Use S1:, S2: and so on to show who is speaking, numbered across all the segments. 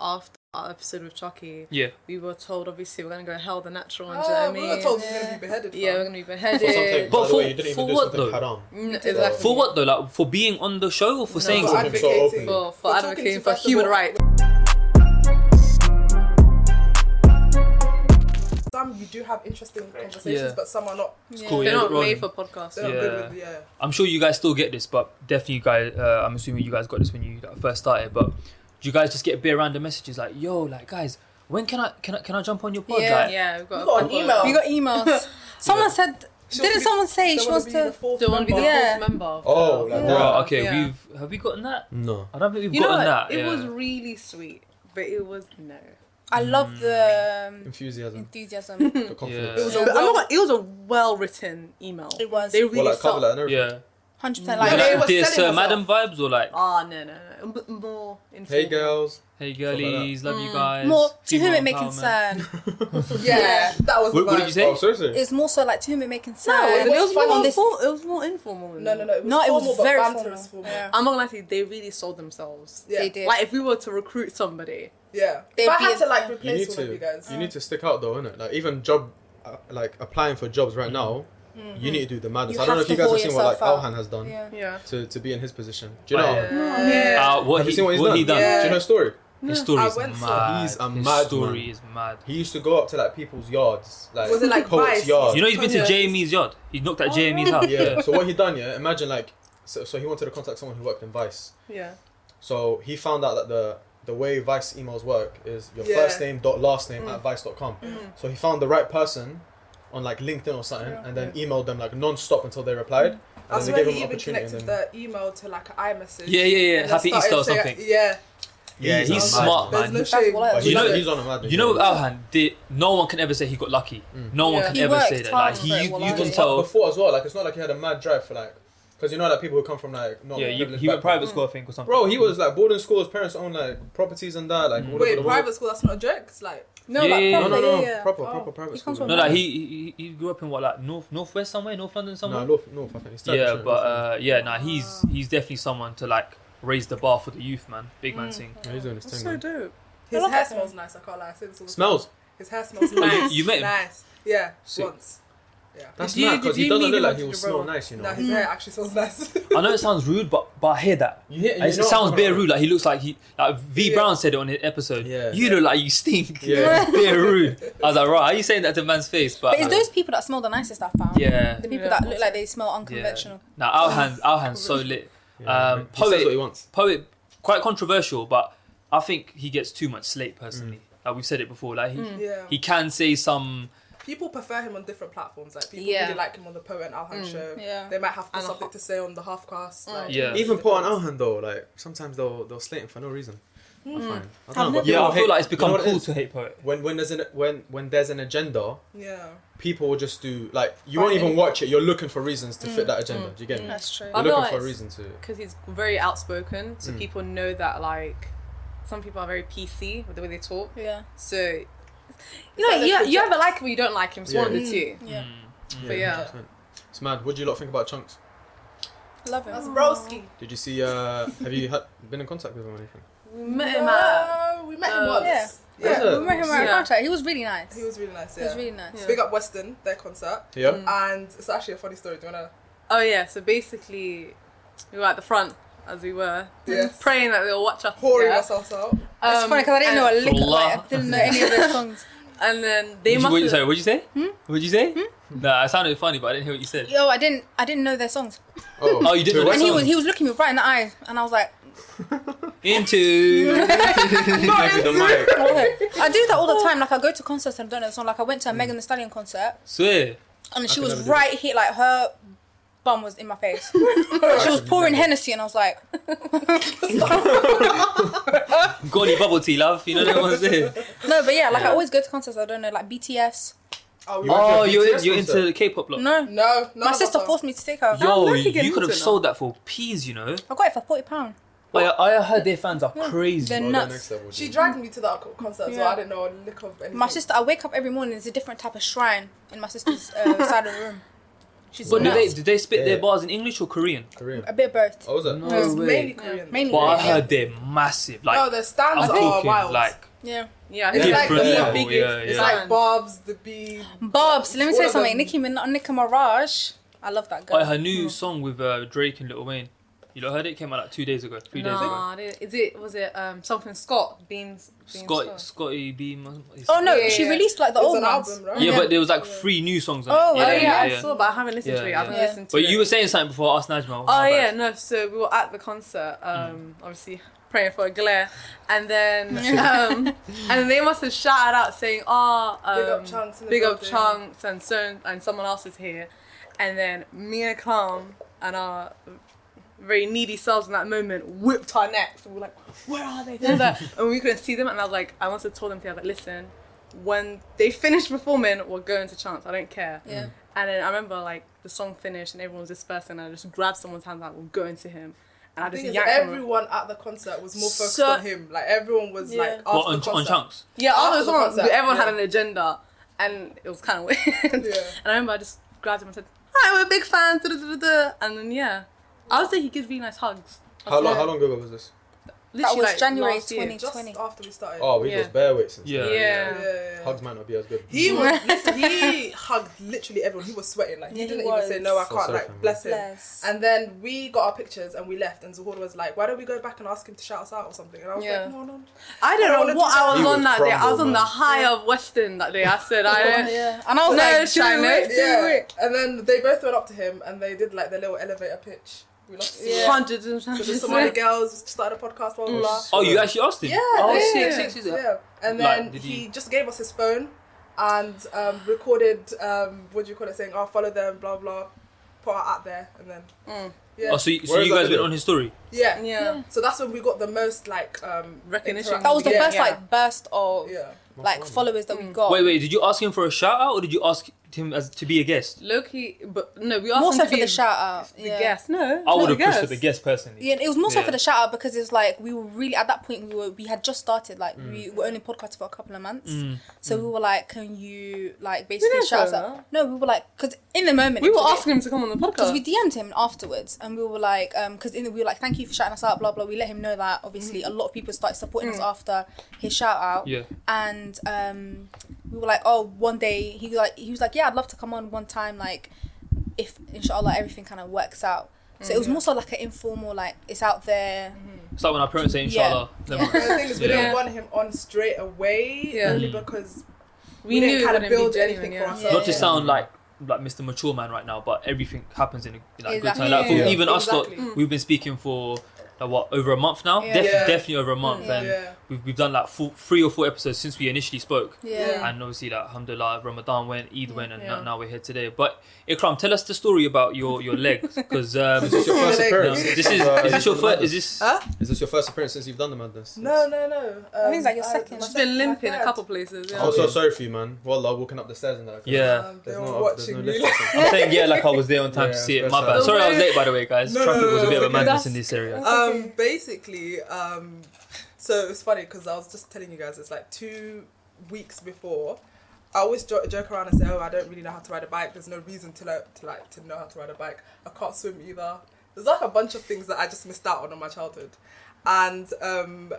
S1: after our episode with Chucky,
S2: Yeah.
S1: we were told obviously we're gonna go to hell the natural one. do you know
S3: Oh,
S1: what
S3: we
S1: I
S3: were
S1: mean?
S3: told we were gonna be beheaded.
S1: yeah, we're
S3: fam.
S1: gonna be
S4: For something,
S1: beheaded.
S2: But
S4: by the
S2: for-
S4: way, you didn't even
S2: for
S4: do
S2: what
S4: something
S2: though?
S4: haram.
S1: Mm, exactly.
S2: For what though? Like for being on the show for saying
S1: No.
S3: For
S2: something.
S4: so
S3: advocating.
S1: For,
S4: open.
S1: for
S3: talking
S1: advocating
S3: to
S1: for
S3: festival-
S1: human rights.
S3: Some you do have interesting conversations,
S2: Yeah.
S3: but some are not.
S1: Yeah.
S5: Oh,
S2: cool,
S1: They're
S2: yeah,
S1: not
S2: Ron.
S1: made for podcasts.
S3: They're not
S2: Yeah.
S3: good with yeah.
S2: I'm sure you guys still get this, but definitely, you guys. Uh, I'm assuming you guys got this when you first started. But do you guys just get a bit random messages like, "Yo, like guys, when can I can I can I jump on your pod?"
S1: Yeah,
S2: like,
S1: yeah, we've got,
S3: We
S1: a
S3: got an
S1: couple of-
S3: email.
S5: We got emails. Someone said,
S3: She wants
S5: didn't
S3: to be-
S5: someone say
S3: They
S5: she
S3: wanna
S5: wants
S3: be the
S5: to?
S3: fourth
S1: Don't want to be the
S3: member.
S5: Yeah.
S1: fourth member. of
S4: Oh,
S1: the-
S4: like
S2: Bro,
S4: that.
S2: okay,
S1: Yeah.
S2: we've have we gotten that?
S4: No.
S2: I don't think we've
S1: You know
S2: gotten
S1: what?
S2: that.
S1: It
S2: yeah.
S1: was really sweet, but it was no.
S5: I love the um,
S4: Enthusiasm.
S5: enthusiasm.
S4: The confidence.
S1: It was, a
S5: Yeah.
S1: well, I'm not gonna- it was a well-written email.
S5: It was.
S1: They really
S4: Well, like cover
S1: felt.
S4: letter and everything.
S2: yeah.
S5: Hundred percent.
S2: Was
S3: Like,
S2: it
S3: they
S5: Like,
S3: were
S2: like dear
S3: selling
S2: sir, madam
S3: herself.
S2: vibes or like,
S1: Ah, no, no, no, but more informal.
S4: Hey girls.
S2: hey
S4: like that.
S2: girlies, love you guys.
S5: more to whom
S2: female
S5: it may
S2: empowerment.
S5: concern.
S3: Yeah, that
S2: What,
S3: was. the
S2: what did
S3: vibe.
S2: you say?
S4: Oh, seriously?
S5: It's more so like to whom it may concern.
S1: No, it,
S3: it
S1: was
S3: was funny.
S1: more
S5: This-
S1: formal. It was more informal. than
S3: No, no,
S1: that.
S3: no. It was
S5: no,
S3: formal,
S5: it was
S3: but
S5: very
S3: banter
S5: formal.
S3: is formal.
S5: Yeah.
S1: I'm not gonna lie to you. They really sold themselves.
S3: Yeah.
S5: They did.
S1: Like if we were to recruit somebody,
S3: Yeah.
S5: They'd
S3: if I
S5: be
S3: had to like
S5: informed.
S4: You
S3: replace
S4: need
S3: all
S4: to.
S3: of you guys,
S4: You need to stick out though, innit? Like even job, uh, like applying for jobs right now, you need to do the madness.
S5: You
S4: I don't know
S5: have
S4: if you
S5: to
S4: guys
S5: whore
S4: have seen what like
S5: yourself out.
S4: Alhan has done
S3: um,
S5: yeah.
S1: yeah.
S4: to, to be in his position. Do you know?
S2: Yeah.
S3: Yeah.
S2: Uh, what
S4: Have
S2: he,
S4: you seen what he's done?
S2: he done?
S3: Yeah.
S4: Do you know his story?
S2: His story
S3: I
S2: is
S3: went to-
S2: mad.
S4: He's a
S2: His
S4: mad
S2: story
S4: man.
S2: is mad.
S4: He used to go up to like people's yards, like
S3: Was it, like,
S4: Colt's
S3: Vice?
S4: yard.
S2: You know he's been to
S3: Yeah.
S2: JME's yard. He knocked at JME's house.
S4: yeah. So what he done? Yeah. Imagine like, so, so he wanted to contact someone who worked in Vice.
S1: Yeah.
S4: So he found out that the the way Vice emails work is your
S3: Yeah. Mm. Mm-hmm.
S4: first name dot last name at vice.com. So he found the right person on like LinkedIn or something and then emailed them like non stop until they replied. And
S3: Mm. That's
S4: then they
S3: where
S4: gave
S3: he
S4: him an
S3: even
S4: opportunity and
S3: connected
S4: then
S3: the email to like an iMessage.
S2: Yeah, yeah, yeah.
S3: And then
S2: Happy
S3: started
S2: Easter or
S3: saying-
S2: something.
S3: Yeah.
S2: Yeah,
S4: a
S2: he's
S4: mad
S2: smart,
S4: man.
S3: There's no
S2: Man.
S3: shame.
S5: That's what I-
S4: But he's,
S2: You know-
S4: he's on a madness.
S2: You know, with Alhan, the, no one can ever say he got lucky. No one
S1: Yeah.
S2: can
S5: He
S2: ever
S5: worked
S2: say that.
S5: hard
S2: Like
S5: for
S2: he,
S5: it,
S2: you,
S5: well,
S2: you can
S5: I-
S2: tell.
S4: before as well. Like it's not like he had a mad drive for like, because you know like people who come from like not
S2: Yeah, you,
S4: privileged
S2: he went
S4: backgrounds.
S2: private school, I think, or something.
S4: Bro, he was like boarding school. His parents owned like properties and that. Like
S2: Mm.
S4: all over
S3: Wait,
S4: the world.
S3: private school? That's not a joke. It's like
S5: No,
S2: Yeah,
S5: like
S2: yeah,
S4: No,
S5: proper,
S4: no, no,
S5: yeah, yeah.
S4: proper,
S3: Oh.
S4: proper private
S5: He
S4: school.
S5: comes from
S2: No, like he, he he grew up in what like north northwest somewhere, North London somewhere.
S4: No, north, north. I think. He's Turkish,
S2: yeah,
S4: isn't
S2: but uh, yeah, nah, he's he's definitely someone to like raise the bar for the youth, man. Big
S5: Mm.
S2: man sing.
S4: he? Yeah, he's doing his
S1: That's
S4: thing.
S1: so
S4: man.
S1: dope.
S3: his
S5: love
S3: hair
S5: that
S3: smells nice. I can't lie. I said this all the time.
S4: Smells.
S3: His hair smells
S2: you-
S3: nice.
S2: you met him?
S3: Nice. Yeah.
S2: Sick.
S3: Once.
S4: That's
S1: Did you-
S4: mad because
S1: did
S4: he
S1: you
S4: doesn't
S1: meet
S4: look
S1: him
S4: like
S1: at
S4: he will
S1: the
S4: smell
S1: road?
S4: nice, you know.
S3: No, his hair actually smells nice.
S2: I know it sounds rude, but but I hear that.
S4: You hear- you
S2: It
S4: know what
S2: sounds
S4: I'm
S2: bare
S4: talking
S2: rude. Like he looks like he like V
S3: Yeah.
S2: Brown said it on his episode.
S4: Yeah.
S2: You look like you stink.
S4: Yeah.
S2: bare rude. I was like, right, are you saying that to man's face? But, uh,
S5: But it's those people that smell the nicest I found.
S2: yeah.
S5: The people
S1: Yeah.
S5: that look like they smell unconventional.
S2: Now our hand, our hand's so lit.
S4: about.
S2: Um,
S4: he says
S2: poet-
S4: what he wants.
S2: Poet, quite controversial, but I think he gets too much slate personally. Like we've said it before. Like he
S3: yeah.
S2: he can say some.
S3: people prefer him on different platforms. Like people
S1: Yeah.
S3: really like him on the Poet and Alhan show.
S5: yeah.
S3: They might have
S1: And a
S3: something
S1: ho-
S3: to say on the half cast. Like,
S2: Yeah.
S4: Even Paul and Alhan though, like sometimes they'll they'll slate him for no reason. I find. I don't know, but
S2: Yeah,
S4: people
S2: I feel
S4: hate-
S2: like it's
S4: you know
S2: become
S4: what it
S2: cool
S4: is?
S2: to hate poet.
S4: When when there's an when when there's an agenda,
S3: Yeah.
S4: people will just do like you
S3: Right.
S4: won't even watch it. You're looking for reasons to fit that agenda. Do you get me?
S5: That's true.
S1: I
S4: You're
S1: feel
S4: looking
S1: like
S4: for a
S1: it's-
S4: reason to.
S1: because he's very outspoken,
S2: Mm.
S1: so people know that like some people are very PC with the way they talk.
S5: Yeah.
S1: So you know,
S3: like
S1: you,
S3: they
S1: you either like him or you don't like him. It's one of the
S3: Yeah.
S1: two.
S5: Mm. Yeah.
S1: But yeah.
S4: 100%. It's mad. What do you lot think about Chunks?
S5: Love him.
S3: That's broski.
S4: Did you see? uh Have you had, been in contact with him or anything?
S1: We met him at
S3: No, Oh, we met him
S1: Uh,
S3: once.
S5: yeah.
S4: Was
S3: Yeah.
S4: it?
S5: We met him at a
S1: Yeah.
S5: contract. He was really nice.
S3: He was really nice.
S5: He
S3: Yeah.
S5: was really nice.
S1: Yeah.
S3: Big up Weston, their concert.
S4: Yeah.
S3: And it's actually a funny story. Do you wanna?
S1: oh yeah. So basically, we were at the front as we were
S3: Yes.
S1: praying that they'll watch us.
S3: Pouring
S1: yeah.
S3: ourselves out.
S5: It's
S1: Um,
S5: funny because I didn't
S1: and,
S5: know a lick.
S2: Blah.
S5: Like, I didn't know any of those songs.
S1: And then they
S2: Would you-
S1: must.
S2: what-
S1: have-
S2: sorry, what'd you say? What'd you say? Nah, it sounded funny, but I didn't hear what you said.
S5: Yo, I didn't. I didn't know their songs.
S2: Oh, you didn't
S4: to
S2: know
S4: West
S5: And he was
S4: Ham?
S5: he was looking me right in the eye, and I was like,
S2: Into
S4: Give me the mic.
S5: I do that all the time. Like I go to concerts and I don't know the song. Like I went to a Megan Thee Stallion concert,
S2: swear.
S5: and she
S4: can
S5: was
S4: never do
S5: right here. Like her bum was in my face. she was pouring Hennessy, and I was like,
S2: Got any bubble tea, love? You know what I'm saying?
S5: no, but yeah, like I always go to concerts. I don't know, like BTS.
S3: Oh, we
S4: You
S2: Oh, you're,
S4: went to a BTS
S2: you're
S4: concert?
S2: into the K-pop lot.
S5: No,
S3: No, no.
S5: my sister forced me to take her.
S2: Yo,
S1: lucky
S2: you
S1: getting
S2: could have
S1: into it now.
S2: sold that for peas, you know.
S5: I got it for forty pound.
S2: I, I heard their fans are crazy.
S5: They're
S4: Oh, they're next
S5: nuts.
S4: level,
S3: She
S4: G.
S3: dragged me to that co- concert, so
S5: Yeah.
S3: I didn't know a lick of anything.
S5: My sister, I wake up every morning. There's a different type of shrine in my sister's uh, side of the room. She's
S2: But do
S5: nuts.
S2: they did they spit their
S4: Yeah.
S2: bars in English or Korean?
S4: Korean.
S5: a bit of both.
S4: Oh, was it?
S2: No.
S3: It's
S2: way.
S3: mainly
S1: Yeah.
S3: Korean.
S5: Mainly.
S2: But I
S5: yeah.
S2: heard they're massive. Like
S3: no, the stands
S2: I'm
S3: are
S2: talking
S3: Oh, wild.
S2: like
S5: Yeah.
S1: Yeah,
S3: It's like
S2: different
S3: the
S2: level.
S1: biggest-
S2: Yeah,
S3: it's
S2: yeah.
S3: like Bob's, the B.
S5: Bobs, let
S3: All
S5: me tell you
S3: of
S5: something.
S3: them.
S5: Nicki, Min- Nicki Mirage. I love that girl.
S2: Like her new song with uh, Drake and Lil Wayne. You know, heard it came out like two days ago, three days ago.
S1: Nah, they- is it was it um something Scott Beams? Beams
S2: Scott, Scotty Beam. or-
S5: oh no,
S1: Yeah,
S5: she
S1: yeah.
S5: released like the
S3: It's
S5: old
S3: an
S5: ones.
S3: album, right?
S2: Yeah,
S5: Yeah.
S2: but there was like three new songs. On
S5: Oh,
S2: it.
S1: Oh yeah,
S5: yeah,
S1: I saw, but I haven't listened to it.
S2: Yeah,
S1: I haven't
S5: yeah.
S1: listened to
S2: But
S1: it.
S2: you were saying something before us, Najma.
S1: Oh yeah, no. So we were at the concert, um, obviously praying for a glare, and then um, and then they must have shouted out saying, "Ah, oh, um,
S3: Big up Chunks in the
S1: big up
S3: building."
S1: Chunks and so and someone else is here," and then me and Calm and our very needy selves in that moment whipped our necks. We were like, "Where are they?" Da-da-da. and we couldn't see them. And I was like, I must have told them to I was like, listen, when they finish performing, we're going to chance. I don't care.
S5: Yeah.
S1: And then I remember like the song finished and everyone was dispersing. And I just grabbed someone's hand like we're going to him, and I
S3: The
S1: just
S3: thing is,
S1: yanked him.
S3: everyone at the concert was more focused
S1: So-
S3: on him. Like everyone was
S5: Yeah.
S3: like after
S2: Well, on,
S3: the
S2: on
S3: concert.
S2: chunks.
S1: Yeah, all
S3: after
S1: those
S3: the
S1: songs.
S3: concert,
S1: Everyone had
S3: yeah.
S1: an agenda, and it was kind of weird.
S3: Yeah.
S1: And I remember I just grabbed him and said, "Hi, we're big fans." da-da-da-da-da." And then yeah, I would say he gives really nice hugs.
S4: How long?
S3: Yeah.
S4: How long ago was this?
S5: That
S1: Literally,
S5: was
S1: like,
S5: January
S1: last year.
S5: 2020.
S3: Just after we started.
S4: Oh, we
S1: Yeah.
S4: was bare weight since.
S2: Yeah.
S1: Yeah.
S3: Yeah, yeah, yeah.
S4: Hugs might not be as good.
S3: He was listen, he hugged literally everyone. He was sweating. Like he
S5: Yeah, he
S3: didn't
S5: was.
S3: even say no, I
S4: So
S3: can't.
S4: sorry for him.
S3: Like bless him.
S5: Bless.
S3: And then we got our pictures and we left. And Zuhor was like, "Why don't we go back and ask him to shout us out or something?" And I was
S1: Yeah.
S3: like, "No, no."
S1: I
S3: I
S1: don't know
S3: wanted
S1: what
S3: to
S1: I was
S4: try.
S1: on that day. I was
S4: Crumble,
S1: on the
S4: man.
S1: high of Western that day. I said, I
S5: Oh,
S1: don't.
S5: yeah. And I was
S1: No,
S5: like,
S1: should we
S5: China.
S1: wait?
S3: Yeah. And then they both went up to him and they did like their little elevator pitch. We love to see
S5: Yeah.
S3: it.
S1: Hundreds and
S3: So the
S1: hundreds.
S3: Somali girls started a podcast. Blah blah. blah.
S4: Mm.
S2: Oh, you actually asked him.
S3: Yeah,
S2: Oh,
S3: they-
S2: sick, sick, sick, sick.
S3: yeah. And
S2: Like,
S3: then
S2: did
S3: he
S2: you-
S3: just gave us his phone and um, recorded, um, what do you call it, saying, oh, follow them, blah, blah, put our out there. And then,
S1: Mm.
S3: yeah.
S2: Oh, so, you- so
S4: Where is
S2: you
S4: that
S2: guys went
S4: video?
S2: on his story.
S3: yeah.
S1: Yeah.
S3: So that's when we got the most, like, um,
S1: Recognition.
S3: interact-
S5: That was the
S3: yeah,
S5: first
S1: yeah.
S5: like burst of
S3: Yeah. Mm.
S5: like followers that we got.
S2: Wait, wait. Did you ask him for a shout out, or did you ask him as to be a guest?
S1: Loki, but no, we asked
S5: More
S1: him
S5: so
S1: to
S5: for
S1: be
S5: the shout out.
S1: The guest, no.
S2: I
S1: not
S2: would have
S1: the
S2: pushed for
S1: guest.
S2: the guest personally.
S5: Yeah, it was more so
S2: Yeah.
S5: for the shout out because it's like we were really at that point we were we had just started like we
S2: Mm.
S5: were only podcasting for a couple of months, so we were like, can you like basically
S1: didn't
S5: shout us
S1: shout
S5: out? No, we were like because in the moment
S1: We were asking him to come on the podcast.
S5: because we DM'd him afterwards and we were like um because in the, we were like thank you for shouting us out blah blah we let him know that obviously a lot of people started supporting us after his shout out
S2: Yeah.
S5: and um we were like oh one day he was like he was like yeah I'd love to come on one time like if inshallah everything kind of works out. So it was more so like an informal, like it's out there,
S2: It's like when our parents say
S5: Yeah.
S2: inshallah. then
S3: And the thing is, we
S2: Yeah.
S3: didn't want him on straight away,
S1: Yeah.
S3: only
S2: Mm.
S3: because
S1: We
S3: we,
S1: knew it
S3: didn't kind
S1: wouldn't
S3: of
S1: be
S3: build
S1: genuine,
S3: anything
S1: yeah.
S3: for
S2: we-
S3: ourselves.
S2: Not to
S5: Yeah.
S2: sound like like Mr. Mature Man right now, but everything happens in a like, good
S5: Exactly.
S2: time. Like, for
S4: Yeah.
S2: even us, lot,
S3: Exactly.
S2: we've been speaking for like, what over a month now.
S5: Yeah.
S2: Def-
S3: Yeah.
S2: Definitely over a month,
S5: Yeah.
S2: and
S3: Yeah.
S2: we've we've done like four, three or four episodes since we initially spoke.
S5: yeah.
S3: Mm.
S2: and obviously that alhamdulillah ramadan went eid went and
S1: Yeah.
S2: now we're here today but ikram tell us the story about your your leg because um
S4: Is this your first
S3: Yeah.
S4: appearance?
S2: this is
S4: Uh,
S2: is this your
S4: the
S2: first
S4: madness?
S2: is this
S3: Huh?
S4: Is this your first appearance since you've done the madness?
S3: No, no, no. Um,
S5: I think it's like your second.
S3: my
S1: She's been
S3: my um,
S1: limping a
S3: third.
S1: couple places. Yeah.
S4: I'm so sorry for you, man. Wallah, walking up the stairs and that.
S2: yeah
S3: Um, they
S4: There's
S3: were
S4: no, there's no
S3: watching me.
S4: lift or something.
S2: i'm saying yeah like i was there on time to
S4: Yeah,
S2: see it
S4: that's
S2: my
S4: right.
S2: bad sorry i was late by the way guys
S3: No, no,
S2: traffic
S3: no,
S2: was a
S3: no,
S2: bit of a
S3: no,
S2: madness
S5: that's-
S2: in this area
S3: um basically um so it's funny because i was just telling you guys it's like two weeks before i always jo- joke around and say oh i don't really know how to ride a bike there's no reason to like to like to know how to ride a bike i can't swim either there's like a bunch of things that i just missed out on in my childhood and um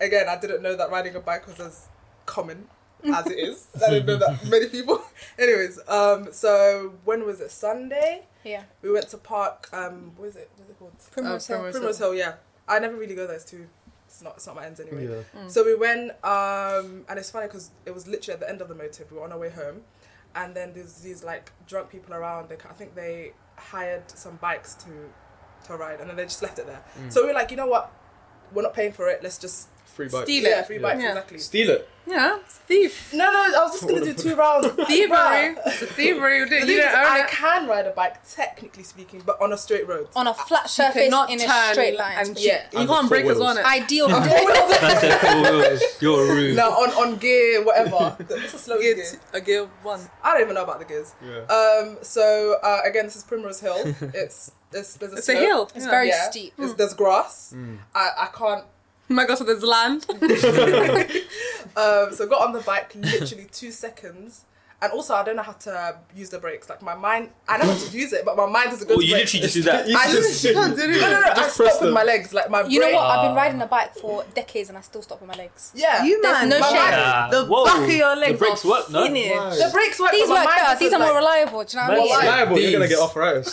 S3: again i didn't know that riding a bike was as common as it is i didn't know that many people anyways um so when was it sunday
S5: Yeah.
S3: we went to park um what is it what is it called
S5: Primrose Hill.
S1: Uh, Primrose
S3: Primrose Hill, yeah. I never really go those two. It's not it's not my ends anyway.
S4: Yeah.
S1: Mm.
S3: So we went, um, and it's funny because it was literally at the end of the motive. We were on our way home, and then there's these like drunk people around. They, I think they hired some bikes to to ride, and then they just left it there. So we were like, you know what? We're not paying for it. Let's just
S4: Mm. Free bike.
S1: Steal
S3: yeah,
S1: it.
S3: free
S4: Yeah.
S3: bikes
S1: Yeah.
S3: exactly.
S4: Steal it.
S1: Yeah, it's thief.
S3: No, no, I was just gonna do two rounds.
S1: Thievery.
S3: Bruh.
S1: it's a thievery. You
S3: The
S1: didn't
S3: thing
S1: you
S3: is,
S1: didn't own
S3: I
S1: it. Oh.
S3: can ride a bike, technically speaking, but on a straight road.
S5: On a flat surface
S1: cannot
S5: in
S1: turn
S5: a straight line.
S1: And
S5: yeah.
S1: yeah. You
S4: And the
S1: can't break us
S4: four
S1: on it.
S5: Ideal.
S2: That's it, cool, cool, cool. you're rude
S3: No, on, on gear, whatever. It's a slow gear.
S1: Get a gear one.
S3: I don't even know about the gears.
S4: Yeah.
S3: Um, so uh, again, this is Primrose Hill. It's it's there's a
S1: It's a
S3: slope.
S1: hill.
S5: It's Hmm.
S1: Yeah.
S5: very
S3: Yeah.
S5: steep.
S3: It's, there's grass. I, I can't.
S1: Oh my god, so there's land.
S3: Um, so got on the bike literally two seconds, And also, I don't know how to use the brakes. Like my mind, I know how to use it, but my mind doesn't go.
S2: Oh,
S3: to
S2: you
S3: brakes.
S2: literally just do that.
S3: I just
S4: Just-
S3: can't do it. No, no, no. I
S4: Just press
S3: stop with
S4: them.
S3: my legs. Like my
S5: You know
S3: brain-
S5: what? I've been
S2: Ah.
S5: riding a bike for decades and I still stop with my legs.
S3: Yeah.
S1: You
S5: There's
S1: man,
S5: no
S1: my
S5: shame.
S1: mind-
S2: Nah.
S1: The
S2: Whoa.
S1: back of your
S2: The
S1: legs
S2: brakes
S1: are
S2: work, no?
S1: finished.
S4: Why?
S3: Uh, the brakes work.
S5: These
S3: but my
S5: work
S3: mind
S5: better.
S3: doesn't,
S5: These are
S3: like-
S5: more reliable. Do you know
S2: Man
S5: what I mean?
S2: said
S5: Like,
S4: Reliable, you're gonna
S2: these.
S4: get arthritis.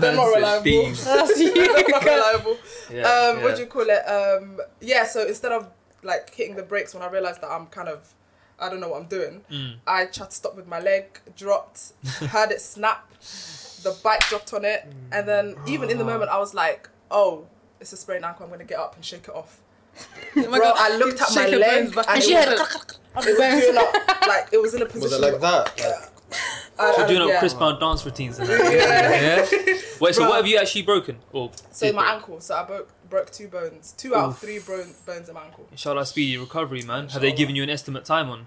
S3: They're not reliable.
S2: Thieves.
S5: That's you.
S3: They're not reliable.
S2: Yeah,
S3: um,
S2: yeah.
S3: what do you call it? Um, yeah. So instead of like hitting the brakes when I realized that I'm kind of, I don't know what I'm doing,
S2: Mm.
S3: I tried to stop with my leg, dropped, heard it snap, the bike dropped on it, and then even in the moment I was like, oh, it's a sprained ankle. I'm gonna get up and shake it off.
S1: Oh my
S3: Bro,
S1: God.
S3: I looked at my
S1: Shaking
S3: leg
S1: bones back
S3: and
S1: and
S5: she
S1: it
S5: had
S1: was-
S3: It was doing up, like it was in a position.
S4: Was it like that? Like,
S3: I-
S2: So
S3: I-
S2: doing up
S3: yeah.
S2: Chris Brown dance routines and that. Yeah. Wait, so
S3: Bruh.
S2: what have you actually broken? Or
S3: So
S2: did
S3: my
S2: break?
S3: ankle. So I broke broke two bones, two out of three bone, bones in my ankle.
S2: Inshallah, speedy recovery, man. Have they given you an estimate time on?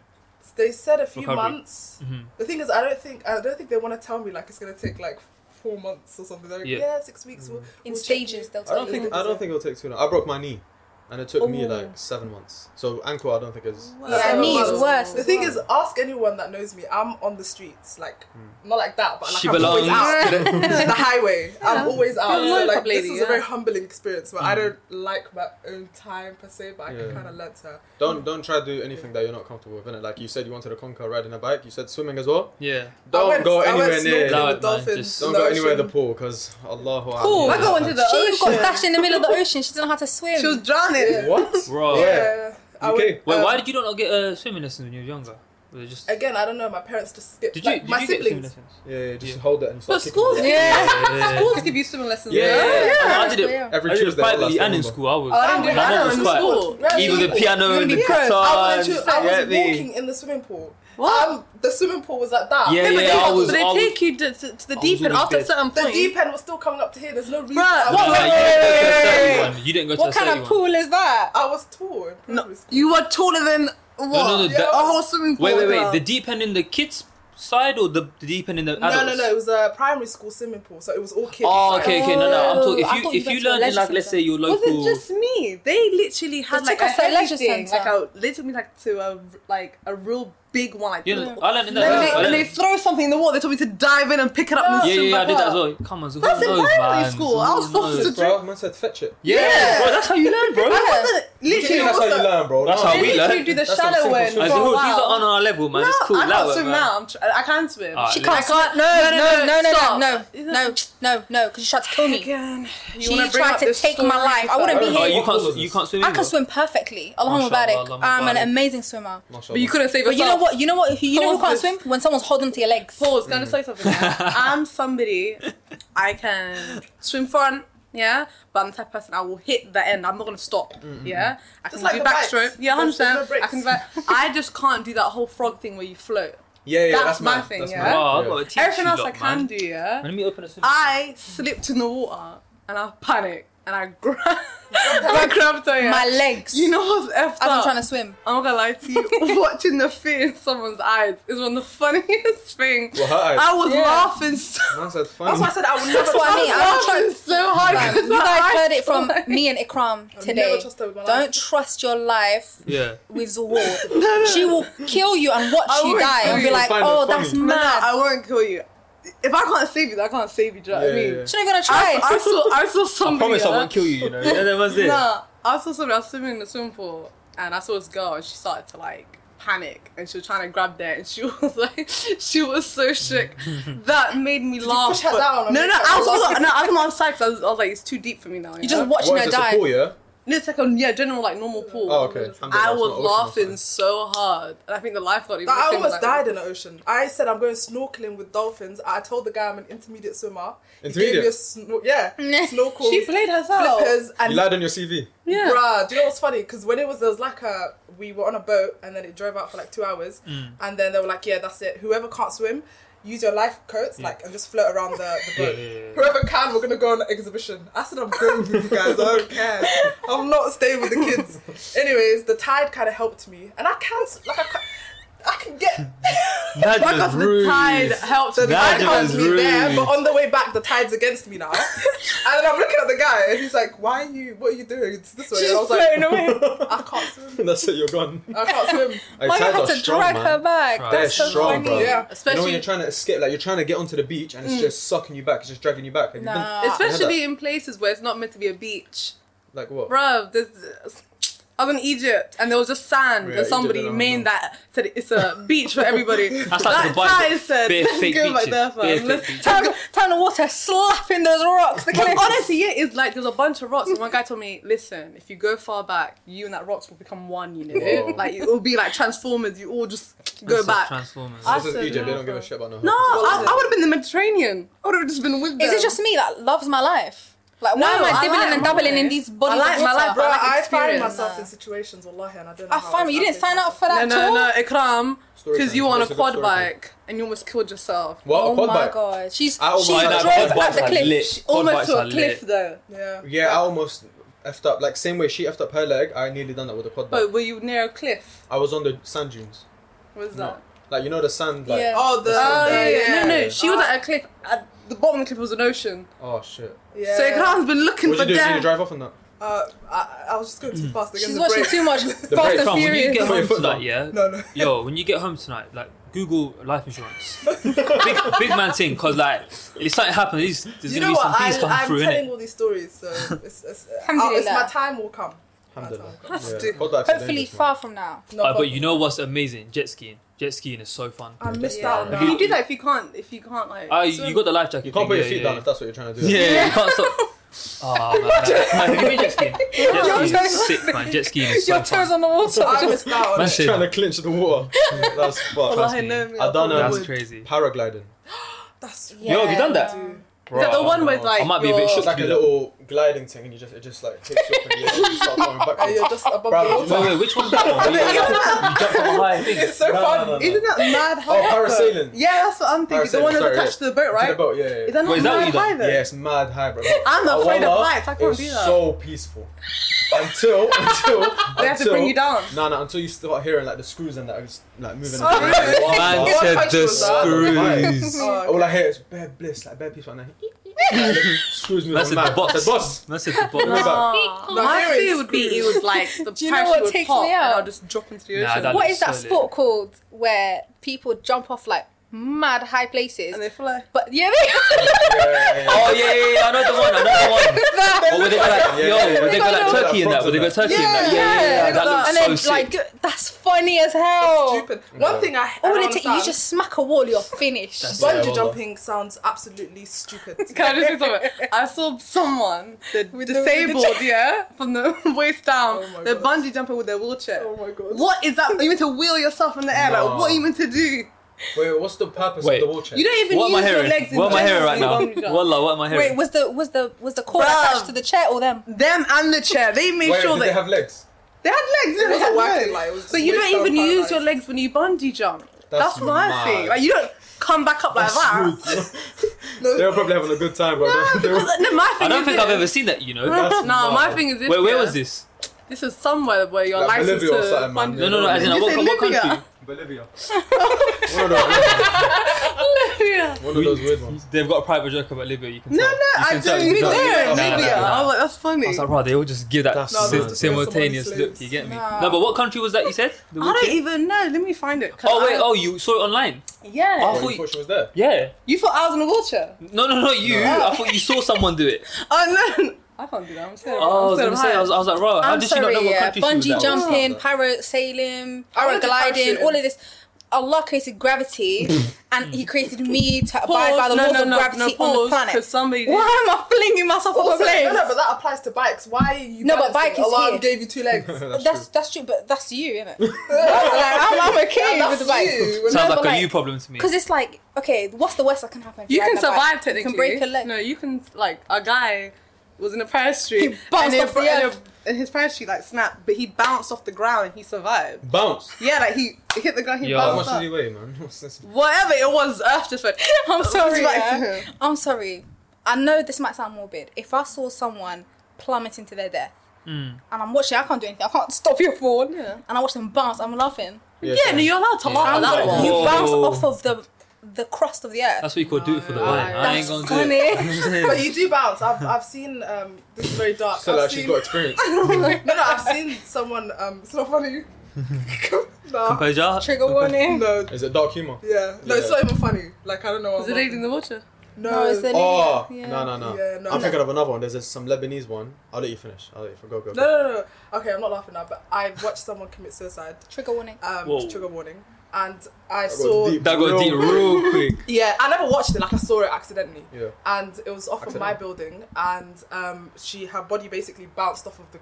S3: They said a few
S2: Recovery.
S3: months.
S2: Mhm.
S3: The thing is, I don't think I don't think they want to tell me like it's gonna take like four months or something. They're like, yeah.
S2: Yeah.
S3: six weeks.
S1: Mm.
S3: We'll,
S5: In
S3: we'll check
S5: stages,
S3: you."
S5: they'll
S4: I
S5: tell
S4: don't
S5: you.
S4: think I don't think it'll take too long. I broke my knee, and it took me
S3: Oh.
S5: Ooh.
S4: like seven months. So ankle, I don't think is.
S5: Yeah,
S3: So-
S5: knee is
S3: Well,
S5: worse.
S3: The thing is, ask anyone that knows me. I'm on the streets, like
S2: Mm.
S3: not like that, but like
S2: She
S3: I'm always
S2: belongs
S3: out
S2: to
S3: the highway. I'm always out.
S1: Yeah.
S3: So like
S1: Lady,
S3: this is
S1: yeah.
S3: a very humbling experience where
S2: Mm.
S3: I don't like my own time per se, but I
S4: Yeah.
S3: can kind of learn to.
S4: Don't don't try to do anything that you're not comfortable with, innit? Like you said, you wanted to conquer riding a bike. You said swimming as well.
S2: Yeah.
S3: I
S4: Don't
S3: went-
S4: go
S3: I went
S4: anywhere near.
S3: snorkeling
S2: No,
S3: with
S2: man,
S3: dolphins
S2: just-
S4: Don't
S3: in the
S4: go anywhere in the
S3: ocean.
S4: pool because Allahu
S1: Cool.
S4: Akbar.
S1: I go into the
S5: She got
S1: ocean.
S5: dashed in the middle of the ocean. She doesn't know how to swim.
S1: She was drowning.
S4: What?
S2: Bro.
S4: Yeah.
S3: Yeah. I
S4: Okay.
S3: went,
S2: Wait,
S3: um,
S2: why did you not get uh, swimming lessons when you were younger? Was it just
S3: Again, I don't know. My parents just skipped.
S2: did you?
S3: like,
S2: did
S3: my
S2: you
S3: siblings.
S2: Get swimming lessons?
S4: Yeah, yeah, just
S2: Yeah.
S4: hold it and
S1: But
S4: start kicking
S1: schools,
S4: it.
S5: yeah.
S2: Yeah.
S1: schools give you swimming lessons.
S4: Yeah.
S1: right?
S4: yeah, yeah.
S2: I did it.
S5: Yeah.
S4: Every
S2: I did it
S4: Tuesday. at
S2: privately
S4: last
S2: and in
S4: November.
S2: school. I was.
S1: Oh, I didn't do
S2: My
S1: that.
S2: mum
S1: I
S2: was
S1: didn't
S2: quite-
S1: school.
S3: Right,
S2: Even the
S3: people.
S2: piano
S1: You're
S2: and
S1: gonna
S2: the
S1: be
S2: guitar.
S1: good.
S3: I was, literally- I was
S2: Yeah, me.
S3: walking in the swimming pool.
S1: What?
S3: Um, the swimming pool was like that.
S2: Yeah,
S1: Yeah, but
S2: yeah,
S1: they,
S2: I was-
S1: but they
S2: I was-
S1: take you to, to, to the
S2: was
S1: deep end
S2: always
S1: after a
S2: dead.
S1: certain
S3: The
S1: point.
S3: deep end was still coming up to here. There's no reason.
S1: Bruh,
S3: I
S2: No,
S1: What-
S2: no, you didn't go to a certain
S3: was,
S2: one. You didn't go to a
S5: What kind
S2: certain
S5: of
S2: one.
S5: pool is that?
S3: I was tall. in
S1: No,
S3: primary school.
S1: you were taller than what?
S2: no, no, that-
S1: a whole swimming pool.
S2: Wait, wait, wait.
S1: girl.
S2: The deep end in the kids' side or the, the deep end in the adults?
S3: No, no, no. It was a primary school swimming pool, so it was all kids.
S2: Oh,
S3: so-
S2: okay, okay. No, no. I'm talking.
S5: Oh, I
S2: If you
S5: thought you
S2: if
S5: went
S2: you
S5: to a
S2: learned in
S5: leisure
S2: like let's
S5: centre.
S2: say your
S1: was
S2: local.
S1: it just me? They literally had
S5: They
S1: like
S5: took
S1: a
S5: us to a leisure
S1: heavy thing,
S5: centre.
S1: like a they took me like to a like a real big one. Like,
S2: You know, I learned in that.
S1: when,
S2: as
S1: they,
S2: well. I
S1: when they
S2: learned-
S1: throw something in the water, they told me to dive in and pick it up and
S2: Uh, Yeah,
S1: swim
S2: yeah, yeah. I
S1: back
S2: did that as
S1: up.
S2: well. Come on, who
S1: That's in
S2: knows,
S1: primary
S2: man?
S1: school. I
S2: Who
S1: was forced
S2: knows?
S1: to-
S4: Bro, man said fetch it.
S2: Yeah,
S1: Yeah.
S2: bro. That's how you learn, bro.
S1: I wasn't
S4: That's
S1: literally. I
S4: how
S1: was
S4: you
S1: a-
S4: learn, bro.
S2: That's
S4: No.
S2: how
S1: They
S2: we
S1: literally
S2: learn.
S1: do the
S4: That's some
S1: shallow
S4: simple
S1: end
S4: shit.
S1: for
S2: I
S1: a
S2: said, "Oh,
S1: while.
S2: these are on our level, man.
S1: no,
S2: it's cool.
S1: I
S2: allow
S1: can't
S2: it,
S1: swim
S2: man.
S1: now. I'm tr- I can't swim.
S2: Alright,
S5: She
S2: let's-
S5: can't. No, no, no, no, no, no, no, no, no, because she tried to kill me.
S1: Again, you
S5: She
S1: wanna bring
S5: tried
S1: up
S5: to
S1: this
S5: take my
S1: story
S5: life. I wouldn't
S1: first?
S5: be
S2: Oh,
S5: here.
S2: you can't.
S4: What
S2: sw-
S4: was
S2: You
S4: this?
S2: can't swim.
S5: I
S2: either?
S5: can swim perfectly. Allahumma
S2: Mashallah,
S5: barik.
S2: Allahumma
S5: I'm an
S2: barik.
S5: amazing swimmer.
S1: But you couldn't save
S5: But
S1: yourself.
S5: you know what? You know what? You know who
S1: Someone
S5: can't
S1: says-
S5: swim when someone's holding to your legs.
S1: Pause. Gonna say something. yeah? I'm somebody. I can swim front. Yeah, but I'm the type of person I will hit the end. I'm not gonna stop.
S2: Mm-hmm.
S1: Yeah, I can
S3: Just like
S1: do
S3: the bikes.
S1: backstroke. Yeah, I
S3: There's- there's no
S1: understand. I can. do back- I just can't do that whole frog thing where you float.
S4: Yeah, yeah,
S1: That's
S4: that's,
S1: my
S4: mad.
S1: thing,
S4: That's
S1: yeah.
S4: mad.
S2: Wow, I've got to teach
S1: Everything
S2: you
S1: else
S2: lot,
S1: I can
S2: man.
S1: do. Yeah,
S2: Let me open a swim.
S1: I slipped in the water and I panicked and I grabbed. I grabbed her. Yeah.
S5: My legs.
S1: You know what's effed
S5: As I'm
S1: up?
S5: trying to swim.
S1: I'm not gonna lie to you. Watching the fear in someone's eyes is one of the funniest things.
S4: Well, her eyes.
S1: I was
S5: Yeah.
S1: laughing so
S4: Man said
S3: That's
S4: funny.
S3: why I said I would never.
S5: That's what I mean. I don't
S1: laughing
S5: trust.
S1: so hard. 'cause
S5: You
S1: my
S5: guys
S1: eyes
S5: heard it from
S1: were like-
S5: me and Ikram
S3: never
S5: today.
S3: trust her with my life.
S5: Don't trust your life
S2: Yeah.
S5: with Zawar. She will kill you and watch
S1: I
S5: you
S1: won't
S5: die
S1: kill
S5: and be
S4: you.
S5: like,
S4: Find it
S5: oh,
S4: funny.
S5: that's
S1: No, no,
S5: mad.
S1: I won't kill you. If I can't save you, then I can't save you. Do you know what I
S4: Yeah,
S1: mean?
S4: yeah, yeah.
S5: She's not even gonna
S1: I, I
S5: try.
S1: saw, I saw somebody.
S2: I promise I
S1: yeah.
S2: won't kill you. You know. Yeah, that was it.
S1: Nah, I saw somebody. I was swimming in the swimming pool, and I saw this girl, and she started to like panic, and she was trying to grab that, and she was like, she was so shook. That made me laugh.
S3: push her
S1: but-
S3: down or
S1: no,
S3: make
S1: no,
S3: her
S1: I was,
S3: laugh?
S1: also- no, I was outside because I was, I was like, it's too deep for me now.
S5: You're just
S4: What
S5: watching
S4: is
S5: her
S4: this, a
S5: die.
S4: pool, yeah?
S1: No, it's like a yeah, general like normal pool.
S4: Oh, okay.
S1: I
S4: Alhamdulillah, it's
S1: was
S4: not ocean,
S1: laughing so hard, and I think the lifeguard even.
S3: I
S1: looked at me
S3: almost
S1: like,
S3: died in the ocean. I said I'm going snorkeling with dolphins. I told the guy I'm an intermediate swimmer. He gave me a
S4: Intermediate?
S3: snor- yeah, snorkel,
S1: She played herself.
S3: flippers, and
S4: You lied on your CV.
S1: Yeah.
S3: Bruh, do you know what's funny? Because when it was, there was like a, we were on a boat and then it drove out for like two hours.
S2: Mm.
S3: And then they were like, yeah, that's it. Whoever can't swim, use your life coats, like, and just float around the, the
S2: Yeah,
S3: boat.
S2: yeah, yeah.
S3: Whoever can, we're going to go on an exhibition. I said, I'm going with you guys. I don't care. I'm not staying with the kids. Anyways, the tide kind of helped me. And I can, like, I can, I can get.
S2: That
S1: Back
S2: just
S1: off the tide
S2: rude.
S1: helped
S3: So the
S2: That
S3: tide
S2: just
S3: helped me there,
S2: rude.
S3: but on the way back, the tide's against me now. and then I'm looking at the guy, and he's like, "Why are you? What are you doing? It's this way."
S1: She's
S3: And I was like,
S1: flown away.
S3: "I can't swim.
S4: That's it. You're gone.
S3: I can't swim."
S4: Hey,
S5: Why you
S4: tides
S5: had
S4: are
S5: to
S4: strong,
S5: drag
S4: man.
S5: her back?
S2: Right.
S5: That's
S4: They're
S5: so
S4: strong,
S5: funny.
S3: Yeah.
S4: bro. You know when
S1: Especially
S4: you're trying to escape, like you're trying to get onto the beach and it's just sucking you back, it's just dragging you back. Have you been-
S5: Mm. Nah.
S1: especially in places where it's not meant to be a beach.
S4: like what?
S1: Bruv, there's, I was in Egypt and there was just sand,
S4: Yeah,
S1: and
S4: Egypt,
S1: somebody
S4: I don't
S1: made
S4: know.
S1: that said it's a beach for everybody.
S2: That's
S1: that
S2: like Dubai,
S1: guy
S2: but
S1: said,
S2: bare
S1: let's
S2: fake
S1: go back
S2: beaches,
S1: there,
S2: bare
S1: fam.
S2: fake
S1: Let's-
S2: beaches.
S5: Town, town of water slapping those rocks. The
S1: But
S5: cliffs.
S1: honestly, yeah, it's like there's a bunch of rocks. And one guy told me, listen, if you go far back, you and that rocks will become one, you know?
S4: Whoa.
S1: Like it will be like Transformers, you all just go
S2: That's
S1: back.
S2: Transformers.
S1: I
S4: This is
S1: said
S4: Egypt. They
S1: no,
S4: don't give a
S1: bro.
S4: shit about no.
S1: no,
S4: hoes.
S1: I, I would have been in the Mediterranean. I would have just been with them.
S5: Is it just me that loves my life? Like,
S1: No,
S5: why am I
S1: I
S5: dibbling
S1: like
S5: and
S1: my
S5: dabbling in
S1: life.
S5: these bodies
S1: I like
S5: of
S1: my
S5: water?
S1: life,
S3: Bro,
S1: like
S3: I find
S1: experience.
S3: myself in situations, wallahi, and I don't know.
S5: I
S3: how
S5: find me. You
S3: was
S5: didn't sign up for
S1: No,
S5: that
S1: no,
S5: tour.
S1: no, Ikram,
S4: Story
S1: because
S4: time.
S1: you were on a
S4: That's a good
S1: quad
S4: story time.
S1: bike and you almost killed yourself.
S4: What?
S5: Oh
S4: a quad
S5: my
S4: bike?
S5: god, she's
S4: I almost-
S5: she
S4: Oh, no,
S5: drove
S4: but quad
S5: at
S4: bikes
S5: the
S4: are
S5: cliff.
S2: lit. Quad
S1: Almost
S2: bikes
S1: to
S2: are
S1: a cliff
S2: lit.
S1: though.
S3: Yeah.
S4: Yeah, I almost effed up. Like same way she effed up her leg, I nearly done that with a quad bike.
S1: But were you near a cliff?
S4: I was on the sand dunes.
S1: What was
S4: No.
S1: that?
S4: Like you know the sand. Like
S5: Yeah.
S3: Oh, the.
S1: Oh, yeah,
S3: the-
S1: yeah, yeah. No, no,
S4: yeah.
S1: she was at a cliff. At the bottom of the cliff was an ocean.
S4: oh shit.
S3: Yeah.
S1: So Ikram's been looking
S4: What
S1: for
S4: did you do? Did you
S1: them.
S4: drive off on that?
S3: Uh, I, I was just
S2: Mm.
S3: going too fast again.
S5: She's
S3: the
S5: watching
S3: break.
S5: too much
S4: The
S5: Fast
S4: break.
S5: and
S2: Fam, when you
S5: Furious.
S2: get
S4: Put your
S2: home
S4: foot
S2: tonight,
S4: down.
S2: yeah.
S3: No, no.
S2: Yo, when you get home tonight, like Google life insurance. big, big man thing, cause like if something happens, there's, there's
S3: You
S2: gonna
S3: know
S2: be
S3: what?
S2: some peace
S3: I,
S2: coming
S3: I'm
S2: through,
S3: telling
S2: innit?
S3: all these stories, so it's, it's, uh,
S5: Alhamdulillah.
S3: it's my time will come.
S4: Alhamdulillah.
S1: Has
S4: Yeah,
S1: to.
S4: quad bikes are
S5: Hopefully,
S4: dangerous, man.
S5: far from now.
S3: No
S2: Uh, but
S3: problem.
S2: you know what's amazing? Jet skiing. Jet skiing is so fun.
S3: I missed
S1: Yeah.
S3: out.
S4: Yeah.
S3: now.
S1: Can you do that if you can't? If you can't, like.
S2: Ah, you,
S3: So-
S2: you got the life jacket.
S4: You can't
S2: thing,
S4: put
S2: yeah,
S4: your feet
S2: yeah,
S4: down
S2: yeah.
S4: if that's what you're trying to do.
S2: Yeah, you can't stop. Oh man, man, have you been jet skiing? Jet skiing is sick, man. Jet skiing is so
S5: Your toes
S2: fun.
S5: on the water.
S3: I missed out.
S2: Man
S3: on-
S4: Just
S2: said-
S4: trying to clinch the water. That's fuck.
S2: Trust
S1: Wallahi,
S2: me.
S1: no, me,
S4: I don't
S1: probably
S4: know.
S2: That's
S1: would.
S2: crazy.
S4: Paragliding.
S3: That's
S2: Yo, have you done that?
S3: Dude.
S1: Is that the one with like.
S2: I might be a bit
S1: your-
S2: shook.
S4: It's like a
S2: Yeah.
S4: little gliding thing, and you just it just like takes you up in the air and you start going
S3: And
S4: backwards.
S3: uh, you're just above
S4: Bruh,
S3: the
S4: you
S3: water.
S2: Wait, wait, which one's that one? Where You you jump from a high thing.
S3: It's so
S4: No, no,
S3: fun.
S4: no, no.
S1: Isn't that mad high?
S4: Oh,
S1: up, though?
S4: parasailing.
S1: Yeah, that's what I'm thinking. The
S4: Parasailing,
S1: one that's
S4: sorry,
S1: attached to the boat, right?
S4: To the boat, yeah, yeah, yeah.
S1: Is that not
S2: Wait, is that what
S1: mad
S2: you
S1: high
S2: done?
S1: though?
S4: Yeah, it's mad high, bro.
S1: I'm not afraid of
S4: Awala
S1: heights, I can't
S4: is
S1: do that.
S4: Oh, so peaceful. Until until
S1: They have to bring you down.
S4: No, no. Until you start hearing like the screws and that are just, like moving.
S3: Sorry.
S4: and moving. Wow,
S2: Man
S4: wow.
S2: said the
S3: was that?
S2: screws.
S3: Oh, okay.
S4: All I hear is bare bliss, like bare peaceful, and then screws moving.
S2: That's
S4: I'm
S2: it, the
S4: mad.
S2: box.
S4: Said, boss.
S2: That's it, the
S4: Bring me
S2: box.
S4: back.
S1: Ah.
S3: No,
S1: My
S3: here it
S1: fear
S3: is.
S1: would be it was like the
S5: Do you know
S1: parachute
S5: what
S1: would
S5: takes
S1: pop
S5: me
S1: and
S5: out?
S1: I'll just drop into the
S2: Nah,
S1: ocean.
S2: that-
S5: What is
S2: so
S5: that
S2: lit.
S5: sport called where people jump off like mad high places?
S1: and they fly.
S5: But yeah, they
S4: Yeah, yeah, yeah.
S2: Oh yeah, yeah, yeah, I know the one, I know the one. Or would they go like,
S4: Yeah,
S2: yo,
S4: yeah,
S2: would they go
S5: yeah.
S2: like Turkey in that? Would they go Turkey in that? Yeah, yeah, yeah.
S5: Yeah,
S2: That looks
S5: and
S2: so
S5: then
S2: sick.
S5: like go- that's funny as
S1: Oh.
S5: hell.
S3: Stupid. One
S4: Yeah.
S3: thing I, I
S5: All
S3: don't
S5: it takes, you
S3: understand,
S5: just smack a wall, you're finished.
S2: That's-
S4: Yeah,
S3: bungee
S4: well
S3: jumping sounds absolutely stupid.
S1: Can I just say something? I saw someone the,
S3: With the- with the
S1: disabled,
S3: chair.
S1: yeah, from the waist down.
S3: Oh my
S1: they're
S3: God.
S1: bungee jumping with their wheelchair.
S3: oh my god.
S1: What is that? You meant to wheel yourself in the air.
S4: No.
S1: Like, what are you meant to do?
S4: Wait, what's the purpose
S2: Wait.
S4: of the wheelchair?
S1: You don't even
S2: What am I
S1: use your
S2: hearing?
S1: legs in
S2: What am I hearing
S1: general when
S2: right
S1: you
S2: now?
S1: bungee jump.
S2: Wallah, what am I
S5: Wait,
S2: hearing?
S5: was the was the was the cord
S1: Bruv.
S5: attached to the chair or them?
S1: Them and the chair. They made
S4: Wait,
S1: sure
S4: did they
S1: that
S4: have legs?
S1: they had legs.
S3: It
S1: They
S3: wasn't
S1: had
S3: working,
S1: legs.
S3: like, it was
S1: but you
S3: just
S1: don't even
S3: waist down
S1: use your
S3: paralyzed.
S1: legs when you bungee jump. That's,
S4: That's
S1: my
S4: mad.
S1: thing. Like you don't come back up like that.
S4: they were probably having a good time, bro.
S1: No,
S4: They were-
S1: because no, my thing
S2: I don't
S1: is
S2: think
S1: this.
S2: I've ever seen that, you know.
S4: That's
S1: No, my
S4: wild.
S1: thing is this.
S2: Wait, where
S1: yeah.
S2: was this?
S1: This is somewhere where your
S4: Like
S1: license
S4: Bolivia or
S1: to
S4: something, man.
S1: bungee-
S2: No, no, no. As in,
S1: Did you
S2: what,
S1: say
S2: what
S1: Libya?
S2: country?
S4: Bolivia. one, of those,
S1: Bolivia.
S4: one of those weird ones.
S2: They've got a private joke about Libya. You can
S1: No,
S2: tell.
S1: no,
S2: you
S1: I
S2: can tell,
S1: do.
S2: you
S1: You
S2: can
S1: did
S2: tell.
S1: it.
S4: Nah, nah,
S1: Libya.
S2: nah.
S1: I was like, that's funny.
S2: I was like, right, they all just give that
S4: That's
S2: sim-
S4: mad.
S2: simultaneous
S3: That's
S2: look. You get me?
S5: Nah.
S2: No, but what country was that? You said? The
S1: I
S2: wheelchair?
S1: don't even know. Let me find it. 'cause
S2: Oh wait!
S1: I-
S2: Oh, you saw it online?
S1: yeah.
S2: Oh.
S4: Oh, you thought she was there?
S2: Yeah.
S1: You thought I was in a wheelchair?
S2: No, no, no. You.
S1: No.
S2: I thought you saw someone do it.
S1: Oh no. I can't do that. I'm scared.
S2: Oh, I was
S1: I'm
S2: gonna say. I was, I was like, right. How
S5: I'm
S2: did
S5: sorry,
S2: you not know what
S5: yeah.
S2: country she was
S5: Bungee
S2: at?
S5: jumping,
S4: Oh.
S5: parasailing,
S3: I wanna do
S5: paragliding,
S3: parachuting.
S5: all of this. Allah created gravity, and He created me to abide by the laws of gravity on the planet.
S1: Because somebody.
S5: Why am I flinging myself off a
S3: Also,
S5: place?
S3: no, no, but that applies to bikes. Why are you?
S5: No, but
S3: balancing?
S5: bike is
S3: Allah
S5: here.
S3: gave you two legs.
S5: that's
S4: That's true.
S5: that's true, but that's you, isn't it? I'm, I'm okay
S3: Yeah,
S5: with the
S3: that's
S5: bike.
S3: you.
S5: No,
S2: Sounds
S5: but
S2: like a you problem to me.
S5: Because it's like, okay, what's the worst that can happen? if
S1: You
S5: ride
S1: can
S5: a bike?
S1: survive technically.
S5: You can break a leg.
S1: No, you can like a guy was in a parachute.
S5: He bounced
S1: and it-
S5: off the
S1: and
S5: earth.
S1: it- And his parachute like snapped, but he bounced off the ground and he survived.
S4: Bounce.
S1: Yeah, like he it hit the ground. He
S2: Yo.
S4: How
S1: bounced
S4: much
S1: up.
S4: did he weigh, man? What's this?
S1: Whatever it was, Earth just went.
S5: I'm sorry.
S1: back
S5: yeah.
S1: to him.
S5: I'm sorry. I know this might sound morbid. If I saw someone plummet
S2: Hmm.
S5: into their death, and I'm watching, I can't do anything. I can't stop your fall.
S1: Yeah.
S5: And I watch them bounce. I'm laughing.
S1: Yeah,
S4: so-
S1: no, you're allowed to laugh at
S2: Yeah.
S1: that one.
S5: You
S2: Whoa.
S5: bounce off of the the crust of the earth.
S2: Oh. That's what you call do it for the
S3: Oh,
S2: win.
S3: yeah.
S2: I ain't
S5: Ah, That's
S2: gonna do it.
S5: funny.
S3: but you do bounce. I've, I've seen um, this is very dark.
S4: So
S3: I've
S4: like she's
S3: seen,
S4: got experience.
S3: no, no, I've seen someone. Um, it's not funny. no,
S2: Composure.
S5: Trigger warning.
S3: no,
S4: Is it dark humor?
S3: yeah, no, it's
S4: Yeah.
S3: not even funny. Like I don't know.
S1: Is
S3: I'm
S1: it
S3: not-
S1: lady in the water?
S3: No,
S5: No, it's the-
S4: Oh
S5: Yeah.
S4: no no no.
S3: Yeah, no.
S4: I'm thinking of another one. There's this, some Lebanese one. I'll let you finish. I'll let you go go. go.
S3: no, no, no, no. Okay, I'm not laughing now. But I watched someone commit suicide.
S5: Trigger warning.
S3: Um,
S2: Whoa.
S3: trigger warning. And I
S4: goes
S3: saw.
S4: deep.
S2: That got deep real quick.
S3: Yeah, I never watched it. Like I saw it accidentally.
S4: Yeah.
S3: and it was off of my
S4: Accident.
S3: building, and um, she her body basically bounced off of the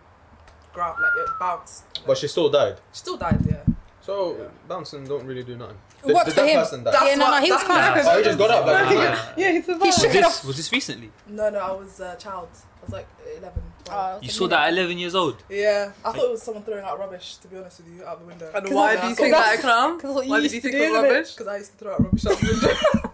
S3: ground, like it bounced.
S4: But she still died.
S3: She still died. Yeah,
S4: So
S3: Yeah.
S4: bouncing don't really do nothing.
S5: It worked
S4: did
S5: for
S4: that
S5: him.
S4: person die?
S3: That's
S5: yeah, no,
S3: what-
S5: no, he was
S3: that's
S5: calm.
S3: what-
S4: oh, he just got up like that.
S2: Ah.
S1: Yeah, he's survived.
S5: He shook
S2: was,
S5: it off.
S2: this, was this recently?
S3: no, no, I was a child. I was like 11. 12.
S5: Oh,
S2: You saw that at 11 years old.
S3: Yeah, I thought it was someone throwing out rubbish. To be honest with you, out the window.
S1: And why do you think that, Ikram?
S5: Because what you
S1: Why did
S5: used
S1: you
S5: to
S1: think
S5: do,
S1: it was
S5: isn't it?
S1: rubbish?
S3: Because I used to throw out rubbish out the window.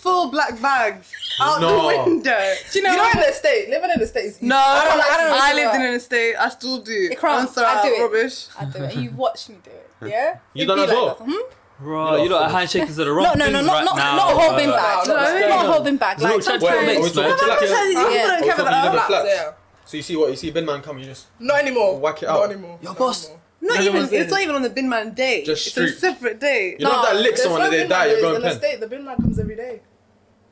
S1: Full black bags out
S4: No.
S1: the window.
S3: Do you know, in the estate, living in the estate is easy.
S1: No,
S3: I
S1: I,
S3: don't like
S5: don't-
S1: I
S5: do
S1: lived
S5: that.
S1: in an estate. I still do.
S5: Ikram,
S1: I'm sorry,
S5: I do it.
S1: rubbish.
S5: I do it. You watched me do it. Yeah.
S4: You
S5: It'd
S4: done
S5: be
S4: as
S5: like
S4: well?
S5: that. Hmm?
S2: Bro, you
S4: You're
S2: know,
S4: not
S2: a handshake is at the wrong
S5: No, no, no,
S2: things
S5: not
S2: right
S5: not
S2: now.
S5: not holding
S2: uh,
S5: back.
S3: no,
S1: no,
S5: Not
S4: no.
S5: holding back.
S2: Real
S5: Like
S2: chat
S4: Wait,
S2: Mates,
S4: are we
S2: no,
S4: talking
S2: no,
S4: about
S1: Sometimes
S4: here?
S1: you
S5: Yeah.
S1: wouldn't
S4: Or
S1: care about
S4: something Oh, you
S1: that.
S4: never-
S3: Flats,
S4: Flaps.
S3: yeah.
S4: So you see what you see bin man come you just
S3: Not anymore.
S4: Whack it
S3: Not
S4: out.
S3: anymore.
S2: Your
S3: Not
S2: boss-
S3: anymore.
S1: Not
S2: Never
S1: even.
S2: was
S1: It's
S2: there.
S1: not even on the bin man day.
S4: Just
S1: it's a
S4: street.
S1: separate day.
S4: You know
S5: No,
S4: that lick
S3: There's
S4: someone
S3: no
S4: and they
S3: bin
S4: die,
S3: man
S4: you're
S3: days
S4: going
S3: in the
S4: pen.
S3: estate. The bin man comes every day.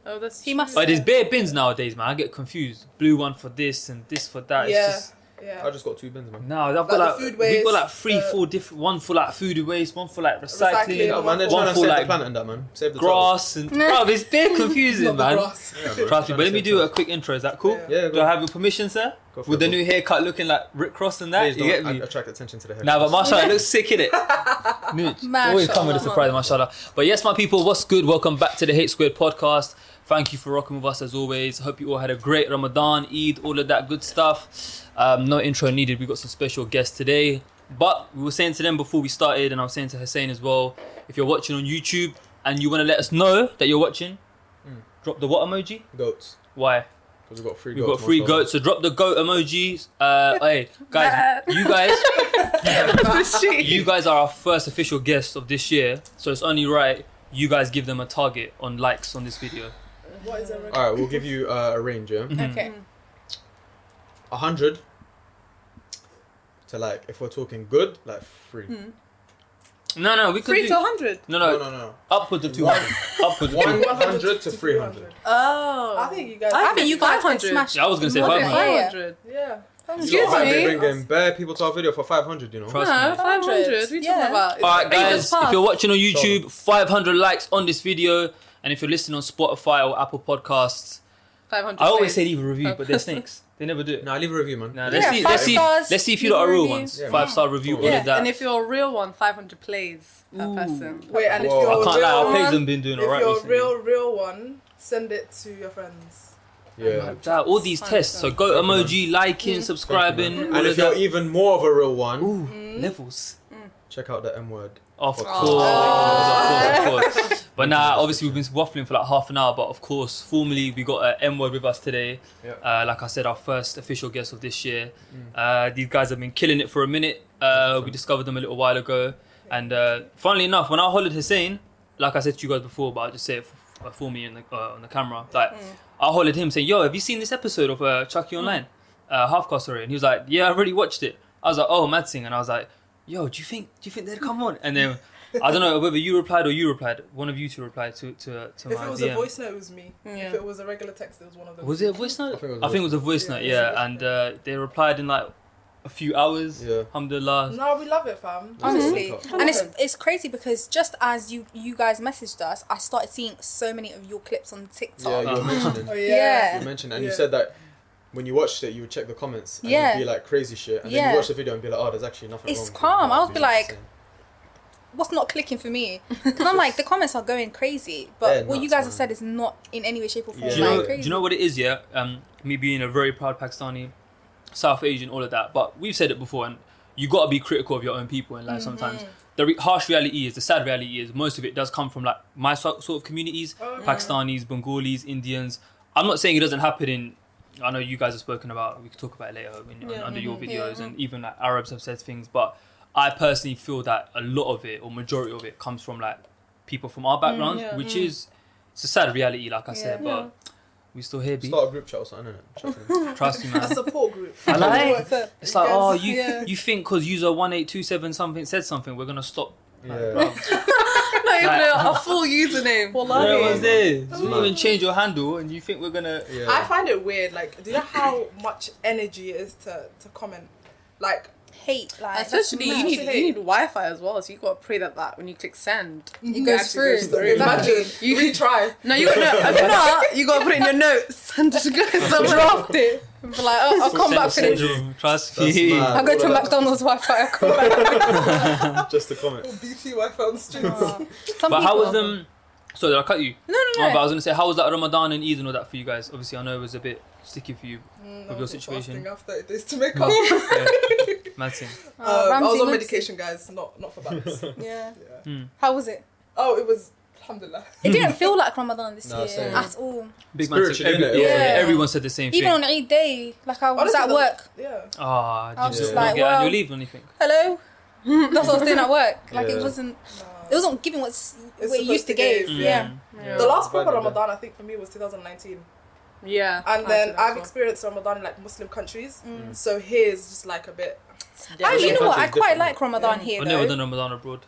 S1: Oh, that's
S5: He must.
S2: But there's bare bins nowadays, man. I get confused. Blue one for this and this for that.
S3: Yeah.
S2: It's just
S3: Yeah.
S4: I just got two bins, man.
S2: no. I've
S3: the
S2: got like
S3: food
S2: we've
S3: waste,
S2: got like three,
S3: uh,
S2: four different. One for like food waste. One for like recycling.
S3: Recycling,
S4: Yeah, man, they're
S3: One
S4: trying to
S2: for,
S4: save
S2: like,
S4: the planet and that, man. Save the
S2: Grass and bro, it's bare confusing,
S3: Not the
S2: man.
S3: grass.
S4: turtles. Yeah, bro.
S2: Trust me.
S4: Trying
S2: But
S4: to
S2: let me
S4: save
S2: do a
S4: turtles.
S2: quick intro. Is that cool?
S3: Yeah.
S4: Yeah,
S2: Do I
S4: go.
S2: have your permission, sir?
S4: Go for
S2: With
S4: it,
S2: the
S4: go.
S2: new haircut looking like Rick Cross and that,
S4: Please
S2: you
S4: don't
S2: get
S4: a-
S2: me?
S4: attract attention to the hair.
S2: Nah, but mashallah, it looks sick in it.
S5: Mashallah.
S2: Always come with a surprise, mashallah. But yes, my people, what's good? Welcome back to the Hate Squared podcast. Thank you for rocking with us as always. Hope you all had a great Ramadan, Eid, all of that good stuff. Um, no intro needed. We got some special guests today. But we were saying to them before we started, and I was saying to Hussein as well. If you're watching on YouTube and you want to let us know that you're watching, drop the what emoji?
S4: goats.
S2: Why?
S4: Because we've got Hmm. free
S2: We've
S4: goats.
S2: got three
S4: mashallah.
S2: goats. So drop the goat emojis. Uh, hey guys, you guys
S1: That's the shit.
S2: you guys are our first official guest of this year, so it's only right you guys give them a target on likes on this video.
S3: What is everyone?
S4: Alright, we'll give you uh, a range, yeah?
S2: Mm.
S5: Okay.
S4: 100 to like, if we're talking good, like free.
S2: Hmm. No, no, we could
S1: Three
S2: do,
S1: to hundred.
S2: no,
S4: No,
S2: no,
S4: no, no.
S2: upwards of two hundred, upwards of 200.
S4: 100 to 300.
S1: Oh.
S3: I think you guys.
S1: I
S5: I think you guys can
S1: 500.
S5: smash.
S2: Yeah, I was gonna say
S5: more than
S1: Okay, 500.
S2: 500.
S3: Yeah.
S1: Excuse
S4: Like,
S1: me.
S4: They're bringing bare people to our video for 500, you know?
S2: Trust
S1: No,
S2: me.
S1: 500. What are you
S5: Yeah.
S1: talking about? It's
S2: All right,
S1: eight
S2: guys,
S1: minutes past.
S2: if you're watching on YouTube, five hundred likes on this video, and if you're listening on Spotify or Apple Podcasts,
S1: 500
S2: I always say
S1: plays.
S2: leave a review, but they're snakes. They never do it.
S4: Nah, leave a review, man.
S2: Nah,
S5: Yeah,
S2: let's see,
S5: five
S2: let's see,
S5: stars,
S2: let's see if you
S5: leave
S2: lot
S5: a
S2: are real
S5: review.
S2: ones.
S4: Yeah.
S2: Five star review, all
S1: Yeah,
S2: of that.
S1: and if you're a real one, 500 plays per
S2: Ooh.
S1: person.
S3: Wait, and if
S4: Whoa.
S3: you're
S2: I can't
S3: real
S2: lie, our
S3: one,
S2: page has been doing
S3: if
S2: alright
S3: you're
S2: recently.
S3: real, real one, send it to your friends.
S4: Yeah.
S2: Like that, all these
S1: Fun
S2: tests. So
S1: stuff.
S2: go
S4: Thank you,
S2: emoji, liking,
S4: Thank you,
S2: subscribing.
S4: man.
S2: all
S4: And
S2: of
S4: if you're
S2: that.
S4: even more of a real one,
S2: Ooh, levels.
S4: check out the M word.
S2: Of
S4: Oh.
S2: course, of course, of course. But now, obviously, we've been waffling for like half an hour. But of course, formally, we got an M word with us today.
S4: Yeah. Mm.
S2: Uh, like I said, our first official guest of this year. Uh, these guys have been killing it for a minute. Uh, we discovered them a little while ago, and uh, funnily enough, when I hollered Hussein, like I said to you guys before, but I'll just say it for, for me in the, uh, on the camera. Like I hollered him saying, "Yo, have you seen this episode of uh, Chucky Online, uh, Half Cost Sorry?" And he was like, "Yeah, I already watched it." I was like, "Oh, mad thing," and I was like, "Yo, do you think do you think they'd come on?" And then. I don't know whether you replied or you replied. One of you two replied to to uh, to
S3: If
S2: my
S3: it was
S2: DM.
S3: a voice note, it was me.
S1: Yeah.
S3: If it was a regular text, it was one of them.
S2: Was it a voice note?
S4: I think it was a
S2: I think it was a voice
S3: Yeah,
S2: note,
S3: it was a voice
S2: yeah. And uh, they replied in like a few hours.
S4: Yeah.
S2: Alhamdulillah.
S3: No, we love it, fam.
S5: Honestly,
S4: Mhm.
S5: and it's it's crazy because just as you you guys messaged us, I started seeing so many of your clips on
S4: Yeah,
S5: TikTok.
S4: you were mentioning.
S3: Oh
S4: you
S5: Yeah.
S4: were mentioning, and you
S3: Yeah.
S4: said that when you watched it, you would check the comments and
S5: Yeah.
S4: you'd be like crazy shit, and then
S5: Yeah.
S4: you watch the video and be like, oh, there's actually nothing.
S5: It's
S4: wrong with
S5: calm.
S4: that
S5: I would be
S4: being
S5: like,
S4: insane.
S5: What's not clicking for me? Because I'm like the comments are going crazy,
S4: They're
S5: but what you
S4: nuts,
S5: guys
S4: man.
S5: have said is not in any way, shape, or form
S4: Yeah.
S2: Do, you know,
S5: like
S2: do
S5: crazy.
S2: you know what it is, yeah? Um, me being a very proud Pakistani, South Asian, all of that. But we've said it before, and you got to be critical of your own people in life
S3: Mm-hmm.
S2: sometimes. The re- harsh reality is, the sad reality is, most of it does come from like my so- sort of communities
S3: Oh, okay.
S2: Mm. Pakistanis, Bengalis, Indians. I'm not saying it doesn't happen in. I know you guys have spoken about. We could talk about it later in, on-
S1: Yeah.
S2: under your
S5: Yeah.
S2: videos, and even like Arabs have said things. But I personally feel that a lot of it or majority of it comes from like people from our backgrounds,
S1: yeah.
S2: which
S1: Mm.
S2: is it's a sad reality, like I said,
S5: Yeah.
S2: but we still here, B.
S4: Start a group chat or something, innit?
S2: Trust me,
S3: A
S2: man.
S3: support group.
S2: I like
S1: What's up?
S2: It's like,
S1: Yes,
S2: oh, you
S1: yeah.
S2: you think because user one eight two seven something said something, we're gonna stop. Like,
S4: Yeah.
S2: bro.
S1: Not even
S2: Like-
S1: a, a full username.
S3: For
S2: What
S3: Love
S2: was
S3: it.
S2: this?
S4: It's
S2: You didn't
S4: mad.
S2: even change your handle, and you think we're gonna?
S4: Yeah.
S3: I find it weird. Like, do you know how much energy it is to to comment? Like,
S5: hate like
S1: Especially, you
S5: that's
S1: need you
S5: mad.
S1: need Wi-Fi as well, so you gotta pray that that when you click send,
S5: It goes
S1: actually
S5: through. Exactly.
S3: imagine you retry.
S1: No, you got no. If not, you gotta put it in your notes and just go somewhere after. Be like, oh, I'll come back for
S2: Send-
S1: this.
S2: send you- Trust
S4: That's
S2: me.
S4: mad.
S5: I go to
S4: All of that.
S5: McDonald's Wi-Fi. I come back.
S4: Just a comment.
S3: BT Wi-Fi on the streets.
S5: Some
S2: But how
S5: people-
S2: was um? Sorry, did I cut you?
S5: No, no,
S2: Oh,
S5: no.
S2: but I was gonna say, how was that Ramadan and Eid and all that for you guys? Obviously, I know it was a bit sticky for you.
S3: Mm,
S2: Of your
S3: I was
S2: situation.
S3: fasting After it is to make up.
S2: Yeah. Mad thing.
S5: Oh,
S3: Um, I was
S5: Ramsey
S3: on
S5: went-
S3: medication, guys. Not not for balance.
S5: Yeah.
S3: yeah.
S5: How was it?
S3: Oh, it was alhamdulillah.
S5: It didn't feel like Ramadan this
S4: No,
S5: year
S4: same.
S5: at all.
S2: Big man.
S4: Spiritually,
S2: Every-
S4: innit?
S2: yeah,
S5: Yeah.
S2: everyone said the same
S5: Even on
S2: thing.
S5: Eid day, like I was
S3: Honestly,
S5: at
S3: the-
S5: work.
S3: Yeah.
S2: Ah,
S5: I was
S2: Jesus.
S4: just
S2: Don't
S5: like,
S2: get
S5: well-
S2: annual leave or anything.
S5: Hello. That's what I was doing at work. Like
S4: Yeah.
S5: it wasn't.
S3: Nah.
S5: It wasn't giving what s-
S3: It's
S5: what it
S3: supposed
S5: used to
S3: to
S5: give.
S3: give,
S5: Yeah.
S1: Yeah.
S3: The last
S4: Bad
S3: proper
S4: with that.
S3: Ramadan I think for me was 2019,
S1: Yeah.
S3: and then
S1: I
S3: I've
S1: do that as
S3: experienced Ramadan in like Muslim countries,
S5: Mm.
S3: so here's just like a bit.
S1: well.
S5: I, you know what? I
S4: Sometimes it's
S5: quite
S4: different.
S5: like Ramadan
S3: Yeah.
S5: here.
S2: I've
S5: Though.
S2: never done Ramadan abroad.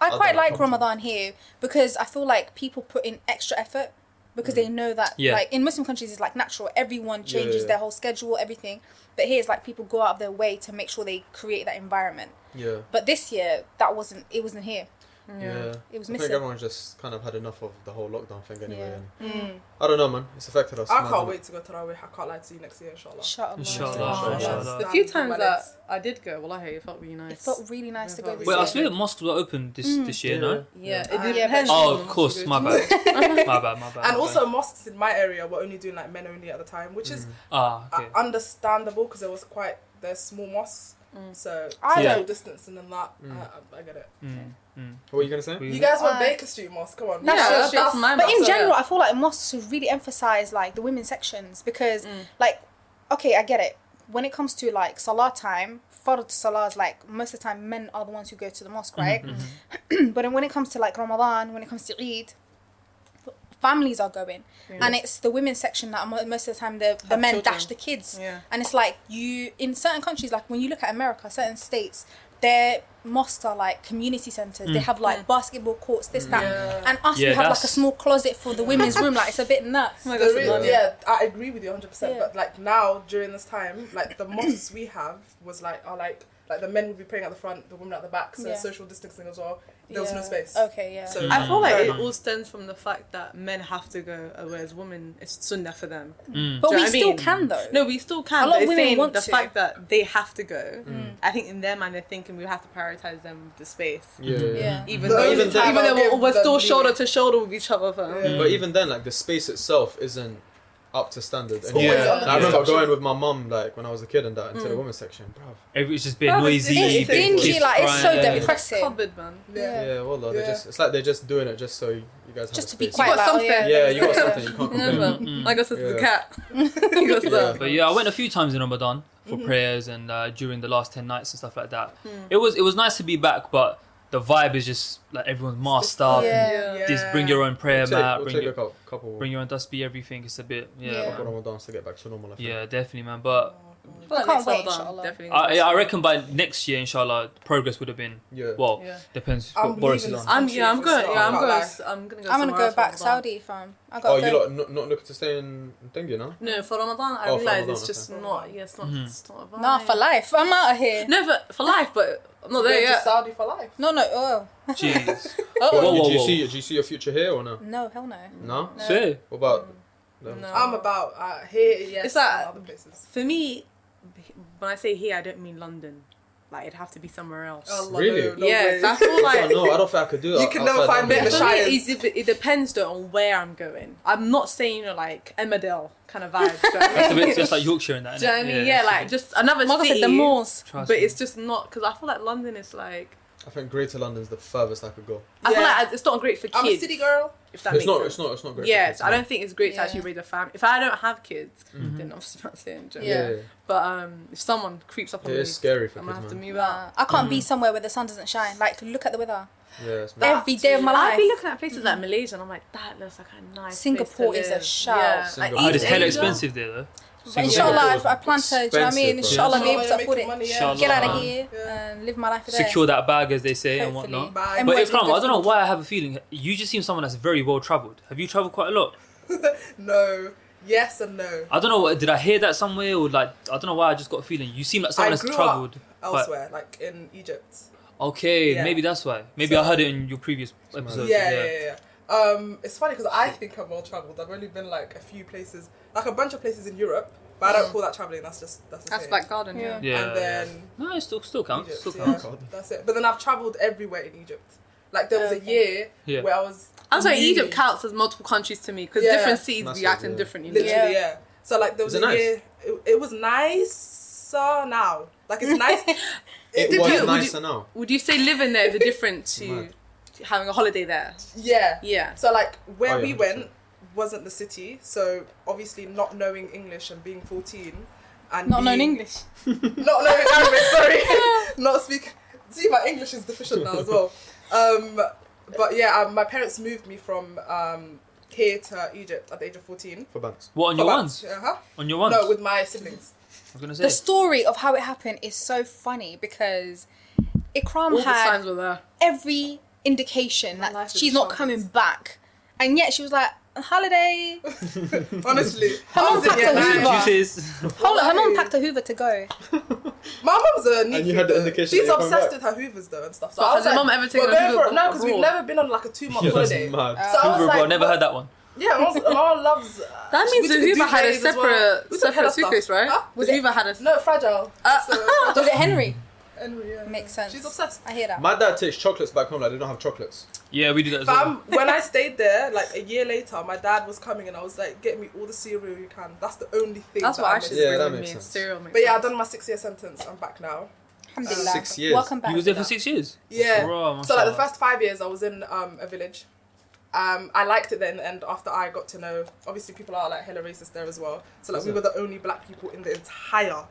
S5: I
S4: I've
S5: quite
S4: done
S5: like
S4: Ramadan.
S5: Ramadan here because I feel like people put in extra effort because they know that
S2: Yeah.
S5: like in Muslim countries it's like natural everyone
S4: Yeah,
S5: changes
S4: yeah.
S5: their whole schedule everything but here it's like people go out of their way to make sure they create that environment
S4: Yeah.
S5: but this year that wasn't it wasn't here
S4: Yeah.
S5: it was
S4: I think
S5: missing
S4: everyone's just kind of had enough of the whole lockdown thing anyway.
S5: Yeah.
S4: And
S3: Mm.
S4: I don't know, man. It's affected us.
S3: I
S4: mad,
S3: can't
S4: innit?
S3: wait to go to Tarawih. I can't lie to you next year, inshallah.
S5: Inshallah.
S2: Inshallah,
S4: Inshallah.
S1: The few times that I did go, well, I it felt really nice.
S5: it felt really nice to go
S1: Wait,
S5: this
S2: Wait, I
S5: year.
S2: swear the mosques were open this
S5: Mm.
S2: this year, no?
S1: yeah,
S3: Yeah.
S1: it
S3: Yeah, but-
S1: depends.
S2: Oh, of course, my bad. my bad, my bad.
S3: And
S2: my
S3: also
S2: bad.
S3: mosques in my area were only doing like men only at the time, which
S4: Mm.
S3: is
S2: ah,
S3: uh,
S2: okay.
S3: understandable because there was quite there's small mosques,
S1: Mm.
S3: so
S5: I
S3: social
S2: don't-
S3: distancing and that.
S4: Mm.
S3: I, I get it.
S5: uh,
S2: Mm, mm.
S4: What were you gonna say?
S2: We-
S3: You guys went
S5: I-
S3: Baker Street Mosque. Come on,
S1: Yeah,
S5: That's
S1: that's,
S5: so
S1: that's
S5: true.
S1: my
S5: but in
S1: motto,
S5: general,
S1: yeah.
S5: I feel like mosques should really emphasize like the women's sections because,
S1: Mm.
S5: like, okay, I get it. When it comes to like salah time, fard to salah is like most of the time men are the ones who go to the mosque, right?
S1: Mm-hmm.
S5: but then when it comes to like Ramadan, when it comes to Eid, families are going, and it's the women's section that mo- most of the time the, the
S1: Have
S5: men
S1: children.
S5: dash the kids,
S1: Yeah.
S5: and it's like you in certain countries, like when you look at America, certain states. Their mosques are like community centers.
S4: Mm.
S5: They have like basketball courts, this,
S1: Mm.
S5: that,
S1: Yeah.
S5: and us
S2: Yeah,
S5: we have like
S2: that's-
S5: a small closet for the women's room like it's a bit nuts
S1: Oh my
S3: The
S1: God,
S3: re-
S1: that's
S4: Yeah.
S3: yeah, I agree with you 100. percent
S5: Yeah.
S3: But like now during this time, like the mosques we have was like are like like the men would be praying at the front, the women at the back. So
S5: Yeah.
S3: social distancing as well. There was no
S5: Yeah.
S3: space.
S5: okay yeah
S2: Mm.
S3: So
S1: I feel like
S3: Fair
S1: it
S3: enough.
S1: all stems from the fact that men have to go, uh, whereas women, it's sunnah for them.
S2: Mm.
S5: but
S1: Do you know
S5: we
S1: what I
S5: still
S1: mean?
S5: can though
S1: No, we still can.
S5: A lot
S1: but
S5: of
S1: it's
S5: women
S1: saying
S5: want
S1: the
S5: to.
S1: fact that they have to go.
S5: Mm.
S1: I think in their mind they're thinking we have to prioritize them the space,
S4: Yeah.
S5: yeah
S1: even
S3: But
S1: though
S4: even
S1: even,
S4: then-
S1: though we're,
S3: Give
S1: we're
S3: them
S1: still
S3: leeway.
S1: shoulder to shoulder with each other. Fam.
S3: Yeah.
S4: But even then, like the space itself isn't up to standard. And
S3: always
S2: Yeah.
S3: under
S4: I remember
S3: construction.
S4: going with my mum like when I was a kid and that into the women's section, bruv.
S2: Every- It's just been
S1: Bruv, it's-
S2: noisy.
S1: it's
S2: big
S5: dingy,
S2: kids
S5: like, it's so
S2: crying. Yeah.
S5: depressing. Press it.
S1: Cupboard, man.
S3: Yeah.
S5: Yeah.
S4: Yeah, well, though,
S3: Yeah.
S4: they're just it's like they're just doing it just so you guys have
S5: just
S4: a
S5: to be
S4: space.
S5: quiet
S1: got
S5: like, oh,
S1: something.
S5: yeah.
S4: Yeah, you got something you can't
S1: Yeah,
S4: complain.
S1: fam. Like I said, the
S4: Yeah.
S1: cat. uh, you got stuff.
S2: Mm-hmm. But yeah, I went a few times in Ramadan for
S1: Mm-hmm.
S2: prayers and uh, during the last ten nights and stuff like that.
S1: Hmm.
S2: It was it was nice to be back, but the vibe is just like everyone's masked up.
S5: Yeah.
S2: Just bring your own prayer
S4: We'll take,
S2: mat.
S4: we'll
S2: Bring
S4: take
S2: your,
S4: a cou- couple,
S2: bring your own dusty everything. It's a bit yeah,
S5: Yeah.
S4: couple
S2: man.
S4: Ramadans to get back to normal. I think.
S2: yeah, definitely, man. But
S1: But
S5: I can't
S1: next
S5: wait,
S1: Ramadan,
S5: inshallah.
S1: Definitely.
S2: I, yeah, I reckon by next year, inshallah, progress would have been
S4: yeah.
S2: well.
S1: Yeah.
S2: Depends.
S3: I'm
S2: what Boris is
S3: leaving
S2: on.
S1: I'm yeah, I'm going. Yeah, I'm
S3: Can't
S1: going.
S3: lie.
S1: I'm gonna go.
S5: i'm gonna
S1: somewhere
S5: go
S1: else
S5: back
S1: for Ramadan.
S5: saudi fam i got
S4: Oh,
S5: the-
S4: you lot not, not looking to stay in thing, you know?
S1: No, for Ramadan, I
S4: Oh, for
S1: realize
S4: Ramadan,
S1: it's just
S3: okay.
S1: not. Yeah, it's not.
S2: Mm-hmm.
S1: It's not a vibe.
S5: nah for life i'm out of here
S1: No, for, for life, but I'm not
S3: Going
S1: there
S3: to
S1: yet. Oh,
S3: Saudi for life.
S5: no no oh
S2: Jeez.
S4: But
S2: whoa, whoa,
S4: do you
S2: whoa.
S4: see do you see your future here or no?
S5: no hell no
S4: No.
S5: No.
S2: So,
S4: What about?
S1: No.
S3: I'm about uh, here. Yes,
S1: It's like-
S3: and other places.
S1: For me, when I say here, I don't mean London. Like it'd have to be somewhere else.
S3: Oh,
S4: Really?
S3: No, no
S1: yeah,
S3: way.
S1: I feel
S4: I
S1: like.
S4: don't know. I don't think I could do that.
S3: You can never
S4: outside
S3: find me
S4: London.
S3: in
S1: But
S3: the
S1: for me,
S3: Shires.
S1: it, dep- it depends though on where I'm going. I'm not saying you know, like Emmerdale kind of vibe. do you know what I
S2: that's a
S1: mean?
S2: bit just like Yorkshire and that.
S1: Do you know what I
S2: innit?
S1: mean? Yeah,
S2: it's a
S1: like
S2: bit-
S1: just another
S5: Marco said
S1: city.
S5: the malls
S2: trust
S1: But
S2: me.
S1: it's just not because I feel like London is like
S4: I think Greater London's the furthest I could go.
S1: I feel
S3: Yeah.
S1: like it's not great for kids.
S3: I'm a city girl.
S1: If that makes
S4: it's not.
S1: sense.
S4: It's not. It's not great. for
S1: Yes,
S4: kids,
S1: I
S4: no.
S1: don't think it's great
S5: Yeah.
S1: to actually raise a family. If I don't have kids,
S2: Mm-hmm.
S3: Mm.
S1: then obviously that's it. in general.
S5: Yeah.
S4: yeah,
S1: But um, if someone creeps up on
S4: yeah. it
S1: me,
S4: is scary for
S1: I'm
S4: kids,
S1: gonna have to
S4: man.
S1: move
S5: Nah,
S1: out.
S5: I can't
S4: Mm.
S5: be somewhere where the sun doesn't shine. Like, look at the weather.
S4: Yeah, it's mad.
S3: That
S5: Every day of
S3: too.
S5: my
S1: I'd be
S5: life.
S1: looking at places like Malaysia and I'm like, that looks like Mm-hmm. a nice.
S5: Singapore
S1: place
S5: is
S1: to
S5: a
S1: live.
S5: shout.
S1: Yeah. Like,
S4: Singapore.
S2: But Oh, it's
S1: East
S2: hella
S1: Asia.
S2: expensive there though.
S5: But
S4: Singapore
S5: inshallah,
S4: is
S5: if I plan to, do you know what I
S4: expensive,
S5: mean?
S4: bro.
S5: Inshallah,
S3: Inshallah,
S5: be able to
S3: you're
S5: afford
S3: making
S5: it.
S3: money, yeah.
S2: Inshallah.
S5: Get out
S2: Yeah.
S5: of here
S3: Yeah.
S5: and live my life there.
S2: Secure that bag as they say
S5: Hopefully.
S2: and whatnot.
S3: Bye.
S5: And
S2: But
S5: what
S2: it's
S5: you
S2: calm. I
S5: do-
S2: don't know why I have a feeling you just seem someone that's very well travelled. Have you travelled quite a lot?
S3: No. Yes and no.
S2: I don't know. what- Did I hear that somewhere or like I don't know why I just got a feeling you seem like
S3: I
S2: someone that's
S3: grew
S2: travelled. but-
S3: Elsewhere, like in Egypt.
S2: Okay,
S3: Yeah.
S2: maybe that's why. Maybe
S3: So-
S2: I heard it in your previous episodes.
S3: yeah, yeah, yeah, yeah. Um, it's funny because I think I'm well traveled. I've only been like a few places, like a bunch of places in Europe, but I don't call that traveling. That's just that's, just
S1: That's
S3: it.
S1: Black Garden,
S5: Yeah.
S1: yeah.
S2: Yeah,
S3: And then
S2: no, it still still counts.
S3: Egypt,
S2: Still
S3: yeah.
S2: counts.
S3: That's it. But then I've traveled everywhere in Egypt. Like there was a
S5: Okay.
S3: year
S2: Yeah.
S3: where I was.
S1: I'm sorry,
S3: really-
S1: Egypt counts as multiple countries to me because
S3: Yeah.
S1: different cities
S4: Massive,
S1: be acting
S4: yeah.
S1: differently.
S3: Literally,
S5: Yeah.
S3: yeah. So like there was
S4: Was it
S3: a
S4: nice?
S3: year. It, it was nicer now. Like it's nice.
S4: It
S1: Did
S4: was
S1: you- would
S4: nicer
S1: you-
S4: now.
S1: Would you say living there is different to
S4: Mad.
S1: having a holiday there?
S3: yeah.
S1: Yeah.
S3: So like where
S4: Oh, yeah,
S3: we
S4: 100%.
S3: went wasn't the city. So obviously not knowing English and being 14 and
S5: Not knowing
S3: being-
S5: English.
S3: not knowing Arabic, sorry, not speak. See, my English is deficient now as well. Um, but yeah, um, my parents moved me from um, here to Egypt at the age of 14.
S4: For banks.
S2: What on your ones?
S3: Uh-huh.
S2: On your ones?
S3: No, with my siblings.
S2: I was gonna say.
S5: The story of how it happened is so funny because Ikram
S1: All the
S5: had
S1: signs were there.
S5: every indication
S3: My
S5: that
S3: life is
S5: she's not
S3: shambles.
S5: coming back, and yet she was like, "On "Holiday."
S3: Honestly,
S5: Her mum
S3: I was in
S5: packed
S3: year
S5: a
S3: nine.
S5: Hoover.
S2: Juices.
S5: Hold on, her mum
S3: Why?
S5: packed a Hoover to go.
S3: My mum's a neat
S4: you had the
S3: though.
S4: indication
S3: She's
S4: that you're
S3: obsessed
S4: coming
S3: with her Hoovers though and stuff. So
S1: But
S3: I was
S1: has
S3: like,
S1: your mum ever taken
S3: we're
S1: a
S3: going
S1: Hoover
S3: for no, because we've
S1: abroad?
S3: never been on like a two month
S4: Yeah, that's
S3: holiday. Uh,
S4: mad.
S3: So I was
S2: Hoover,
S3: like,
S2: bro. Never heard that one.
S3: Yeah, my mum's- my mum loves. uh,
S1: That
S3: we
S1: means the
S3: took
S1: Hoover had a
S3: duvets as well.
S1: separate,
S3: We took hella
S1: separate
S3: stuff.
S1: suitcase, right?
S3: Huh?
S1: The Hoover had a.
S3: No, fragile.
S1: Ah.
S3: So,
S5: Was it Henry?
S3: anyway, yeah.
S5: Makes sense.
S3: She's obsessed.
S5: I hear that.
S4: My dad takes chocolates back home. Like they don't have chocolates.
S2: Yeah, we do that as
S3: Fam,
S2: well.
S3: when I stayed there, like a year later, my dad was coming and I was like, "Get me all the cereal you can." That's the only thing.
S1: That's
S3: that
S1: what I
S3: miss.
S1: should
S4: Yeah,
S1: bring
S4: that
S1: with
S4: makes
S1: me.
S4: sense.
S1: Cereal makes
S3: But yeah, I've
S1: sense.
S3: done my six year sentence. I'm back now.
S5: Alhamdulillah.
S4: Six years.
S5: Welcome back.
S2: He was there for six years.
S3: Yeah.
S2: Bro,
S3: so like the first five years, I was in um, a village. Um, I liked it then, and after I got to know, obviously people are like hella racist there as well. So like
S4: Is
S3: we
S4: it?
S3: were the only black people in the entire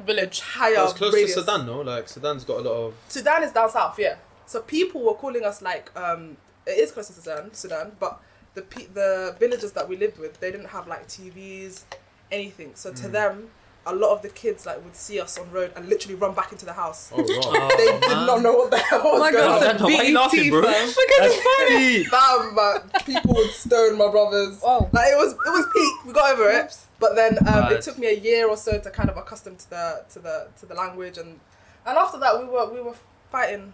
S1: village.
S3: entire.
S4: But it's close
S3: radius.
S4: to Sudan, no? Like Sudan's got a lot of.
S3: Sudan is down south, yeah. So people were calling us like um, it is close to Sudan, Sudan, but the pe- the villagers that we lived with, they didn't have like TVs, anything. So to them, a lot of the kids like would see us on road and literally run back into the house.
S4: Oh wow.
S2: Oh,
S3: they did
S2: man.
S3: not know what the hell was
S1: my
S3: going
S1: God,
S2: Oh,
S3: on.
S1: so
S2: man, why are you laughing, bro?
S1: Because
S2: That's funny.
S3: Bam, man. people would stone my brothers.
S5: Oh.
S3: Like it was it was peak. We got over it. But then um,
S2: Right.
S3: it took me a year or so to kind of accustom to the to the to the language and and after that we were we were fighting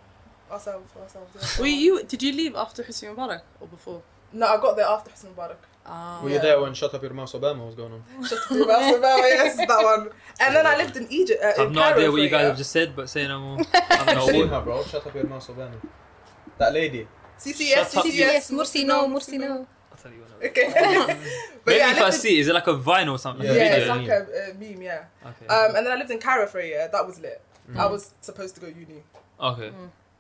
S3: ourselves for ourselves. yeah.
S1: Were you? Did you leave after Hussein Mubarak or before?
S3: No, I got there after Hassan Mubarak.
S1: Ah.
S4: Were
S3: Yeah.
S4: you there when Shut Up Your Mouth Obama was going on?
S3: Just to be about yes, that one. And then I lived in Egypt. Uh,
S2: I have
S3: in
S2: no
S3: Cairo
S2: idea what
S3: for a
S2: you guys
S3: year.
S2: have just said, but say no more. I don't know
S4: Seen
S2: what-
S4: her, bro. Shut Up Your Mouth Obama. That lady.
S3: CCS,
S2: Shut up.
S3: CCS,
S5: Yes, Mursi, no, Mursi, no.
S2: I'll tell you what.
S3: Okay. but
S2: Maybe
S3: yeah,
S2: if I
S3: lived in-
S2: see it, is it like a vine or something?
S4: Yeah,
S3: Yeah,
S2: A
S3: it's
S2: video?
S3: like a, a meme. Yeah.
S2: Okay.
S3: Um, and then I lived in Cairo for a year. That was lit.
S2: Mm.
S3: I was supposed to go uni.
S2: okay.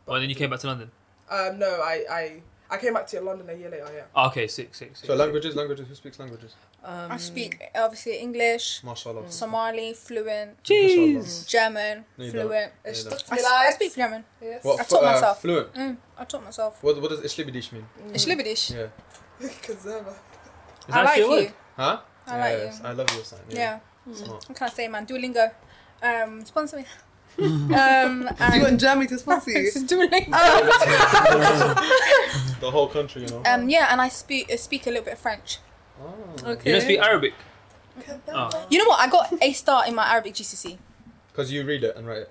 S2: Well, then you came back to London.
S3: Um, no, I, I I came back to London a year later. Yeah.
S2: Okay, sick, sick, sick.
S4: So languages, languages. Who speaks languages?
S1: Um,
S5: I speak obviously English,
S4: Mashallah.
S5: Somali, fluent,
S4: Jeez.
S5: German,
S4: No, you don't.
S5: fluent.
S4: Yeah,
S3: It's
S4: no.
S3: stuck to
S5: I,
S3: me
S5: s- I
S3: life.
S5: speak German.
S3: Yes.
S4: What?
S5: I taught
S4: uh,
S5: myself.
S4: Fluent.
S5: Mm, I taught myself.
S4: What, what does Ishlibidish mean?
S5: It's Libidish.
S4: Yeah.
S3: Kazama.
S2: Is that
S5: I like
S2: actually a
S5: you.
S2: word?
S4: Huh?
S5: I like
S4: yes,
S5: you.
S4: I love your sign.
S5: Yeah. Mm.
S4: Yeah. Smart.
S5: What can I say, man? Duolingo. Um, sponsor me. um,
S1: you
S5: and
S1: want Germany to sponsor you?
S5: Duolingo.
S4: The whole country, you know. Oh.
S5: um, yeah, and I speak uh, speak a little bit of French.
S4: Because
S1: Okay.
S2: You don't speak Arabic.
S4: Ah.
S5: You know what? I got A star in my Arabic GCC.
S4: you read it and write it.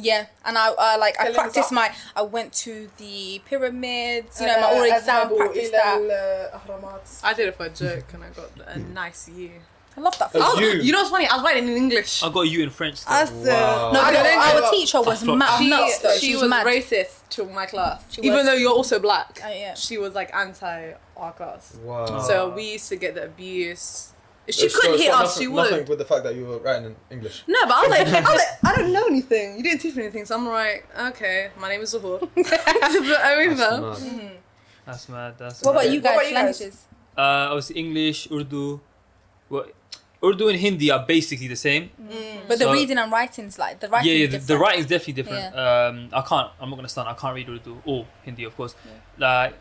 S5: Yeah, and I uh, like I
S3: Telling us
S5: practiced
S3: up.
S5: my. I went to the pyramids. You
S3: Uh,
S5: know, my all exam practice that.
S3: that.
S1: I did it for a joke and I got a nice year.
S5: I love that.
S4: A
S5: Oh,
S4: you.
S1: You know what's funny? I was writing in English.
S2: I got you in French. Though.
S1: That's
S4: Wow.
S5: No,
S3: I
S5: but
S3: don't know.
S5: our
S3: I-
S5: teacher was
S2: I thought-
S5: mad.
S1: she,
S5: nuts, though.
S1: she, was,
S5: mad.
S1: racist to my class.
S5: She
S1: Even
S5: was.
S1: though you're also black,
S5: Oh, yeah.
S1: she was like anti our class.
S4: Wow.
S2: Oh.
S1: So we used to get the abuse. If she
S4: It's- so
S1: couldn't
S4: it's
S1: hear
S4: got
S1: us,
S4: nothing-
S1: she would.
S4: Nothing with the fact that you were writing in English.
S1: No, but I was like, I, was like, I don't know anything. You didn't teach me anything, so I'm like, okay, my name is Zahor. I
S4: That's
S1: remember.
S4: mad.
S2: That's mad. That's
S5: What
S2: mad.
S5: about you guys?
S3: What about you guys?
S5: Languages.
S2: Uh, obviously English, Urdu. Well, Urdu and Hindi are basically the same.
S3: Mm.
S5: But the
S2: So-
S5: reading and writing's like the writing.
S2: yeah, yeah.
S5: is
S2: The, the
S5: different.
S2: writing's definitely different. Um, I can't. I'm not gonna stand. I can't read Urdu or Hindi, of course. Like,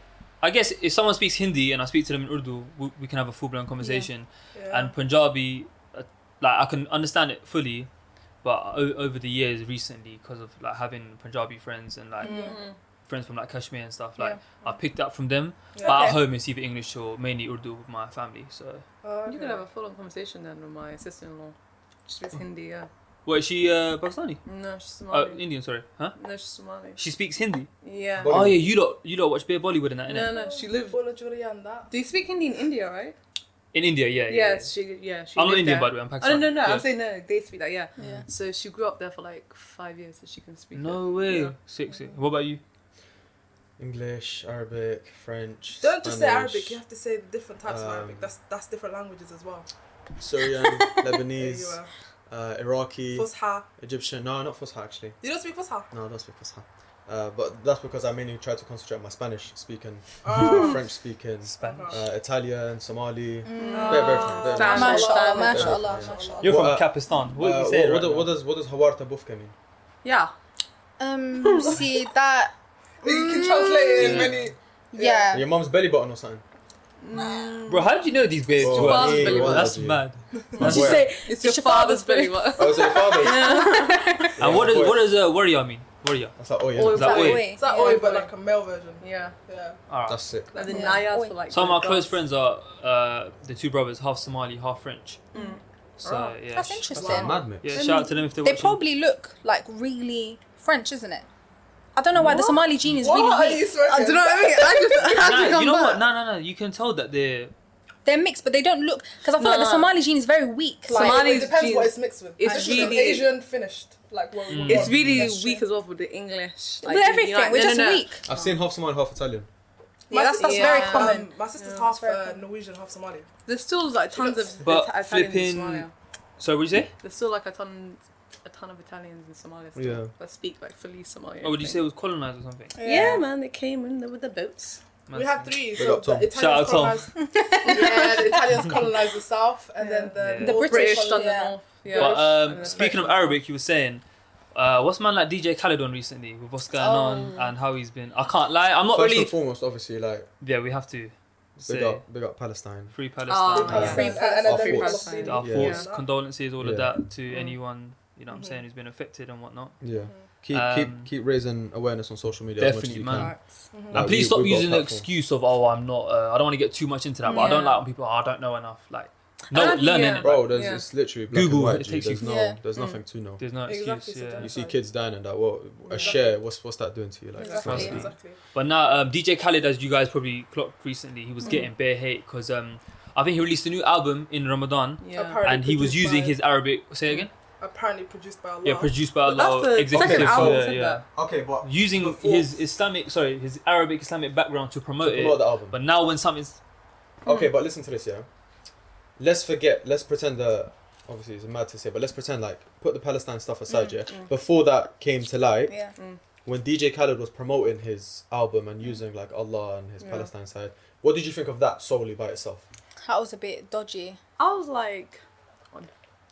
S2: I guess if someone speaks Hindi and I speak to them in Urdu, we, we can have a full blown conversation.
S3: Yeah.
S2: and Punjabi, uh, like I can understand it fully, but o- over the years recently, because of like having Punjabi friends and
S5: Mm.
S2: like
S1: Mhm.
S2: friends from like Kashmir and stuff, like I picked up from them.
S3: Yeah.
S2: But
S5: Okay.
S2: at home it's either English or mainly Urdu with my family. So,
S3: Uh,
S1: You could have a full on conversation then with my sister in law. She speaks
S4: Oh.
S1: Hindi, yeah.
S2: wait, she uh, Pakistani?
S1: No, she's
S2: Uh,
S1: Somali.
S2: Indian, sorry, huh?
S1: no, she's Somali.
S2: She speaks Hindi.
S1: Yeah.
S4: Bollywood.
S2: Oh yeah, you lot, you lot watch Bear Bollywood and that, innit?
S1: No, no, she lived.
S3: Paula Julia and that.
S1: Do you speak Hindi in India, right?
S2: In India, yeah. yeah,
S1: Yes, she, yeah, she
S2: yeah. I'm not
S1: lived
S2: Indian
S1: there.
S2: by the way.
S1: Oh,
S2: I'm
S1: no,
S2: Pakistani.
S1: no, no.
S2: Yeah.
S1: I'm saying no, they speak that, yeah.
S5: Yeah.
S1: So she grew up there for like five years, so she can speak.
S2: No way.
S1: Yeah.
S2: Sick, sick. What about you?
S4: English, Arabic, French.
S3: Don't just say
S4: Spanish,
S3: Arabic. You have to say the different types of Arabic.
S4: Um,
S3: That's that's different languages as well.
S4: Syrian,
S3: There you
S4: Lebanese,
S3: are.
S4: uh, Iraqi,
S3: Fusha.
S4: Egyptian. No, not Fusha actually.
S3: You don't speak Fusha.
S4: No, I don't speak Fusha. Uh, but that's because I mainly try to concentrate on my Spanish speaking, uh,
S3: Oh.
S4: French speaking,
S2: Spanish.
S4: uh, Italian, Somali.
S5: Mm.
S3: Ah.
S4: They're very fun. They're
S1: Mashallah,
S4: very fun.
S5: Mashallah,
S1: Mashallah,
S5: mashallah,
S3: mashallah.
S2: You're
S5: mashallah.
S4: What, uh,
S2: from Kapistan. What
S4: Uh,
S2: you say?
S4: what,
S2: right
S4: do-
S2: now?
S4: what does what does Hawar Tabufka mean?
S1: Yeah.
S5: Um, see that?
S3: You can translate it in
S4: Yeah.
S3: many.
S5: Yeah.
S4: Your mom's belly button or something?
S1: Mm,
S2: Bro, how did you know these bears?
S4: Oh,
S2: were-
S1: father's belly
S2: Bro,
S1: button.
S2: That's
S4: Yeah.
S2: mad.
S4: My
S5: She
S4: boy.
S5: say
S1: It's, your, father's, belly button.
S4: Oh, is it your father? Yeah,
S2: And what
S4: my
S2: is
S4: boy.
S2: what does uh, warrior mean? Warrior.
S4: I was like, oh yeah,
S1: Oh,
S2: Is that
S5: that
S2: oi?
S5: way.
S3: It's like
S1: Yeah.
S3: Oi, but like a male version.
S1: yeah.
S3: Yeah.
S2: Alright.
S4: that's sick.
S1: Like the
S5: Yeah.
S1: Nayas
S5: Oi.
S1: for like.
S2: Some of our
S1: the
S2: close
S1: girls.
S2: friends are uh, the two brothers, half Somali, half French.
S1: Mm.
S2: So
S3: Oh,
S2: yeah.
S5: That's
S2: sh-
S5: interesting.
S4: That's mad mix.
S2: Yeah,
S5: Then
S2: shout out to them if they're
S5: They
S2: watching.
S5: probably look like really French, isn't it? I don't know why the Somali gene is
S3: What are
S5: really
S3: you
S5: weak.
S3: sweating?
S1: I don't know what I mean. I just I
S2: Nah,
S1: have to
S2: you know what?
S1: come back.
S2: No, no, no. You can tell that they're.
S5: They're mixed, but they don't look because I feel
S1: No,
S5: like the
S1: no.
S5: Somali gene is very weak. Like,
S1: Somali-
S3: Well, it depends
S1: Jeans.
S3: what it's mixed with.
S1: It's
S3: This is an
S1: really-
S3: Asian finished. Like what
S2: Mm.
S3: we
S1: It's
S3: want.
S1: really
S3: That's
S1: weak
S3: true.
S1: as well for the English.
S5: with everything, we're just weak.
S4: I've seen half Somali, half Italian.
S5: Yeah, that's, that's
S1: Yeah.
S5: very
S1: Yeah.
S5: common.
S3: Um, my sister's
S1: Yeah.
S3: half
S5: Very
S3: uh,
S5: common.
S3: Norwegian, half Somali.
S1: There's still like tons of
S2: But
S1: Ita- Italians in
S2: flipping-
S1: Somalia.
S2: So what did you say?
S1: There's still like a ton, a ton of Italians in Somalia. Still,
S4: Yeah.
S1: that speak like fully Somali.
S2: Oh, would you say it was colonized or something?
S1: Yeah, man, they came in there with the boats.
S2: Man,
S3: We have three.
S4: Big
S3: So
S4: up, Tom.
S3: the
S2: Shout out,
S3: Italians
S2: Tom.
S3: colonized. yeah, the Italians colonized the south, and then the
S2: Yeah.
S1: The
S3: North
S1: British
S3: colonized-
S1: done the
S5: yeah.
S1: north. Yeah.
S2: But
S1: And
S2: um,
S1: the
S2: speaking of
S1: French.
S2: Arabic, you were saying. Uh, what's man like DJ Khaledon recently with what's going on
S5: Oh.
S2: and how he's been? I can't lie, I'm not
S4: First
S2: really.
S4: and foremost, obviously, like
S2: Yeah, we have to
S4: big
S2: say
S4: up, big up Palestine.
S2: free
S1: Oh,
S2: Palestine.
S1: my
S4: Palestine.
S1: God.
S3: Free Palestine.
S4: Our
S3: Free
S4: thoughts.
S3: Palestine.
S2: our
S4: Yeah.
S2: thoughts,
S3: Yeah.
S2: condolences, all of
S4: Yeah.
S2: that to
S1: Mm.
S2: anyone you know what I'm
S3: Mhm.
S2: saying who's been affected and whatnot.
S4: Yeah, keep
S2: Um,
S4: keep keep raising awareness on social media as
S2: Definitely,
S4: much as
S2: man.
S4: you can.
S1: Facts.
S4: Like,
S2: and please
S4: we-
S2: stop
S4: we've got
S2: using the
S4: platform.
S2: excuse of oh I'm not uh, I don't want to get too much into that, but I don't
S1: Yeah.
S2: like when people oh, I don't know enough. Like no,
S1: I don't-
S2: learning
S1: yeah.
S2: it.
S4: Bro, there's
S1: Yeah.
S4: it's literally black
S2: Google,
S4: and white.
S2: it
S4: G.
S2: takes you
S4: there's no,
S5: Yeah.
S4: there's
S1: Mm.
S4: nothing to know.
S2: There's no excuse.
S3: Exactly, so
S2: yeah.
S3: don't-
S4: You see
S3: Sorry.
S4: kids dying and that. What
S3: Yeah.
S4: a share? What's what's that doing to you? Like,
S3: Exactly.
S2: Trust me.
S3: Exactly.
S2: But now um, DJ Khaled, as you guys probably clocked recently, he was
S1: Mm.
S2: getting bare hate because um, I think he released a new album in Ramadan.
S1: Yeah.
S3: Apparently
S2: And he was
S3: produced
S2: using
S3: by-
S2: his Arabic. Say again.
S3: apparently produced by Allah.
S2: Yeah, produced by
S1: That's
S2: Allah.
S1: the
S2: Executive.
S4: second album,
S2: yeah,
S1: said
S2: yeah.
S1: that.
S4: Okay, but
S2: Using
S4: Before-
S2: his Islamic, sorry, his Arabic Islamic background to promote, it.
S4: promote
S2: Mm.
S4: the album.
S2: But now when something's
S4: Okay, but listen to this, yeah. Let's forget. Let's pretend that obviously it's mad to say, but let's pretend like put the Palestine stuff
S2: Mm,
S4: aside, yeah. Before that came to light,
S5: Yeah.
S4: when DJ Khaled was promoting his album
S5: Mm.
S4: and using like Allah and his
S1: Yeah.
S4: Palestine side, what did you think of that solely by itself?
S5: That was a bit dodgy.
S1: I was like,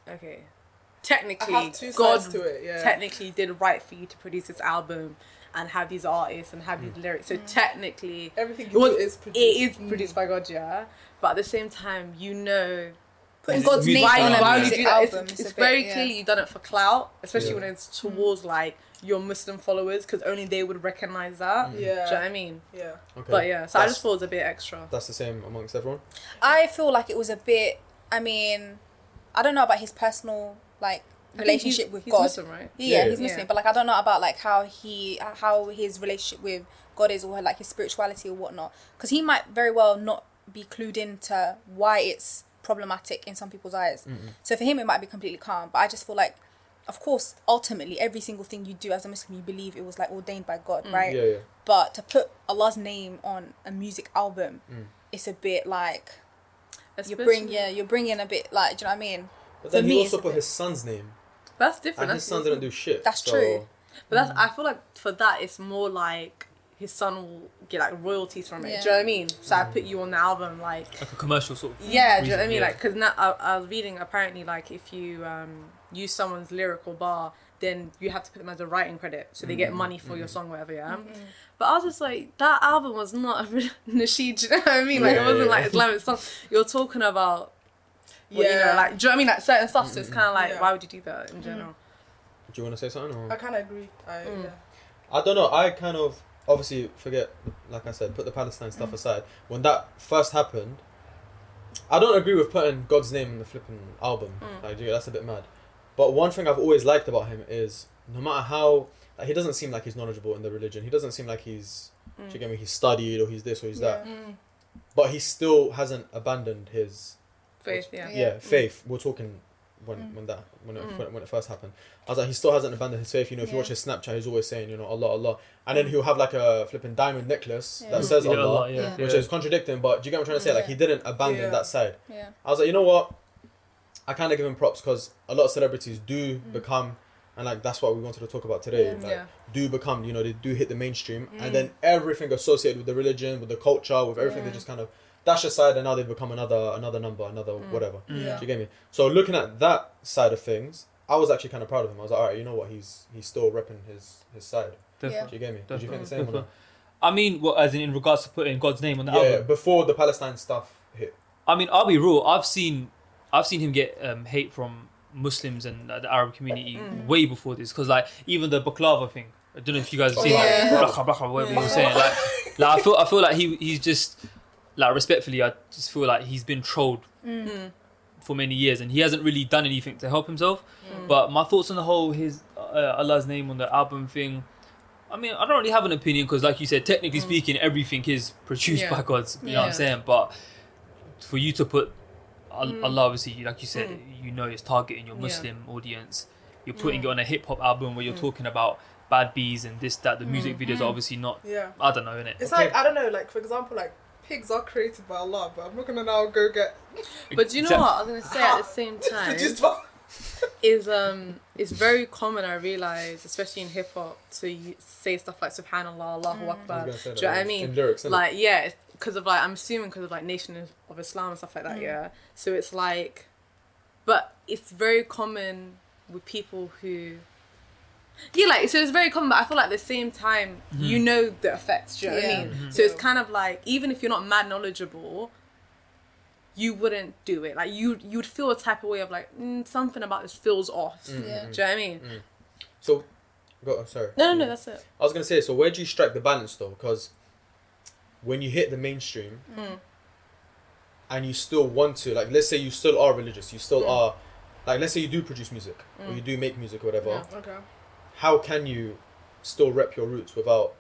S1: okay,
S3: I
S1: technically,
S3: have two
S1: God
S3: sides to it. Yeah.
S1: technically did right for you to produce this album and have these artists and have these lyrics. So technically,
S3: Everything
S1: It
S3: you
S1: was-
S3: do is produced.
S1: it is produced by God, yeah. But at the same time, you know
S5: Putting
S2: It's
S5: God's
S2: music
S5: name
S1: why,
S5: on
S2: album.
S1: why
S5: a
S1: would you
S5: music
S1: do that? It's,
S5: album. is
S1: it's
S5: a bit-
S1: very
S5: yeah.
S1: clearly you done it for clout, especially
S4: Yeah.
S1: when it's towards like your Muslim followers, because only they would recognize that.
S3: Mm.
S1: Do you know what
S3: Yeah.
S1: I mean?
S3: Yeah.
S4: Okay,
S1: But yeah, so I
S4: that's,
S1: just thought it was a bit extra.
S4: that's the same amongst everyone.
S5: I feel like it was a bit. I mean, I don't know about his personal like relationship with God.
S1: Muslim, right?
S5: Yeah,
S4: Yeah.
S5: he's Muslim,
S1: Yeah.
S5: but like I don't know about like how he how his relationship with God is or like his spirituality or whatnot, because he might very well not be clued into why it's problematic in some people's eyes. So for him, it might be completely calm. But I just feel like, of course, ultimately every single thing you do as a Muslim, you believe it was like ordained by God, right?
S4: Yeah, yeah. Mm.
S5: But to put Allah's name on a music album, it's a bit like you bring
S1: Especially-
S5: yeah you bring in a bit like do you know what I mean?
S4: But then
S5: For
S4: he
S5: me,
S4: also
S5: it's a
S4: put
S5: bit-
S4: his son's name,
S1: That's different.
S4: and his
S1: That's,
S4: son didn't do shit.
S5: That's
S4: so
S5: true.
S1: but that's I feel like for that it's more like his son will get like royalties from it.
S5: Yeah.
S1: Do you know what I mean? So I put you on the album like
S2: like a commercial sort of.
S1: Yeah, do you know what I mean?
S2: Yeah.
S1: Like 'cause Like, because now I, I was reading apparently, like, if you um, use someone's lyrical bar, then you have to put them as a writing credit, so they get
S4: Mm-hmm.
S1: money for your song, whatever. Yeah. But I was just like, that album was not a Nasheed. Do you know what I mean? Like, it
S4: Yeah,
S1: wasn't
S4: yeah,
S1: like
S4: yeah.
S1: Islamic song. You're talking about, well, you know, like, do you know what I mean? Like certain stuff. So it's kind of like,
S3: Yeah.
S1: why would you do that in general?
S4: Do you want to say something? Or?
S3: I kind of agree. I,
S1: Mm.
S3: yeah.
S4: I don't know. I kind of obviously forget, like I said, put the Palestine stuff aside. When that first happened, I don't agree with putting God's name in the flipping album. Like, dude, that's a bit mad. But one thing I've always liked about him is no matter how like, he doesn't seem like he's knowledgeable in the religion. He doesn't seem like he's, Mm.
S1: Mm.
S4: do you get me? He's studied or he's this or he's that. But he still hasn't abandoned his
S1: Faith,
S4: yeah,
S1: yeah.
S4: faith. We're talking when
S5: Mm.
S4: when that when it, when it first happened. I was like, he still hasn't abandoned his faith. You know, if you
S5: Yeah. Mm.
S4: watch his Snapchat, he's always saying, you know, Allah, Allah, and then he'll have like a flipping diamond necklace
S5: Yeah.
S4: that says
S2: Mm. Yeah, a
S4: Allah,
S2: lot, yeah.
S5: Yeah.
S4: which is contradicting. But do you get what I'm trying to say? Like,
S5: Yeah.
S4: he didn't abandon
S3: Yeah.
S4: that side.
S5: Yeah.
S4: I was like, you know what? I kind of give him props because a lot of celebrities do become, and like that's what we wanted to talk about
S5: Mm.
S4: today.
S5: Yeah. Mm.
S4: Like,
S1: Yeah.
S4: do become, you know, they do hit the mainstream, and then everything associated with the religion, with the culture, with everything, they just kind of dash aside, and now they've become another, another number, another
S5: Mm.
S4: whatever.
S2: Mm,
S3: Yeah.
S4: Do you get me? So looking at that side of things, I was actually kind of proud of him. I was like, all right, you know what? He's he's still repping his his side.
S2: Definitely.
S5: Yeah.
S4: Do you get me? Did you think
S2: Definitely.
S4: the same? Or not?
S2: I mean, well, as in, in regards to putting God's name on the
S4: Yeah,
S2: album.
S4: before the Palestine stuff hit.
S2: I mean, I'll be real. I've seen, I've seen him get um, hate from Muslims and uh, the Arab community way before this. Because like even the baklava thing. I don't know if you guys have seen
S5: Yeah.
S2: like baklava, baklava, whatever you were saying. Like, like I feel, I feel like he, he's just like respectfully. I just feel like he's been trolled for many years, and he hasn't really done anything to help himself. But my thoughts on the whole his uh, Allah's name on the album thing. I mean, I don't really have an opinion because, like you said, technically speaking, everything is produced
S1: Yeah.
S2: by God. You know
S1: Yeah.
S2: what I'm saying? But for you to put Al- Allah, obviously, like you said, you know, it's targeting your
S1: Mm. Yeah. Mm.
S2: Muslim audience. You're putting it on a hip hop album where you're talking about bad bees and this, that. The music videos are obviously not.
S3: Yeah.
S2: I don't know, innit?
S3: It's
S4: Okay.
S3: like I don't know. Like for example, like pigs are created by Allah, but I'm not gonna now go get
S1: But do you know
S2: Exactly.
S1: what? I was gonna say at the same time.
S3: produced by.
S1: is um it's very common I realise, especially in hip hop, to y- say stuff like Subhanallah, Allahu
S4: I was
S1: Akbar.
S4: gonna say
S1: Uh, Do you
S4: that,
S1: know what
S4: yeah.
S1: I mean?
S4: In lyrics, innit?
S1: like yeah, because of like I'm assuming because of like Nation of- of Islam and stuff like that. Yeah, so it's like, but it's very common with people who. Yeah, like so it's very common, but I feel like at the same time
S4: Mm.
S1: you know the effects. Do you know what
S5: Yeah.
S1: I mean? So it's
S3: Yeah.
S1: kind of like even if you're not mad knowledgeable, you wouldn't do it. Like you you'd feel a type of way of like mm, something about this feels off.
S5: Yeah.
S1: Do you know what I mean?
S4: So, go. oh, Sorry.
S1: No, no,
S4: Yeah.
S1: no, that's it.
S4: I was gonna say, so where do you strike the balance though? Because when you hit the mainstream,
S1: Mm.
S4: and you still want to, like, let's say you still are religious, you
S1: Mm.
S4: still are, like, let's say you do produce music or you do make music or whatever.
S1: Yeah.
S3: Okay.
S4: How can you still rep your roots without,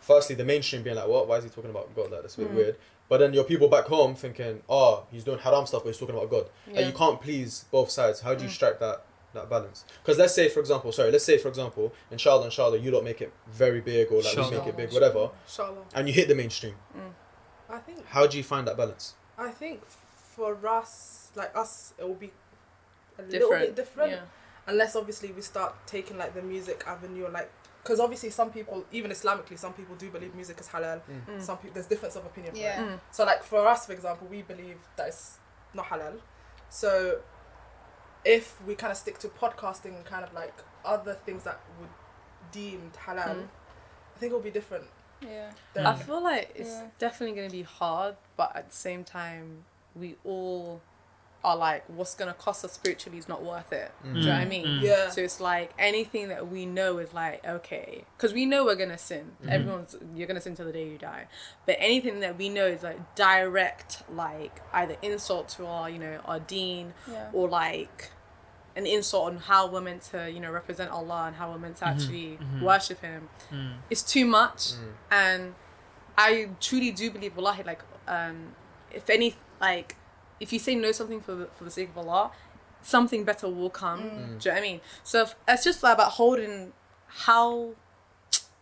S4: firstly, the mainstream being like, what? Why is he talking about God? Like, that's a
S1: Hmm.
S4: bit weird. But then your people back home thinking, oh, he's doing haram stuff, but he's talking about God. Like,
S1: Yeah. Hmm.
S4: you can't please both sides. How do you strike that that balance? Because let's say, for example, sorry, let's say, for example, inshallah, inshallah, you don't make it very big or like we
S2: Inshallah.
S4: make it big, whatever,
S3: Inshallah.
S4: and you hit the mainstream.
S3: I think
S4: How do you find that balance?
S3: I think for us, like us, it will be a little
S1: Different.
S3: bit different.
S1: Yeah.
S3: Unless obviously we start taking like the music avenue, or, like because obviously some people, even Islamically, some people do believe music is halal. Some people there's difference of opinion. for it.
S5: Yeah.
S3: So like for us, for example, we believe that it's not halal. So if we kind of stick to podcasting and kind of like other things that would deemed halal,
S1: Hmm.
S3: I think it'll be different.
S5: Yeah.
S3: than-
S1: I feel like it's
S5: Yeah.
S1: definitely going to be hard, but at the same time, we all are like, what's going to cost us spiritually is not worth it. Do you know what I mean?
S3: Yeah.
S1: So it's like anything that we know is like, okay, because we know we're going to sin. Everyone's, you're going to sin till the day you die. But anything that we know is like direct, like either insult to our, you know, our dean
S5: Yeah.
S1: or like an insult on how we're meant to, you know, represent Allah and how we're meant to
S4: Mm-hmm.
S1: actually worship Him.
S4: Mm.
S1: It's too much, and I truly do believe, wallahi, like, um, if any, like, if you say no something for the, for the sake of Allah, something better will come.
S4: Mm.
S1: Do you know what I mean? So if, it's just about holding how.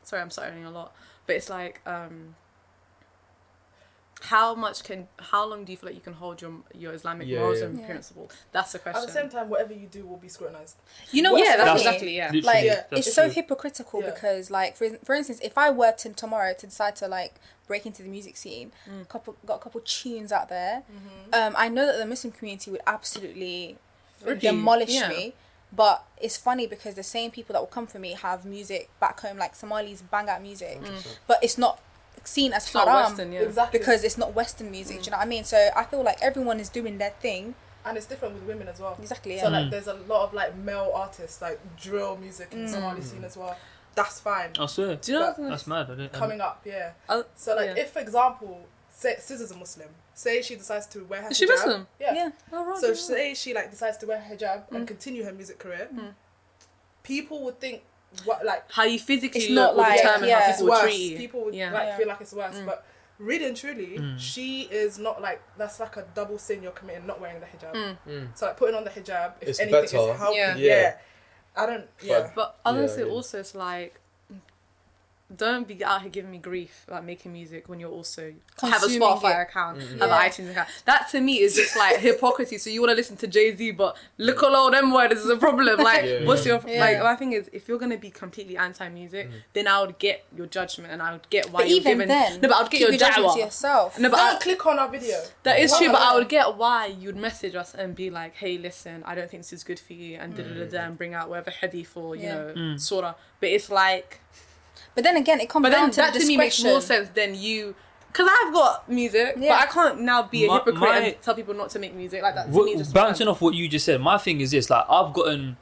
S1: Sorry, I'm stuttering a lot, but it's like um, how much can how long do you feel like you can hold your your Islamic
S4: Yeah,
S1: morals
S4: yeah.
S1: and
S5: Yeah.
S1: principles? That's the
S3: At
S1: question.
S3: the same time, whatever you do will be scrutinized.
S5: You know what's
S1: yeah, that's
S5: funny?
S1: exactly yeah.
S2: Literally,
S5: Like,
S3: Yeah.
S2: that's
S5: it's so
S2: true.
S5: hypocritical
S3: Yeah.
S5: because, like, for, for instance, if I were to tomorrow to decide to like break into the music scene,
S1: Mm.
S5: couple got a couple tunes out there,
S1: Mm-hmm.
S5: um, I know that the Muslim community would absolutely
S1: Rip you.
S5: demolish
S1: Yeah.
S5: me. But it's funny because the same people that will come for me have music back home, like Somalis bang out music,
S1: Hmm.
S5: but it's not seen as
S1: Mm. It's not
S5: haram
S1: Western, yeah.
S3: Exactly.
S5: because it's not Western music. Do you know what I mean? So I feel like everyone is doing their thing.
S3: and it's different with women as well.
S5: Exactly. Yeah.
S3: So like, there's a lot of like male artists, like drill music
S1: Hmm.
S3: in the Somali scene as well. That's fine.
S2: I swear.
S1: Do you know
S3: But
S1: what's another-
S2: That's mad. I didn't.
S3: Coming up, yeah.
S1: Oh,
S3: So like,
S1: yeah.
S3: if for example, say Scissor's a Muslim, say she decides to wear her
S1: Is she
S3: hijab.
S1: Muslim?
S3: Yeah.
S5: Yeah.
S1: Oh,
S3: So say she like decides to wear her hijab
S1: Mm.
S3: and continue her music career. People would think what like
S1: how you physically
S5: It's
S1: look
S5: not
S1: will
S5: like-
S1: determine
S5: yeah.
S1: how
S3: it's
S1: people will
S3: worse.
S1: treat you.
S3: People would
S1: Yeah. Mm.
S3: like
S5: Yeah.
S3: feel like it's worse, but really and truly,
S2: Mm.
S3: she is not like that's like a double sin you're committing not wearing the hijab.
S2: Mm.
S3: So like putting on the hijab, if
S4: It's
S3: anything,
S4: better.
S3: is healthy.
S1: Mm. Yeah.
S3: Yeah.
S4: Yeah.
S3: I don't. Yeah,
S1: But honestly,
S4: yeah.
S1: also it's like, don't be out here giving me grief about making music when you're also
S5: Consuming
S1: have a Spotify
S5: it.
S1: account,
S4: Mm-hmm.
S1: have
S5: Yeah.
S1: an iTunes account. That to me is just like hypocrisy. So you want to listen to Jay Z, but look at all them words is a problem. Like,
S4: Yeah.
S1: what's your
S5: Yeah.
S1: like? My thing is, if you're gonna be completely anti-music,
S4: Mm-hmm.
S1: then I would get your judgment and I would get why
S5: But
S1: you're
S5: even
S1: giving.
S5: then,
S1: no, but I would get
S5: keep
S1: your
S5: your judgment to
S1: da'wah.
S5: yourself.
S1: No, but I,
S3: don't click on our video.
S1: that is
S3: Why
S1: true,
S3: am
S1: but I
S3: there?
S1: would get why you'd message us and be like, "Hey, listen, I don't think this is good for you," and da da da da, and bring out whatever hadith or you
S5: Yeah.
S1: know,
S2: Mm.
S1: sorta. But it's like,
S5: But then again, it comes
S1: but then
S5: down to
S1: that
S5: the
S1: to me makes
S5: discretion.
S1: more sense than you, because I've got music,
S5: Yeah.
S1: but I can't now be a
S2: My-
S1: hypocrite
S2: my-
S1: and tell people not to make music like that. To me,
S2: What,
S1: just
S2: bouncing off what you just said, my thing is this: like I've gotten,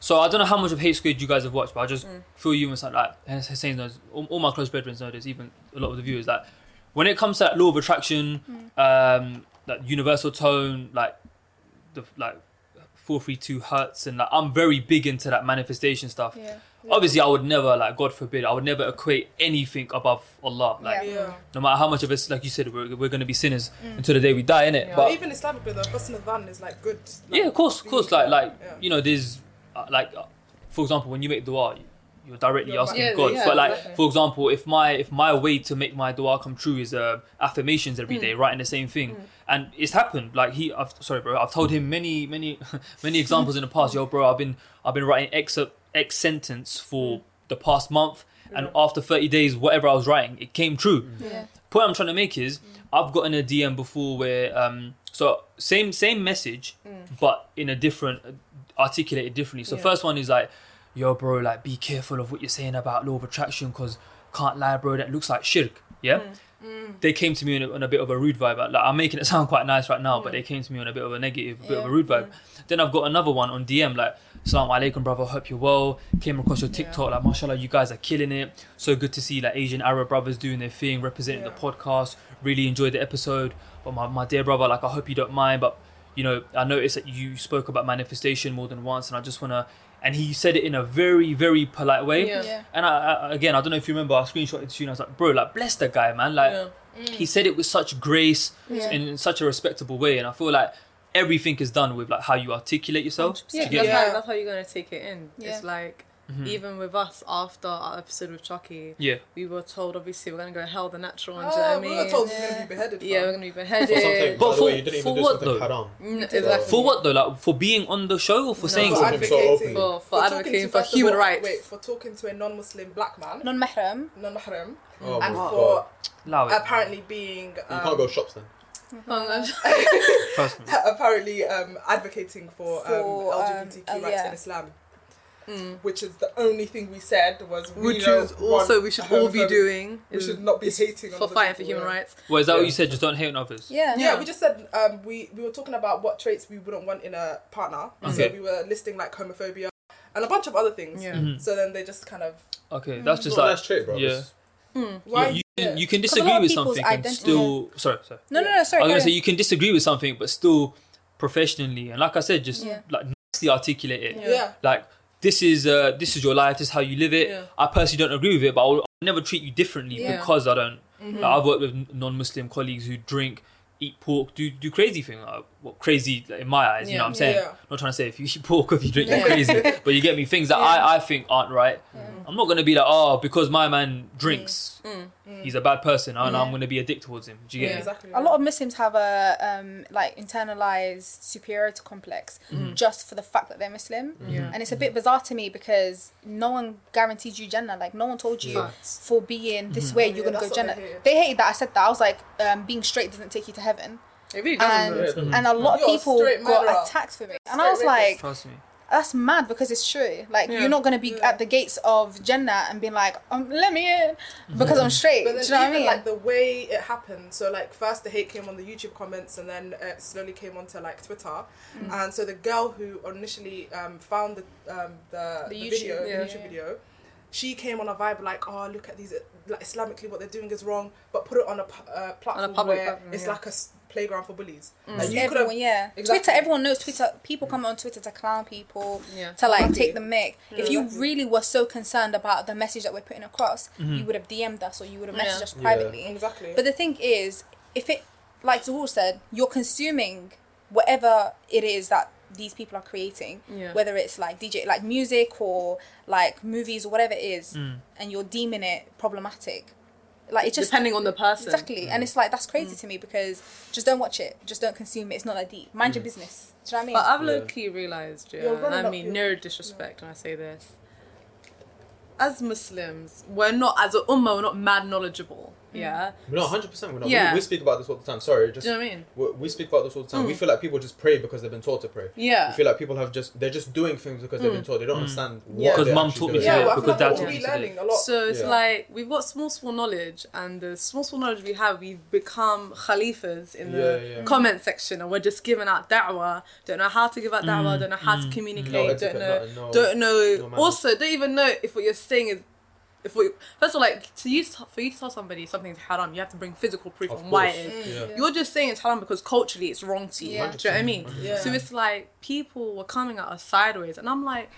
S2: so I don't know how much of Hate Squared you guys have watched, but I just feel you and something like Hussein knows, all, all my close brethren know this, even a lot of the viewers. Like when it comes to that law of attraction, um, that universal tone, like the like four three two hertz, and like I'm very big into that manifestation stuff.
S5: Yeah.
S2: Obviously, I would never like God forbid, I would never equate anything above Allah. Like
S5: Yeah.
S3: Yeah.
S2: no matter how much of us, like you said, we're, we're going to be sinners until the day we die, innit?
S1: Yeah.
S3: But
S2: But
S3: even Islamically, the Husn al-Dhan is like good. like,
S2: yeah, of course, of course. Like, like
S3: Yeah.
S2: you know, there's uh, like, uh, for example, when you make dua, you- you're directly
S3: You're
S2: asking
S1: right. Yeah,
S2: God.
S1: yeah,
S2: but like,
S1: exactly.
S2: for example, if my if my way to make my dua come true is uh, affirmations every day, writing the same thing, and it's happened. Like he, I've, sorry, bro, I've told him many, many, many examples in the past. Yo, bro, I've been I've been writing X X sentence for the past month, and after thirty days, whatever I was writing, it came true
S5: Yeah.
S2: point I'm trying to make is I've gotten a DM before where um so same same message but in a different articulated differently. So
S1: Yeah.
S2: first one is like, yo bro, like be careful of what you're saying about law of attraction because can't lie, bro, that looks like shirk. Yeah. They came to me on a, on a bit of a rude vibe. Like I'm making it sound quite nice right now, but they came to me on a bit of a negative, a bit of a
S5: Yeah.
S2: rude vibe. Then I've got another one on DM like, "Salam alaikum, brother. Hope you're well. Came across your TikTok. Like, mashallah, you guys are killing it. So good to see like Asian Arab brothers doing their thing, representing the
S3: Yeah.
S2: podcast. Really enjoyed the episode. But my, my dear brother, like, I hope you don't mind, but you know, I noticed that you spoke about manifestation more than once, and I just wanna. And he said it in a very, very polite way.
S1: Yeah.
S5: Yeah.
S2: And I, I, again, I don't know if you remember, I screenshot it to you, and I was like, bro, like, bless the guy, man. Like,
S1: Yeah.
S2: he said it with such grace
S5: Yeah.
S2: and in such a respectable way, and I feel like everything is done with like how you articulate yourself.
S1: Yeah,
S2: to
S1: that's,
S2: get- Mm-hmm.
S3: Yeah.
S1: How, that's how you're gonna take it in.
S5: Yeah.
S1: It's like even with us after our episode with Chucky,
S2: Hmm. yeah.
S1: we were told obviously we're gonna go hell the natural. and do you know
S3: Oh,
S1: what I
S3: we
S1: mean?
S3: were told we
S5: Yeah.
S3: we're gonna be beheaded.
S1: yeah, we're
S3: fam.
S1: gonna be
S4: For something,
S1: beheaded.
S2: But
S4: by the
S2: for-
S4: way, you didn't
S2: for
S4: even do
S2: what
S4: something
S2: though?
S4: haram.
S1: Mm,
S4: Exactly.
S2: For what though? Like for being on the show or for
S1: No.
S2: saying
S1: For
S4: So
S2: something?
S4: open, so open.
S1: for, for
S3: For
S1: advocating
S3: talking to-
S1: for
S3: first of
S1: human
S3: all,
S1: rights.
S3: Wait, for talking to a non-Muslim black man,
S5: Non mahram.
S3: non-mahram,
S4: Oh
S3: and
S4: my
S3: for
S4: God.
S2: Allow it.
S3: apparently being
S4: You
S3: um,
S4: can't go shops then.
S1: Oh,
S2: Trust me.
S3: apparently um, advocating for,
S5: For,
S3: um,
S5: um,
S3: LGBTQ
S5: uh,
S3: rights
S5: yeah.
S3: in Islam, which is the only thing we said was we
S1: Mm. which
S3: know
S1: is also
S3: one
S1: we should all be
S3: homophobic-
S1: doing.
S3: We
S1: is
S3: should not be hating on
S1: for
S3: other
S1: fighting for
S3: people,
S1: human
S3: yeah.
S1: rights.
S2: Well, is that what
S4: Yeah.
S2: you said? Just don't hate on others.
S5: Yeah.
S3: Yeah,
S1: Yeah.
S3: we just said um, we we were talking about what traits we wouldn't want in a partner.
S2: Okay.
S3: So we were listing like homophobia and a bunch of other things.
S1: Yeah.
S3: So then they just kind of
S2: Okay, that's
S4: It's
S2: just
S4: not a
S2: like
S4: nice trait, bro.
S2: yeah.
S4: It's-
S3: why
S2: Mm. yeah, you,
S3: yeah.
S2: can, you can
S5: 'Cause a lot
S2: disagree
S5: of
S2: with
S5: people's
S2: something and
S5: identi-
S2: still sorry sorry.
S5: No, no, no. Sorry.
S2: I was
S5: carry
S2: gonna
S5: on.
S2: say you can disagree with something but still professionally and like I said, just
S5: Yeah.
S2: like nicely articulate it.
S1: Yeah.
S3: yeah.
S2: Like this is uh this is your life, this is how you live it.
S1: Yeah.
S2: I personally don't agree with it, but I'll, I'll never treat you differently
S1: Yeah.
S2: because I don't. Like, I've worked with non-Muslim colleagues who drink. eat pork, do do crazy thing. Uh, what crazy like, in my eyes, you
S1: Yeah.
S2: know what I'm saying?
S3: Yeah.
S2: Not trying to say if you eat pork, if you drink, you're
S1: Yeah.
S2: crazy. But you get me. Things that I, I think aren't right. I'm not gonna be like, oh, because my man drinks,
S1: Mm.
S2: he's a bad person, and I'm
S5: Yeah.
S2: gonna be a dick towards him. Do you get me?
S3: exactly.
S5: A lot of Muslims have a um, like internalized superiority complex
S2: Mm-hmm.
S5: just for the fact that they're Muslim,
S1: Yeah.
S5: and it's a bit bizarre to me because no one guaranteed you Jannah. Like no one told you
S1: Facts.
S5: for being
S2: Mm-hmm.
S5: this way you're
S3: Yeah,
S5: gonna go
S3: that's what
S5: Jannah.
S3: they hated.
S5: They hated that I said that. I was like, um, being straight doesn't take you to heaven,
S1: It really doesn't.
S5: and
S1: though.
S4: Yeah, it doesn't.
S5: and a lot
S3: Mm. You're a
S5: of people
S3: straight murderer.
S5: got attacked for me, and I was
S3: Straight
S5: like,
S2: Trust me.
S5: that's mad because it's true. Like
S1: Yeah.
S5: you're not gonna be
S3: Yeah.
S5: at the gates of Jannah and being like, um, let me in because I'm straight. Do
S3: Mm. But
S5: you
S3: then
S5: know what I
S3: even
S5: mean?
S3: like the way it happened, so like first the hate came on the YouTube comments, and then it slowly came onto like Twitter,
S5: Mm.
S3: and so the girl who initially um, found the um, the,
S5: The
S3: the
S5: YouTube,
S3: video,
S1: yeah.
S3: the YouTube video, she came on a vibe like, oh look at these, uh, like Islamically what they're doing is wrong, but put it on a pu- uh, platform
S1: public
S3: where
S1: platform,
S3: it's
S1: yeah.
S3: like a s- playground for bullies. Like,
S5: Just
S3: you could have
S5: Mm. everyone, yeah.
S3: Exactly.
S5: Twitter, everyone knows Twitter. People come on Twitter to clown people,
S1: Yeah.
S5: to like
S3: Exactly.
S5: take the mic. If you
S3: Exactly.
S5: really were so concerned about the message that we're putting across,
S3: Mm-hmm.
S5: you would have DM'd us or you would have messaged
S1: Yeah.
S5: us
S4: Yeah.
S5: privately.
S3: exactly,
S5: But the thing is, if it, like Zahul said, you're consuming whatever it is that these people are creating,
S1: Yeah.
S5: whether it's like DJ, like music or like movies or whatever it is, and you're deeming it problematic. Like it just
S1: Depending on the person. Mm.
S5: Exactly. And it's like that's crazy to me because just don't watch it. Just don't consume it. It's not that deep. Mind your business. Do you know what
S1: But
S5: I mean?
S1: I've low key realised, yeah,
S3: You're
S1: and
S3: running
S1: I
S3: up
S1: mean
S3: your-
S1: no disrespect when I say this. As Muslims, we're not as an ummah, we're not mad knowledgeable. Yeah.
S4: No, hundred percent. We're not.
S1: Yeah.
S4: We, we speak about this all the time. Sorry, just
S1: Mm. Do you know what I mean?
S4: we, we speak about this all the time. We
S1: Mm.
S4: feel like people just pray because they've been taught to pray.
S1: Yeah.
S4: We feel like people have just they're just doing things because they've been taught. They don't
S1: Mm.
S4: understand
S1: Yeah.
S4: what.
S2: Mm. Because
S4: they're
S2: mum
S4: actually
S2: taught me
S4: doing.
S2: to
S3: yeah,
S2: do
S3: but I
S2: it
S3: feel
S2: because
S3: like
S2: dad
S3: we'll
S2: taught
S3: be
S2: me to do
S3: learning
S2: it.
S3: a lot.
S1: So it's
S4: Yeah.
S1: like we've got small, small knowledge, and the small, small knowledge we have, we've become khalifas in the
S4: Yeah, yeah.
S1: comment section, and we're just giving out da'wah. Don't know how to give out da'wah. don't know how to
S4: No
S1: communicate.
S4: etiquette,
S1: don't know.
S4: no- no-
S1: don't know.
S4: no manners.
S1: also, don't even know if what you're saying is. If we, first of all, like to you, for you to tell somebody something's haram, you have to bring physical proof
S4: Of
S1: on why
S4: course.
S1: it is.
S4: Yeah.
S1: You're just saying it's haram because culturally it's wrong to you.
S5: Yeah.
S1: Do you know what I mean?
S3: Yeah.
S1: So it's like people were coming at us sideways, and I'm like,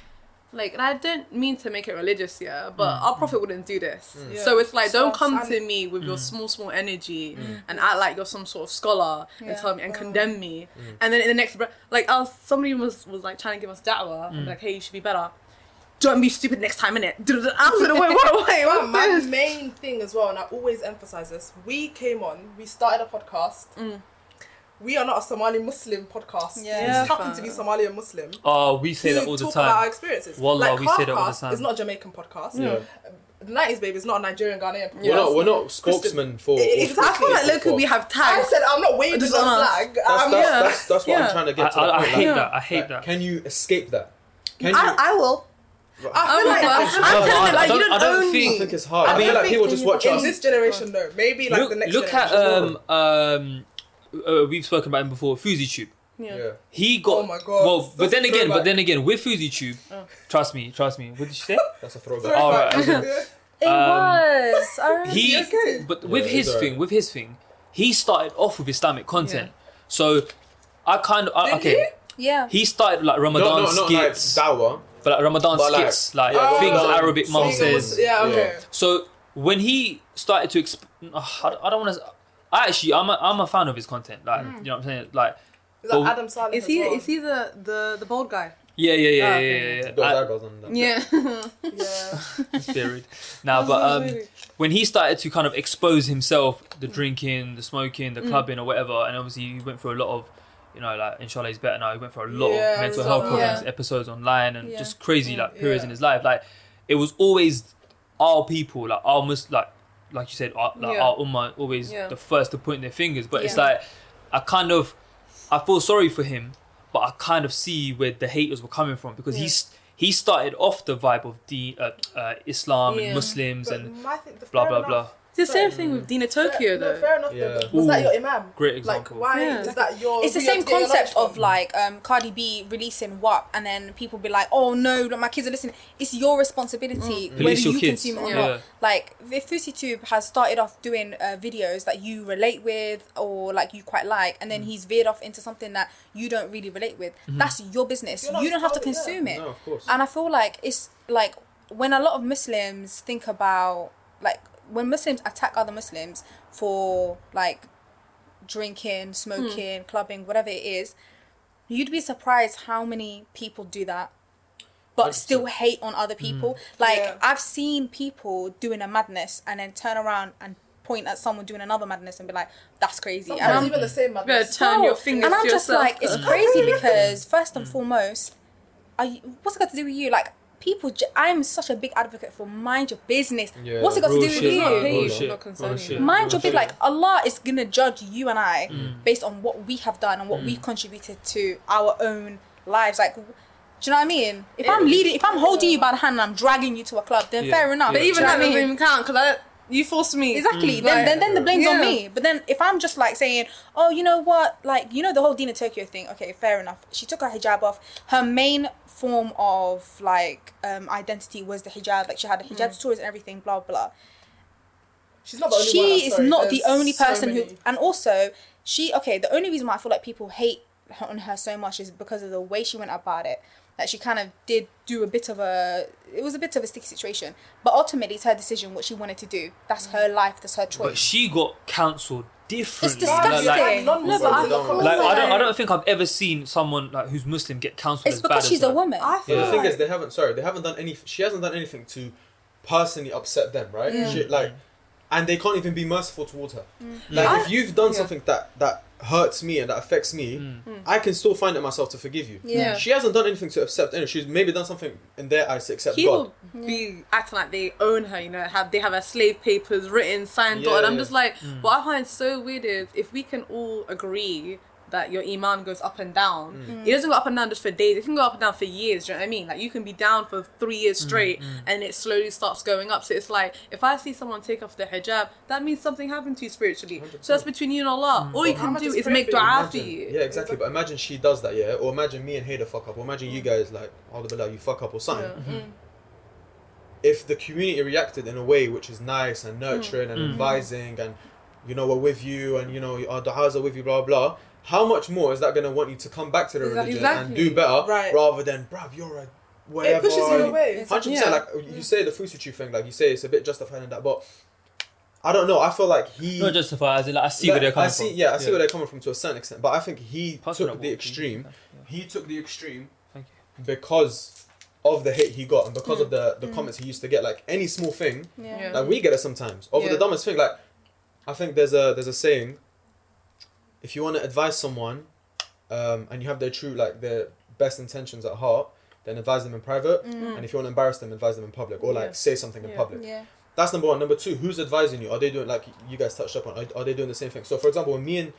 S1: like, and I don't mean to make it religious, yeah, but
S2: Mm.
S1: our prophet wouldn't do this.
S3: Yeah.
S1: So it's like,
S3: So
S1: don't come
S3: sad.
S1: to me with
S2: Mm.
S1: your small, small energy and act like you're some sort of scholar and
S5: Yeah. Mm.
S1: tell me and condemn me.
S2: Mm.
S1: And then in the next breath, like, I was, somebody was, was like trying to give us da'wah,
S2: Mm.
S1: and like, hey, you should be better. Don't be stupid next time, innit? I was like, wait, what, wait,
S3: But
S1: what's
S3: my
S1: this?
S3: main thing as well, and I always emphasize this: we came on, we started a podcast. We are not a Somali Muslim podcast.
S5: Yeah.
S3: we just
S1: Yeah,
S3: happen to be
S1: fam.
S3: Somali and Muslim.
S2: Oh, we say
S3: who
S2: that all the
S3: talk about our
S2: time.
S3: experiences.
S2: Wallah, we say that all the
S3: Halfcast
S2: time.
S3: It's not a Jamaican podcast.
S4: Yeah.
S3: The Nineties Babe is not a Nigerian Ghanaian podcast.
S4: We're not we're not spokesman for.
S3: I- I-
S4: or
S3: exactly.
S1: I feel like
S4: spokesman
S1: look, we
S4: for-
S1: have
S3: I
S1: tags.
S3: said I'm not waving the
S1: Just on us.
S3: flag. Um,
S4: That's,
S3: I'm,
S4: that's,
S1: yeah.
S4: that's, that's what
S1: Yeah.
S4: I'm trying to
S2: I,
S4: get to.
S2: I, I
S4: Like,
S2: hate
S1: Yeah.
S2: that. I hate
S4: like,
S2: that.
S4: Can you escape that? Can you?
S1: I, I will.
S3: I feel
S1: I'm
S3: like
S1: like,
S3: I,
S1: I'm telling
S2: I
S1: you, like, you
S2: don't-
S1: don't,
S2: I don't
S1: own
S2: think-
S1: me.
S4: I think it's hard.
S3: I
S4: I, feel
S3: don't
S4: like
S3: think
S4: people just watch
S3: in
S4: us.
S3: this generation though, maybe like the next.
S2: look look at
S3: generation.
S2: um um uh, we've spoken about him before. FuziTube.
S1: Yeah.
S4: Yeah.
S2: He got.
S3: Oh my God.
S2: Well, but
S3: That's
S2: then
S3: a
S2: again, but
S3: throwback.
S2: then again, with FuziTube, trust me, trust me. What did you say?
S4: That's a throwback.
S2: All right,
S5: It
S2: Um,
S5: was. I remember
S2: he,
S5: it.
S2: but
S4: Yeah,
S2: with
S4: it's
S2: his
S4: alright.
S2: thing, with his thing, he started off with Islamic content. So I kind of I,
S3: Did
S2: okay.
S5: yeah.
S2: He started like
S4: No,
S2: Ramadan
S4: no, not like
S2: skits,
S4: Dawa.
S2: but like Ramadan
S4: but like-
S2: skits, like
S4: yeah,
S2: things
S4: Ramadan
S2: Arabic mum
S4: songs.
S2: says.
S3: Yeah. Okay.
S4: Yeah.
S2: So when he started to, exp- Ugh, I I don't want to. I actually, I'm a, I'm a fan of his content. Like, you know what I'm saying? Like,
S3: Like
S2: Well,
S3: Adam Sandler
S1: Is
S3: as
S1: he
S3: well.
S1: is he the the the bald guy?
S2: yeah, yeah, yeah,
S1: Ah,
S2: yeah,
S1: okay.
S2: yeah. yeah,
S4: Got
S2: I-
S4: daggers on that.
S1: Yeah.
S3: Yeah.
S2: it's buried now, but um, when he started to kind of expose himself, the drinking, the smoking, the clubbing, or whatever, and obviously he went through a lot of, you know, like inshallah he's better now. He went through a lot
S3: Yeah,
S2: of mental
S3: results.
S2: health problems,
S5: Yeah.
S2: episodes online, and
S5: Yeah.
S2: just crazy like periods in
S3: Yeah.
S2: his life. Like it was always our people, like our mus, like like you said, our, like
S1: Yeah.
S2: our ummah, always
S1: Yeah.
S2: the first to point their fingers. But it's
S5: Yeah.
S2: like I kind of, I feel sorry for him, but I kind of see where the haters were coming from because
S1: Yeah.
S2: he's. He started off the vibe of the uh, uh, Islam
S1: Yeah.
S2: and Muslims
S3: But
S2: and
S3: my thing- the
S2: blah
S3: fair
S2: blah
S3: enough-
S2: blah.
S1: It's the same thing with Dina Tokyo
S3: fair, no,
S1: though.
S3: fair enough.
S4: Yeah.
S3: Though, but was that
S2: Ooh.
S3: your imam?
S2: Great
S3: Like,
S2: example.
S3: why
S1: Yeah.
S3: is that your?
S5: it's the
S3: who you're
S5: same
S3: getting your
S5: concept
S3: knowledge
S5: of
S3: from?
S5: like um, Cardi B releasing WAP and then people be like, oh no, look, my kids are listening. It's your responsibility whether
S2: Police your
S5: you
S2: kids.
S5: consume it or
S2: Yeah.
S5: not. Like, if FusiTube has started off doing uh, videos that you relate with or like you quite like, and
S3: Mm.
S5: then he's veered off into something that you don't really relate with,
S2: Mm-hmm.
S5: that's your business.
S3: You're not
S5: You don't have to
S3: solid, yeah.
S5: consume it.
S4: No, of course.
S5: And I feel like it's like when a lot of Muslims think about like when Muslims attack other Muslims for like drinking, smoking, clubbing, whatever it is, you'd be surprised how many people do that, but
S4: 100%.
S5: still hate on other people. Like
S3: Yeah.
S5: I've seen people doing a madness and then turn around and point at someone doing another madness and be like, "That's crazy." And
S3: Sometimes
S5: I'm-
S3: even the same
S1: You better
S3: madness.
S1: turn your
S5: Oh,
S1: fingers
S5: And I'm
S1: to
S5: just
S1: yourself.
S5: like, it's crazy because first and foremost, are you, what's it got to do with you? Like people, j- I'm such a big advocate for mind your business.
S4: Yeah,
S5: what's it got to do
S4: real
S5: with
S4: shit,
S5: you?
S4: man,
S1: Hey,
S4: real
S1: not
S4: shit,
S1: concerning.
S4: real shit.
S5: Mind
S4: Real
S5: your big
S4: shit. Mm.
S5: like Allah is gonna judge you and I based on what we have done and what we contributed to our own lives. Like, do you know what I mean? If I'm leading, if I'm holding you by the hand and I'm dragging you to a club, then
S2: Yeah.
S5: fair enough.
S1: But
S5: Do you
S1: even
S5: know
S1: that
S5: what I
S1: doesn't
S5: mean?
S1: even count because you forced me. Mm.
S5: Exactly. then,
S1: Like-
S5: then then the blame's on
S1: Yeah.
S5: me. But then if I'm just like saying, oh, you know what, like you know the whole Dina Tokyo thing. Okay, fair enough. She took her hijab off. Her main form of like um identity was the hijab. Like she had a hijab stories and everything. Blah blah.
S3: She's not the Mm. only
S5: she
S3: one. I'm
S5: is
S3: sorry.
S5: not
S3: There's
S5: the only
S3: so
S5: person who.
S3: many.
S5: And also, she okay. The only reason why I feel like people hate her- on her so much is because of the way she went about it. That she kind of did do a bit of a. It was a bit of a sticky situation, but ultimately it's her decision what she wanted to do. That's
S3: Mm.
S5: her life. That's her choice.
S2: But she got cancelled differently.
S5: It's
S2: Like- like-
S5: disgusting.
S3: Non-
S4: No, but I-
S2: Like, I don't, I
S5: Like-
S2: don't think I've ever seen someone like who's Muslim get cancelled.
S5: It's
S2: as
S5: because
S2: bad
S5: she's
S2: as
S5: a
S2: her.
S5: woman.
S3: I feel
S4: Yeah, the thing
S3: like-
S4: is, they haven't. Sorry, they haven't done any. She hasn't done anything to personally upset them, right? She, like, and they can't even be merciful towards her. Like,
S3: I-
S4: if you've done
S1: yeah.
S4: something that that hurts me and that affects me, I can still find it myself to forgive you.
S5: Yeah.
S4: She hasn't done anything to accept anyone. She's maybe done something in their eyes to accept God.
S1: people be acting like they own her, you know, have they have her slave papers written, signed, dotted.
S4: Yeah,
S1: I'm
S4: yeah.
S1: just like, what I find so weird is if we can all agree that your iman goes up and down, it doesn't go up and down just for days. It can go up and down for years. Do you know what I mean? Like you can be down for three years straight, and it slowly starts going up. So it's like if I see someone take off their hijab, that means something happened to you spiritually. So that's between you and Allah. All you can
S3: Well, Muhammad
S1: do
S3: is
S1: is make
S3: praying for you,
S1: du'a for
S4: Imagine-
S1: you.
S4: Yeah, exactly. But imagine she does that, yeah, or imagine me and Hayda fuck up, or imagine you guys like, oh, you fuck up or something. If the community reacted in a way which is nice and nurturing
S2: Mm.
S4: and advising, and you know we're with you, and you know our du'as are with you, blah blah. How much more is that going to want you to come back to the
S1: Exactly.
S4: religion and
S1: Exactly.
S4: do better,
S3: Right.
S4: rather than bruv, you're a whatever.
S3: It pushes you away. Mm.
S5: It's-
S4: Hundred
S1: Yeah.
S4: percent. Like you say, the Fusuchu thing, like you say, it's a bit justified in that, but I don't know. I feel like he
S2: Not justify as in like I see where
S4: like,
S2: they're coming
S4: I see,
S2: from.
S4: Yeah, I see where they're coming from to a certain extent, but I think he
S2: Pass it
S4: took
S2: up,
S4: the
S2: Walter.
S4: extreme. He took the extreme
S2: Thank you.
S4: because of the hate he got and because of
S1: Mm.
S4: the, the comments he used to get. Like any small thing,
S1: Yeah.
S4: like we get it sometimes over
S1: Mm. Yeah.
S4: the dumbest thing. Like I think there's a there's a saying. If you want to advise someone, um, and you have their true like their best intentions at heart, then advise them in private. And if you want to embarrass them, advise them in public, or like
S1: Mm. Yeah.
S4: say something in
S1: Yeah.
S4: public.
S5: yeah.
S4: That's number one. Number two, who's advising you? Are they doing like you guys touched up on? Are, are they doing the same thing? So, for example, when me and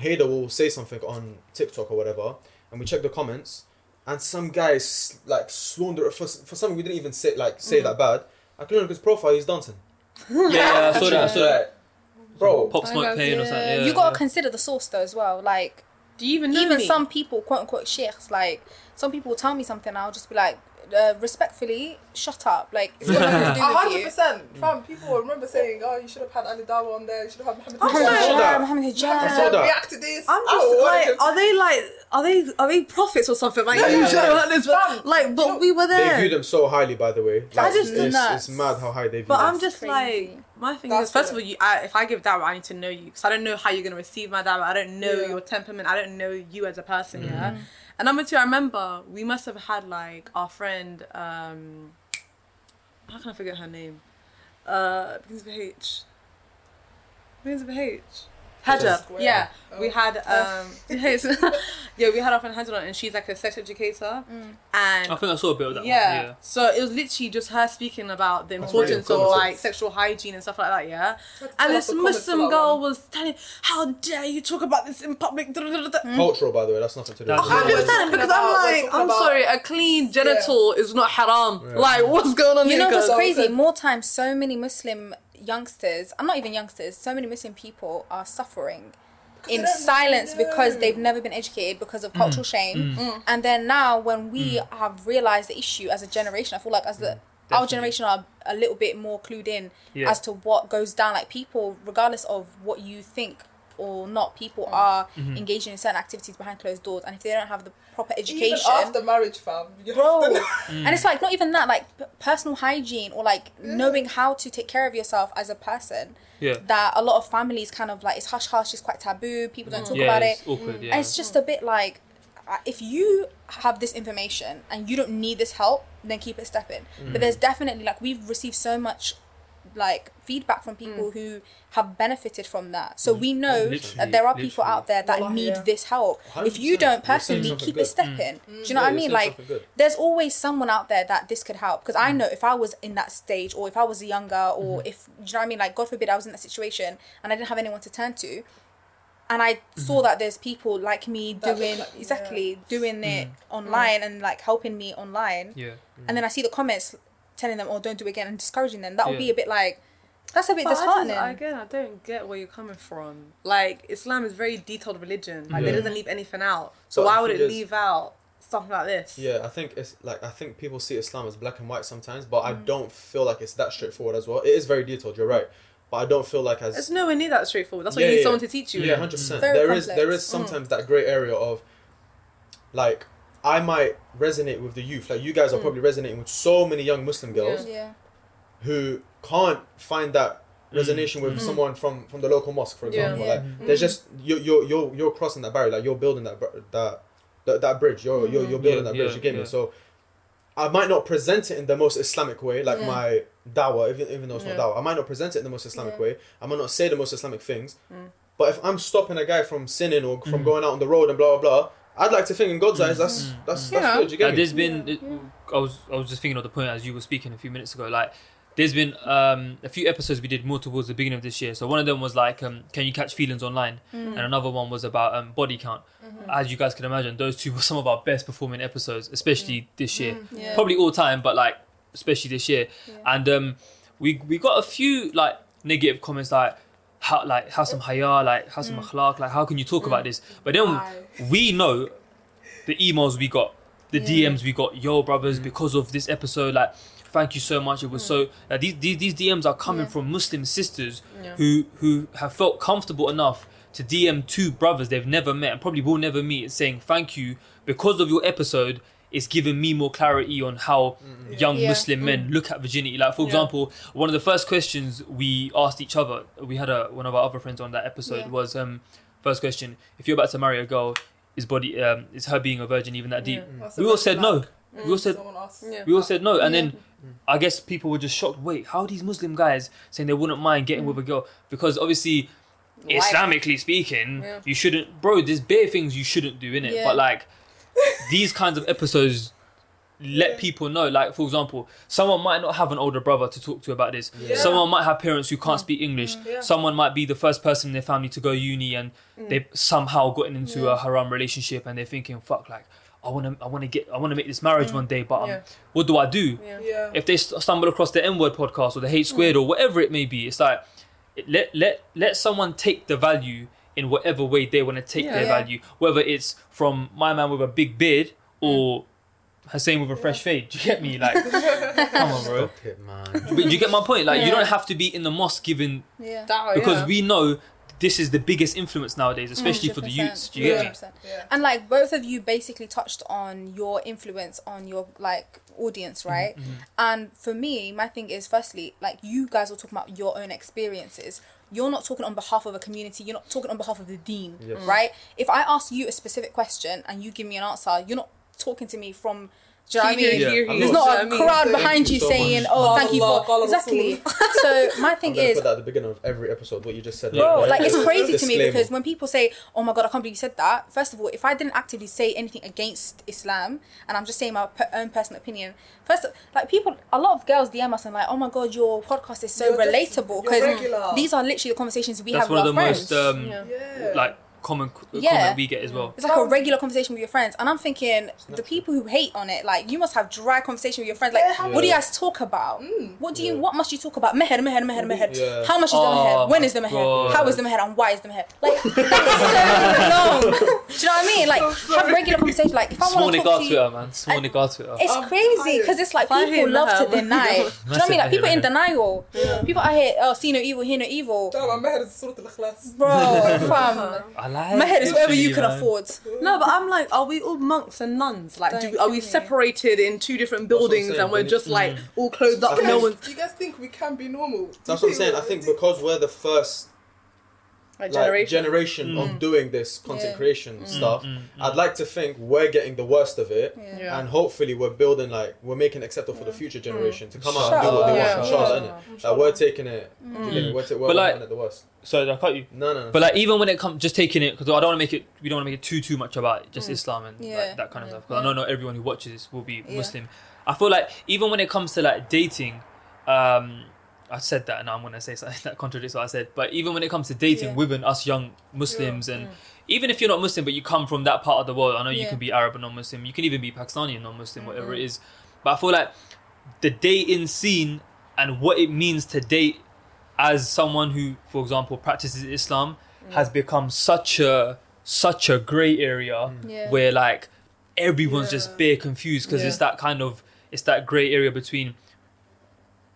S4: Hader will say something on TikTok or whatever, and we check the comments, and some guys like swarmed at us for for something we didn't even say like say
S5: Mm.
S4: that bad. I can look at his profile. He's dancing.
S2: Yeah, yeah, I saw that. I
S4: Literally,
S2: saw that.
S4: like, bro.
S2: Pop smoke
S1: God,
S2: pain or something.
S1: yeah.
S2: Yeah,
S5: you gotta
S2: yeah.
S5: consider the source though as well. Like
S1: Do you even know
S5: even
S1: me?
S5: some people, quote unquote sheikhs, like some people will tell me something, and I'll just be like, uh, respectfully, shut up. Like it's got nothing to
S3: A
S5: do
S3: hundred
S5: with you.
S3: percent, fam. People will remember saying, "Oh, you should have had Ali Dawa on there. You should have had Mohammed."
S1: I'm
S5: Muhammad
S1: sorry.
S4: saw that.
S5: Hijab, Muhammad
S4: I
S5: Hijab.
S4: saw that.
S3: React to this.
S1: I'm
S3: I
S1: just
S3: will
S1: like,
S3: want to-
S1: are they like, are they are they prophets or something? Like,
S3: No,
S1: you
S3: yeah,
S1: sure
S3: yeah.
S1: about this?
S3: Fam,
S1: But, like, but
S3: you-
S1: we were
S4: They view
S1: there.
S4: them so highly, by the way.
S5: That's
S4: it's,
S5: nuts.
S4: it's, it's mad how high they view
S1: But
S4: them.
S1: I'm just
S5: crazy.
S1: like, my thing
S3: That's
S1: is, first
S3: it.
S1: of all, you, I, if I give dawah, I need to know you because I don't know how you're gonna receive my dawah. I don't know
S3: Yeah.
S1: your temperament. I don't know you as a person. Yeah. And number two, I remember we must have had like our friend. um How can I forget her name? Uh, begins with H. Begins with H. Hajar,
S3: Square.
S1: yeah,
S3: Oh.
S1: we had um, yeah, we had our friend Hajar, on, and she's like a sex educator, and
S2: I think I saw a bit of that.
S1: yeah.
S2: One.
S1: So it was literally just her speaking about the
S4: That's really
S1: importance of
S4: informative.
S1: like sexual hygiene and stuff like that, yeah.
S3: Let's
S1: And this
S3: pull up the comments for
S1: Muslim
S3: that
S1: girl
S3: one.
S1: was telling, How dare you talk about this in public? da, da, da, da, da."
S4: cultural, by the way. That's nothing to do.
S2: That's
S4: with
S1: I
S4: it.
S1: don't
S3: we're
S1: understand
S3: talking
S1: it because
S3: about- we're
S1: I'm like,
S3: talking
S1: I'm
S3: about-
S1: sorry, a clean genital is not haram. Like, what's going on
S5: You
S1: here?
S5: know what's
S1: guys?
S5: crazy?
S3: also-
S5: More times, so many Muslim youngsters, I'm not even youngsters, so many Muslim people are suffering in
S3: they don't
S5: silence
S3: know. Mm.
S5: because they've never been educated because of
S2: Mm.
S5: cultural shame. And then now, when we have realized the issue as a generation, I feel like as the our
S2: definitely.
S5: generation are a little bit more clued in
S2: Yeah.
S5: as to what goes down. Like people, regardless of what you think or not, people
S3: Mm.
S5: are
S2: Mm-hmm.
S5: engaging in certain activities behind closed doors, and if they don't have the proper education,
S3: Even after marriage, fam. You have
S5: Bro.
S3: to know.
S5: and
S2: Hmm.
S5: it's like not even that, like p- personal hygiene or like
S3: Mm.
S5: knowing how to take care of yourself as a person.
S2: Yeah.
S5: That a lot of families kind of like it's hush hush, it's quite taboo. People
S3: Mm.
S5: don't talk
S2: yeah,
S5: about it. Mm.
S2: it's awkward. Yeah.
S5: And it's just a bit like, uh, if you have this information and you don't need this help, then keep it stepping.
S2: Mm.
S5: But there's definitely like we've received so much like feedback from people
S3: Mm.
S5: who have benefited from that. So we know
S2: Mm. Literally,
S5: that there are people
S2: literally.
S5: out there that
S3: Wallahi,
S5: need
S3: yeah.
S5: this help. If you don't
S4: 100%, you're saying
S5: personally
S4: something
S5: keep
S4: good.
S5: it
S3: Mm.
S5: stepping, do you know what I mean? Like
S4: good.
S5: there's always someone out there that this could help because
S2: Mm.
S5: I know if I was in that stage or if I was younger or
S2: Mm-hmm.
S5: if do you know what I mean like God forbid I was in that situation and I didn't have anyone to turn to and I
S2: Mm-hmm.
S5: saw that there's people like me
S3: That look
S5: doing
S3: like me,
S5: exactly doing it online and like helping me online
S2: Mm. yeah.
S5: and then I see the comments telling them oh don't do it again and discouraging them that would
S2: Yeah.
S5: be a bit like that's a bit
S1: But I don't-
S5: disheartening
S1: again, I don't get where you're coming from. Like Islam is very detailed religion. Like it
S4: Yeah.
S1: doesn't leave anything out. So
S4: But
S1: why
S4: the
S1: would
S4: thing
S1: it
S4: is-
S1: leave out something like this?
S4: Yeah, I think it's like I think people see Islam as black and white sometimes, but
S5: Mm.
S4: I don't feel like it's that straightforward as well. It is very detailed. You're right, but I don't feel like as
S1: It's nowhere near that straightforward. That's why
S4: Yeah,
S1: you need
S4: yeah,
S1: someone to teach you.
S4: Yeah, hundred percent.
S5: Very
S4: There is there
S5: complex. Mm.
S4: is sometimes that grey area of, like, I might resonate with the youth. Like you
S5: Mm.
S4: guys are probably resonating with so many young Muslim girls
S5: yeah
S4: who can't find that resonation with
S2: Mm. Mm-hmm.
S4: someone from from the local mosque, for
S1: Yeah.
S4: example.
S5: Yeah.
S4: Like there's just you're you're you're you're crossing that barrier. Like you're building that br- that that, that bridge. You're, you're you're building
S2: Yeah,
S4: that bridge.
S2: yeah,
S4: you get me?
S2: Mm. yeah.
S4: So. I might not present it in the most Islamic way, like
S5: Yeah.
S4: my dawah, even, even though it's
S1: Yeah.
S4: not dawah. I might not present it in the most Islamic
S5: Yeah.
S4: way. I might not say the most Islamic things.
S1: Mm.
S4: But if I'm stopping a guy from sinning or
S2: Mm.
S4: from going out on the road and blah blah blah, I'd like to think in God's eyes that's that's that's
S1: Yeah.
S4: good. You get
S2: Mm. Like,
S4: me?
S2: there's been. it- I was I was just thinking of the point as you were speaking a few minutes ago. Like, there's been um, a few episodes we did more towards the beginning of this year. So one of them was like, um, can you catch feelings online?
S5: Mm.
S2: And another one was about um, body count.
S5: Mm-hmm.
S2: As you guys can imagine, those two were some of our best performing episodes, especially this year.
S5: yeah Mm-hmm.
S2: Probably all time, but like especially this year.
S5: Yeah.
S2: And um, we we got a few like negative comments like. How like how some haya like how
S5: Mm.
S2: some akhlaq like how can you talk about this? But then
S3: Why?
S2: we know the emails we got, the DMs we got, yo brothers, because of this episode, like thank you so much. It was so like, these, these these DMs are coming
S5: Mm. Yeah.
S2: from Muslim sisters
S1: Yeah.
S2: who who have felt comfortable enough to DM two brothers they've never met and probably will never meet, saying thank you because of your episode. It's given me more clarity on how young
S5: Yeah.
S2: Muslim men look at virginity. Like for
S1: Yeah.
S2: example, one of the first questions we asked each other, we had a, one of our other friends on that episode
S5: Yeah.
S2: was um, first question: If you're about to marry a girl, is body um, is her being a virgin even that deep?
S3: That's a
S2: We all
S3: red
S2: said
S3: flag.
S2: no. We all said
S3: Someone else.
S1: Yeah.
S2: we all said no, and then I guess people were just shocked. Wait, how are these Muslim guys saying they wouldn't mind getting with a girl? Because obviously,
S1: Why?
S2: Islamically speaking,
S1: Yeah.
S2: you shouldn't, bro. There's bare things you shouldn't do in it,
S5: Yeah.
S2: but like these kinds of episodes let people know. Like for example, someone might not have an older brother to talk to about this.
S4: Yeah.
S2: Someone might have parents who can't speak English.
S3: Mm. Yeah.
S2: Someone might be the first person in their family to go uni, and they've somehow gotten into
S5: Yeah.
S2: a haram relationship, and they're thinking, "Fuck, like." I want to, I want to get, I want to make this marriage one day, but um,
S1: Yeah.
S2: what do I do?
S1: Yeah.
S3: Yeah.
S2: If they st- stumble across the N word podcast or the hate squared or whatever it may be, it's like it- let let let someone take the value in whatever way they want to take
S1: Yeah.
S2: their
S5: Yeah.
S2: value, whether it's from my man with a big beard
S5: Mm.
S2: or Hussein with a fresh fade. Do you get me? Like, come on, bro.
S4: Stop it, man.
S2: But you get my point. Like, you
S1: Yeah.
S2: don't have to be in the mosque given
S5: Oh, yeah Mm,
S1: That- oh,
S2: because
S1: yeah.
S2: we know this is the biggest influence nowadays, especially for the
S5: 100%.
S2: youths. Do you get me?
S5: 100%.
S3: Yeah.
S5: And like both of you basically touched on your influence on your like
S4: Mm-hmm,
S5: audience, right? And for me, my thing is firstly, like you guys were talking about your own experiences. You're not talking on behalf of a community, you're not talking on behalf of the dean,
S4: Yes. Mm.
S5: right? If I ask you a specific question and you give me an answer, you're not talking to me from do you know what I
S1: Here,
S5: mean?
S1: here,
S4: Yeah.
S1: here.
S5: There's not a
S1: Do you know what I mean?
S5: crowd
S4: Thank
S5: behind
S4: you
S5: you
S4: so
S5: saying,
S4: much.
S5: "Oh, thank you
S3: Allah,
S5: for
S3: Allah
S5: exactly." so my
S4: I'm
S5: thing
S4: gonna
S5: is,
S4: put that at the beginning of every episode. What you just said,
S5: Bro,
S4: right?
S5: like it's
S4: Just
S5: crazy to me
S4: disclaimer.
S5: because when people say, "Oh my god, I can't believe you said that," first of all, if I didn't actively say anything against Islam, and I'm just saying my per- own personal opinion, first, of- like people, a lot of girls DM us and like, "Oh my god, your podcast is so
S3: You're just-
S5: relatable,"
S3: you're regular.
S5: because these are literally the conversations we
S2: That's
S5: have
S2: one
S5: with
S2: of the
S5: our friends.
S2: most um,
S1: Yeah.
S3: Yeah.
S2: like common c-
S5: Yeah.
S2: comment we get as well.
S5: it's like a regular conversation with your friends, and I'm thinking the
S4: natural.
S5: people who hate on it, like you must have dry conversation with your friends. Like,
S3: Yeah, Mm. how
S5: what do you
S4: Yeah.
S5: guys talk about? What do you?
S4: Yeah.
S5: What must you talk about? Meher, meher, meher, meher.
S4: Yeah.
S5: How much is the
S2: Oh
S5: meher? When
S2: my
S5: is the meher?
S2: God.
S5: How is the meher? And why is the meher? Like, that's so long. Do you know what I mean? Like have regular conversation. Like if I
S2: Small
S5: want to
S2: nigga
S5: talk to you,
S2: Twitter, man. Small nigga Twitter.
S5: it's
S3: I'm
S5: crazy
S3: tired.
S5: because it's like
S1: Fucking
S5: people love to
S1: hell.
S5: deny. Do you know what I mean? Like people in denial.
S3: Yeah.
S5: People out here, oh, see no evil, hear no evil.
S3: Damn, I'm mad at Surah Al Ikhlas.
S5: Bro, fam.
S2: I like
S5: My head is
S2: it,
S5: whatever you
S2: G,
S5: can
S2: man.
S5: afford.
S1: No, but I'm like, are we all monks and nuns? Like,
S5: Don't
S1: do, are we
S5: kill me.
S1: separated in two different
S4: what I'm
S1: buildings
S4: saying,
S1: and we're
S4: we
S1: just
S4: need-
S1: like all clothed up?
S4: Okay.
S1: No
S3: Guys,
S1: one's.
S3: You guys think we can be normal? Do
S4: That's
S3: you
S4: what I'm saying. I think
S3: do you-
S4: because we're the first
S1: Like,
S4: like,
S1: generation.
S4: generation, of doing this content
S5: Yeah.
S4: creation stuff,
S2: mm,
S4: I'd like to think we're getting the worst of it.
S5: Yeah.
S1: Yeah.
S4: And hopefully we're building like we're making acceptable for the future generation to come out and do
S2: Inshallah.
S4: what they
S1: Yeah.
S4: want. Inshallah,
S3: Yeah.
S4: innit? Like we're taking it.
S2: Mm.
S4: Do you get me? We're, ta- we're
S2: But, like-
S4: looking at the worst.
S2: Sorry, did I cut you.
S4: No, no, no.
S2: But like even when it comes, just taking it because I don't want to make it. We don't want to make it too too much about just Islam and
S5: Mm. Yeah.
S2: like, that kind of
S5: Yeah.
S2: stuff. Because I know not everyone who watches this will be
S5: Yeah.
S2: Muslim. I feel like even when it comes to like dating, um, I said that and I'm gonna say something that contradicts what I said. But even when it comes to dating,
S5: Yeah.
S2: women, us young Muslims, and even if you're not Muslim but you come from that part of the world, I know you
S5: Yeah.
S2: can be Arab and non-Muslim. You can even be Pakistani and non-Muslim, whatever it is. But I feel like the dating scene and what it means to date as someone who, for example, practices Islam has become such a such a grey area
S5: Yeah.
S2: where like everyone's
S3: Yeah.
S2: just bare confused because it's
S1: Yeah.
S2: that kind of it's that grey area between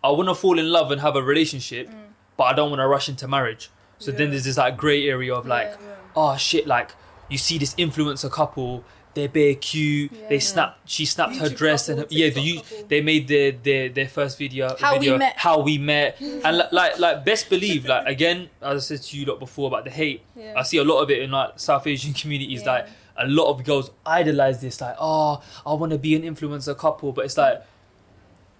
S2: I want to fall in love and have a relationship, but I don't want to rush into marriage. So then
S3: Yeah.
S2: there's this like grey area of like,
S5: Yeah.
S2: oh shit, like you see this influencer couple, they're bare cute.
S5: Yeah.
S2: They snap, she snapped her
S3: YouTube
S2: dress and her,
S3: couple,
S2: yeah, the, you,
S3: TikTok couple.
S2: they made their, their their first video.
S5: How we
S2: video,
S5: met.
S2: How we met. and li- like like best believe like again, as I said to you lot before about the hate.
S5: Yeah.
S2: I see a lot of it in like South Asian communities.
S5: Yeah.
S2: Like a lot of girls idolize this. Like oh, I want to be an influencer couple, but it's like.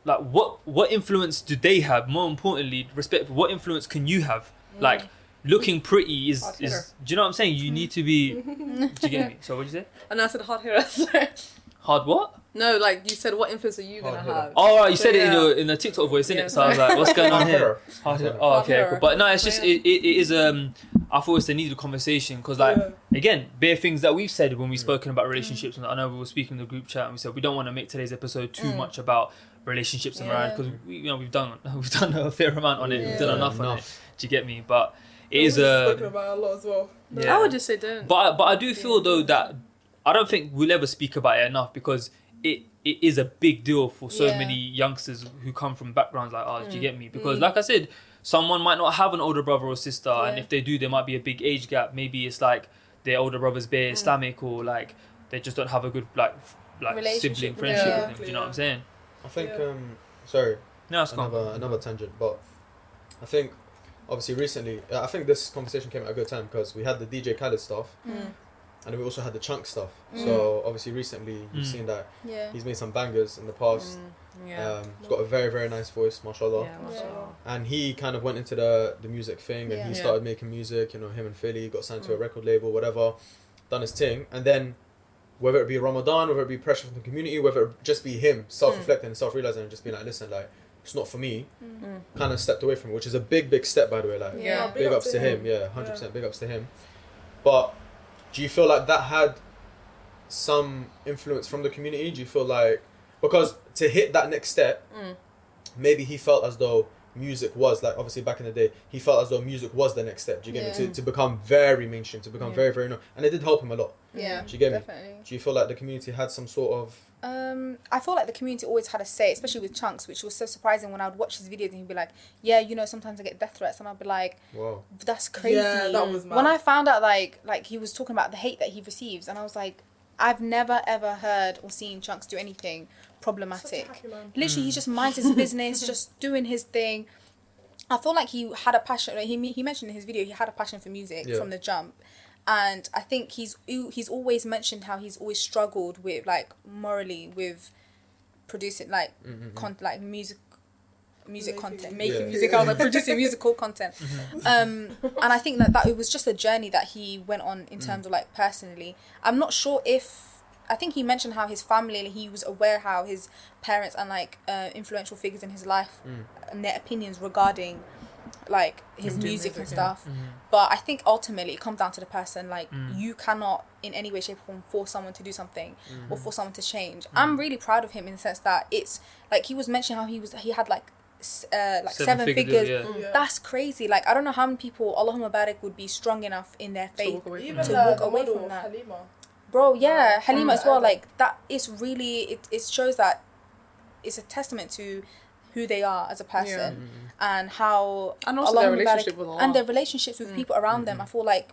S2: Like what? What influence do they have? More importantly, respect. What influence can you have? Like looking pretty is,
S3: Hard hitter.
S2: is do you know what I'm saying? You need to be. do you get me? So what would you say?
S1: And I said hard hitter. sorry.
S2: Hard what?
S1: no, like you said, what influence are you gonna
S4: Hard hitter.
S1: have?
S2: Oh, right, you said it in
S1: Yeah.
S2: your in the TikTok voice, innit?
S1: Yeah.
S2: it? So I was like, what's going on here?
S4: Harder.
S2: Hard hitter.
S4: Harder.
S2: Oh, okay,
S1: Harder.
S2: cool. But no, it's just
S1: Yeah.
S2: it, it, it is. Um, I thought it's a needed conversation because, like, again, bare things that we've said when we've spoken about relationships. And I know we were speaking in the group chat and we said we don't want to make today's episode too much about relationships and
S5: Yeah.
S2: marriage because we, you know, we've done we've done a fair amount on it. We've
S4: Yeah.
S2: done enough, on it.
S4: Enough.
S2: Do you get me? But it
S3: We've
S2: is
S3: spoken
S2: um,
S3: about it a lot as well.
S2: yeah.
S1: I would just say don't.
S2: But but I do feel though that I don't think we'll ever speak about it enough because it it is a big deal for so
S5: Yeah.
S2: many youngsters who come from backgrounds like ours. Do you get me? Because
S1: Mm.
S2: like I said, someone might not have an older brother or sister, and
S5: Yeah.
S2: if they do, there might be a big age gap. Maybe it's like their older brother's bare
S5: Mm.
S2: Islamic or like they just don't have a good like f- like
S5: Relationship
S2: sibling
S5: with
S2: friendship
S1: them.
S2: with them. Do you know what I'm saying?
S4: I think.
S3: Yeah.
S4: um Sorry,
S2: No, it's gone.
S4: another another tangent, but I think obviously recently, uh, I think this conversation came at a good time because we had the DJ Khaled stuff,
S5: Mm.
S4: and we also had the Chunk stuff.
S5: Mm.
S4: So obviously recently, you've
S2: Mm.
S4: seen that
S5: Yeah.
S4: he's made some bangers in the past.
S1: Mm, yeah.
S4: Um, he's got a very very nice voice, mashallah.
S1: yeah, mashallah.
S4: and he kind of went into the the music thing and
S5: Yeah.
S4: he
S1: Yeah.
S4: started making music you know him and philly got signed to a record label whatever done his thing and then whether it be ramadan whether it be pressure from the community whether it just be him self-reflecting and self-realizing and just being like listen like it's not for me
S1: Mm.
S4: kind of stepped away from it which is a big big step by the way like
S5: Yeah.
S1: Yeah.
S4: big, ups to him, yeah 100% big ups to him but do you feel like that had some influence from the community do you feel like because to hit that next step
S1: Mm.
S4: maybe he felt as though music was like obviously back in the day he felt as though music was the next step do you get
S5: Yeah.
S4: me to, to become very mainstream to become
S1: Yeah.
S4: very very known and it did help him a lot
S5: Yeah.
S4: Do you get me?
S5: Definitely.
S4: do you feel like the community had some sort of
S5: Um, I feel like the community always had a say, especially with Chunks, which was so surprising when I would watch his videos and he'd be like, "Yeah, you know, sometimes I get death threats," and I'd be like,
S4: wow
S5: "That's crazy."
S3: Yeah, that was mad.
S5: when I found out, like, like he was talking about the hate that he receives, and I was like, "I've never ever heard or seen Chunks do anything
S3: Such a
S5: problematic."
S3: happy man.
S5: Literally, he just minds his business, just doing his thing. I feel like he had a passion. Like he he mentioned in his video he had a passion for music
S4: Yeah.
S5: from the jump, and I think he's he's always mentioned how he's always struggled with like morally with producing like
S4: mm,
S5: con- like music music
S3: Making-
S5: content making
S4: Mm-hmm. Yeah.
S5: music I was like producing musical content um and I think that that it was just a journey that he went on in terms of like personally I'm not sure if I think he mentioned how his family like, he was aware how his parents and like uh, influential figures in his life and their opinions regarding like his
S3: Him doing
S5: music and
S3: music, yeah.
S5: stuff
S2: Mm-hmm.
S5: but I think ultimately it comes down to the person. Like
S2: Mm.
S5: you cannot in any way, shape, or form force someone to do something
S2: Mm-hmm. Mm.
S5: or force someone to change. I'm really proud of him in the sense that it's like he was mentioning how he was he had like s- uh, like
S2: Seven
S5: seven,
S2: figure deal,
S5: figures.
S2: yeah.
S3: Yeah.
S5: That's crazy. Like I don't know how many people Allahumma Barak would be strong enough in their
S1: to
S5: faith
S1: walk away
S3: Even
S1: from.
S5: to
S3: uh,
S5: walk
S3: the
S5: away
S3: model,
S5: from that.
S3: Halima.
S5: bro yeah
S3: Yeah.
S5: halima
S3: Mm.
S5: as well like that is really it, it shows that it's a testament to who they are as a person
S2: Mm-hmm.
S5: and how
S1: And also
S5: Allah
S1: their
S5: Mubarak-
S1: relationship with Allah.
S5: and their relationships with people around them i feel like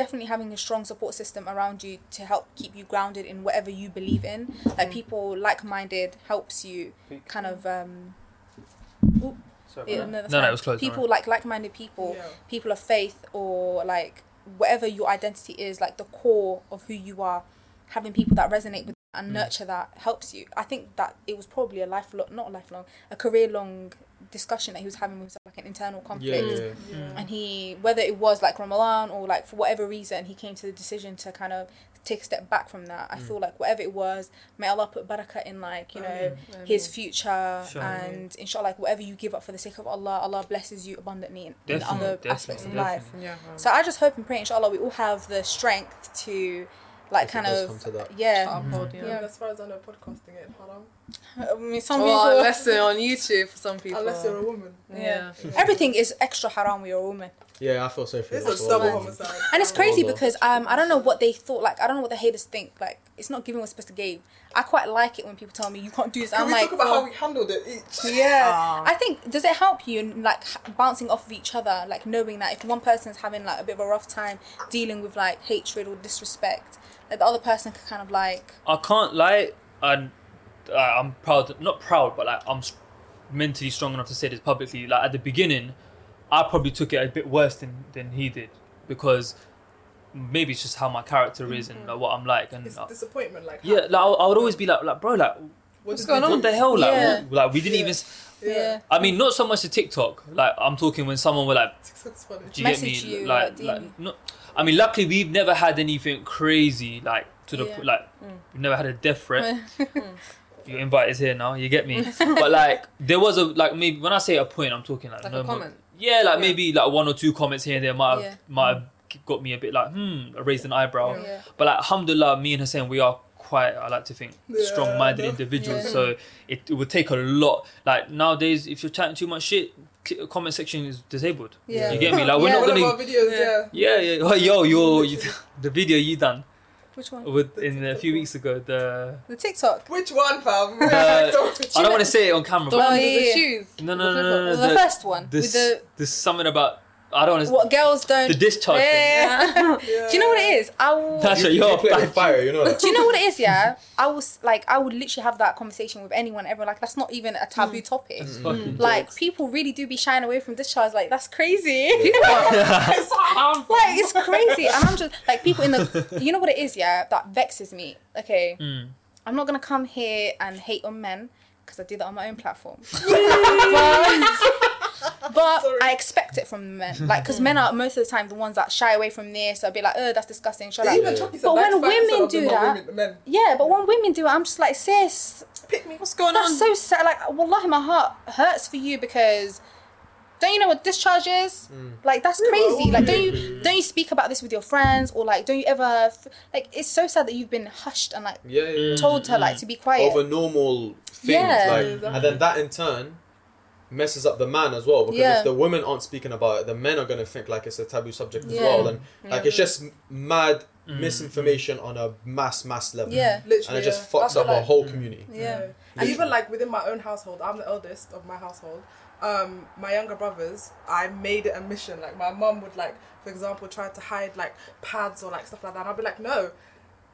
S5: definitely having a strong support system around you to help keep you grounded in whatever you believe in like people like-minded helps you kind of um
S6: Sorry,
S5: yeah,
S6: about that.
S5: no, that's
S2: No, no,
S5: fine.
S2: it was close, don't
S5: people like like-minded people
S3: Yeah.
S5: people of faith or like whatever your identity is, like the core of who you are, having people that resonate with and nurture that helps you. I think that it was probably a lifelong, not a lifelong, a career long discussion that he was having with himself, like an internal
S4: Yeah,
S5: conflict.
S4: yeah, yeah.
S5: And he, whether it was like Ramadan or like for whatever reason, he came to the decision to kind of take a step back from that.
S4: Mm.
S5: I feel like whatever it was, may Allah put barakah in like, you know, his future
S2: Sure.
S5: and inshallah, like whatever you give up for the sake of Allah, Allah blesses you abundantly in, in
S2: Definitely,
S5: other
S2: definitely,
S5: aspects of life.
S2: definitely.
S1: Yeah.
S5: So I just hope and pray, inshallah, we all have the strength to, like,
S4: If it
S5: kind
S4: does
S5: of,
S4: come to that.
S5: yeah.
S1: Uphold,
S5: Yeah.
S3: And as far as I know, podcasting ain't haram.
S5: I mean, some
S1: Well,
S5: people,
S1: unless they're Oh, on YouTube for some people.
S3: Unless you're a woman.
S1: yeah.
S5: everything is extra haram when you're a woman,
S4: Yeah, I feel so for
S3: It's
S4: you.
S3: a double homicide.
S5: and it's crazy
S4: Wallah.
S5: because um, I don't know what they thought. Like, I don't know what the haters think. Like, it's not giving what's supposed to give. I quite like it when people tell me you can't do this.
S3: Can
S5: I'm
S3: we
S5: like,
S3: talk about
S5: well,
S3: how we handled it each?
S5: yeah.
S1: Ah.
S5: I think does it help you in like h- bouncing off of each other, like knowing that if one person's having like a bit of a rough time dealing with like hatred or disrespect, that the other person can kind of like
S2: I can't lie. I, I- I'm proud, not proud, but like I'm s- mentally strong enough to say this publicly. Like at the beginning, I probably took it a bit worse than than he did because maybe it's just how my character is and like, what I'm like. And
S3: It's
S2: uh,
S3: disappointment, like
S2: yeah,
S3: how-
S2: like, I, I would always be like, like bro, like
S1: What's
S3: did
S1: going
S3: we do?
S1: on?
S2: what the hell, like,
S5: Yeah.
S2: w- like we didn't
S3: Yeah.
S2: even. s-
S5: yeah,
S2: I mean, not so much the TikTok. Like I'm talking when someone were like,
S3: TikTok's funny.
S2: do you
S5: Message
S2: get me?
S5: you,
S2: like,
S5: like,
S2: like
S5: DM.
S2: no, I mean, luckily we've never had anything crazy like to the
S5: Yeah.
S2: p like we've never had a death threat. Your invite is here now. You get me. but like, there was a like maybe when I say a point, I'm talking like,
S1: Like
S2: no
S1: a
S2: more-
S1: comment.
S2: Yeah, like
S1: Yeah.
S2: maybe like one or two comments here and there might have,
S5: Yeah.
S2: might have got me a bit like hmm, raised an eyebrow.
S5: Yeah. Yeah.
S2: But like, alhamdulillah, me and Hussein, we are quite I like to think
S3: Yeah.
S2: strong-minded individuals.
S5: Yeah.
S2: So it, it would take a lot. Like nowadays, if you're chatting too much shit, c- comment section is disabled.
S5: Yeah.
S2: You get me? Like we're
S5: Yeah.
S2: not
S3: One
S2: gonna.
S3: of our videos,
S1: Yeah.
S3: yeah.
S2: Yeah, yeah. Oh, yo, yo, you, the video you done
S5: Which one?
S2: with in a few weeks ago. The
S5: The TikTok.
S3: Which one, fam?
S2: Uh,
S3: Don't-
S2: I don't want to say it on camera.
S1: The
S2: But
S1: one with
S5: Oh, yeah,
S1: the
S5: yeah.
S1: shoes.
S2: no, no, no, no, no.
S5: the,
S2: The,
S5: first one
S2: this,
S5: with
S2: this something about I don't want
S5: the
S2: to.
S5: what girls don't.
S2: The discharge thing.
S5: yeah. Do you know what it is? I will.
S2: That's
S4: You,
S2: what
S4: you,
S2: you're.
S4: play with
S2: Like,
S4: fire, you know. That.
S5: Do you know what it is? Yeah, I was like, I would literally have that conversation with anyone, everyone. Like, that's not even a
S3: Hmm.
S5: taboo topic.
S2: it's fucking
S5: Mm. Like, people really do be shying away from discharge. Like, that's crazy.
S2: jokes.
S5: like it's crazy and i'm just like people in the you know what it is yeah that vexes me okay
S2: Mm.
S5: i'm not gonna come here and hate on men because i do that on my own platform but, but
S3: Sorry.
S5: i expect it from men like because men are most of the time the ones that shy away from this i'll be like oh that's disgusting shut up
S3: Even Chucky said
S5: But when
S3: 95%
S5: women
S3: of them
S5: do
S3: are
S5: that-
S3: women, men.
S5: yeah but when women do it i'm just like sis
S3: pick me. What's going
S5: that's so sad like wallahi my heart hurts for you because don't you know what discharge is
S4: Mm,
S5: like that's crazy like don't you don't you speak about this with your friends or like don't you ever f- like it's so sad that you've been hushed and like
S4: Yeah, yeah. yeah.
S5: told her like to be quiet
S4: Over normal things,
S5: Yeah.
S4: like,
S3: Yeah, exactly.
S4: and then that in turn messes up the man as well because
S5: Yeah.
S4: if the women aren't speaking about it, the men are gonna think like it's a taboo subject as
S5: Yeah.
S4: well, and like it's just m- mad
S2: Mm.
S4: misinformation on a mass, mass level.
S5: yeah
S3: Literally,
S4: and it just
S3: yeah. I
S4: fucks
S3: feel
S4: up our
S3: like-
S2: Mm.
S4: whole community.
S5: yeah
S3: And even like within my own household, I'm the eldest of my household. Um, my younger brothers, I made it a mission. Like my mum would like, for example, try to hide like pads or like stuff like that. And I'd be like, no,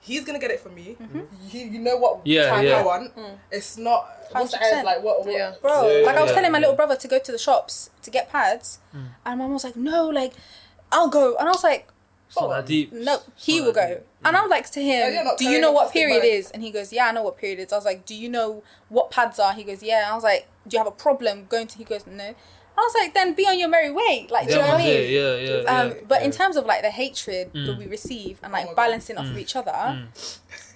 S3: he's gonna get it for me.
S5: Mm-hmm.
S3: You, you know what
S2: Yeah,
S3: time
S2: yeah.
S3: I want.
S5: Mm.
S3: It's not what's the
S5: 100%.
S3: end, like what, what
S1: Yeah.
S5: bro
S4: Yeah,
S5: like i was
S4: yeah. Mm.
S5: telling my little brother to go to the shops to get pads and my mom was like no like i'll go and i was like
S2: It's not that deep.
S5: no he
S2: not
S5: will
S2: that
S5: go
S2: deep.
S5: and i'm like to
S3: Oh, you're
S5: him
S3: not
S5: do you
S3: carrying
S5: know
S3: a
S5: what
S3: plastic
S5: period
S3: bag."
S5: is and he goes yeah i know what period is i was like do you know what pads are he goes yeah and i was like do you have a problem going to he goes no i was like then be on your merry way like do you know what i mean
S2: Yeah, yeah, yeah.
S5: um, but in terms of like the hatred that
S2: Mm.
S5: we receive and
S3: Oh my
S5: like
S3: God.
S5: balancing off of each other,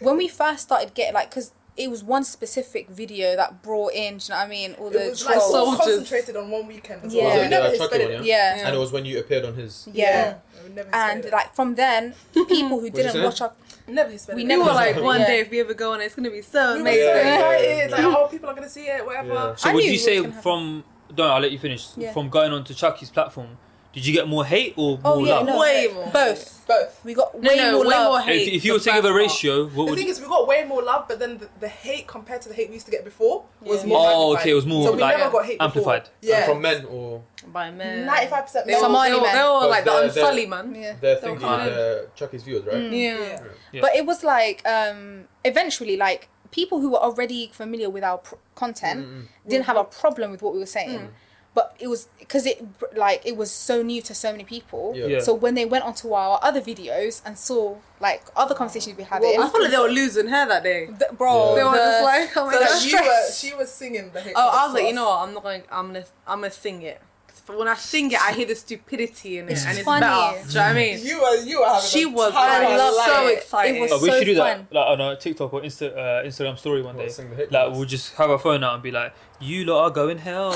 S5: when we first started getting like, because it was one specific video that brought in, do you know what I mean, all the
S3: It was like
S5: trolls.
S3: so
S1: Soldiers.
S3: concentrated on one weekend as
S5: Yeah.
S3: well.
S5: Yeah,
S3: We never
S4: yeah, Chucky
S3: expected
S4: one,
S3: it.
S5: yeah.
S1: Yeah.
S4: And it was when you appeared on his. uh,
S5: yeah,
S3: We never
S5: And
S3: expected it.
S5: like from then, people who
S4: you
S5: didn't
S4: say?
S5: watch our
S3: Never Hispanic.
S5: We
S1: We
S5: never
S1: were like,
S5: saw it.
S1: one
S5: Yeah.
S1: day if we ever go on, it's gonna be so
S3: We were
S1: amazing.
S3: so
S4: Yeah.
S3: excited. Like,
S4: Yeah.
S3: oh, people are gonna see it, whatever.
S4: Yeah.
S2: So
S5: I
S2: would
S5: knew
S2: you
S5: it
S2: say
S5: was gonna
S2: from no, I'll let you finish.
S5: Yeah.
S2: From going on to Chucky's platform, did you get more hate or more
S5: Oh yeah,
S2: love?
S5: no,
S1: Way
S5: no.
S1: more.
S5: Both.
S3: Both.
S5: We got
S1: No,
S5: way
S1: no,
S5: more
S1: way
S5: love.
S1: more hate.
S2: If, if you were
S1: the
S2: to give a
S1: first part.
S2: ratio, what
S3: The
S2: would
S3: thing
S2: you?
S3: is, we got way more love, but then the, the hate compared to the hate we used to get before was
S5: Yeah.
S3: more.
S2: Oh, okay,
S3: magnified.
S2: it was more
S3: so we
S2: like
S3: never got hate before.
S2: amplified.
S3: Yeah,
S4: from men or
S1: by men.
S3: ninety-five percent.
S1: They were,
S5: Somali
S1: they were,
S5: men.
S1: they were
S4: Because
S1: like the
S4: they're- they're-
S1: unsully man.
S5: Yeah.
S4: their
S1: They'll
S4: thingy,
S1: come in.
S4: uh, Chucky's viewers,
S1: Mm.
S4: right?
S1: Yeah.
S2: Yeah.
S5: But it was like um, eventually, like people who were already familiar with our pr- content
S4: mm,
S5: didn't have a problem with what we were saying.
S1: Mm.
S5: But it was because it like it was so new to so many people.
S4: Yeah.
S2: Yeah.
S5: So when they went onto our other videos and saw like other conversations we had,
S1: I feel like they were losing hair that day.
S5: bro,
S4: Yeah.
S1: They were
S5: the-
S1: just like, oh my
S3: So
S1: god,
S3: like, you were,
S1: stress.
S3: she was singing the hate.
S1: Oh, I
S3: to
S1: was like,
S3: us.
S1: you know what? I'm not going. I'm gonna. I'm gonna sing it. 'Cause When I sing it, I hear the stupidity in it,
S5: It's
S1: and it's
S5: funny.
S1: better. Do you know what I mean?
S3: You were, you were having.
S1: She
S3: a
S1: was
S3: time
S1: like
S3: of
S5: loved
S3: your
S1: so
S3: life.
S5: it.
S1: excited.
S5: It was
S2: Like, we
S5: so
S2: should do
S5: fun.
S2: that like, on a TikTok or Insta, uh, Instagram story one
S4: What,
S2: day.
S4: sing the hit
S2: Like
S4: ones?
S2: we'll just have our phone out and be like, "You lot are going hell."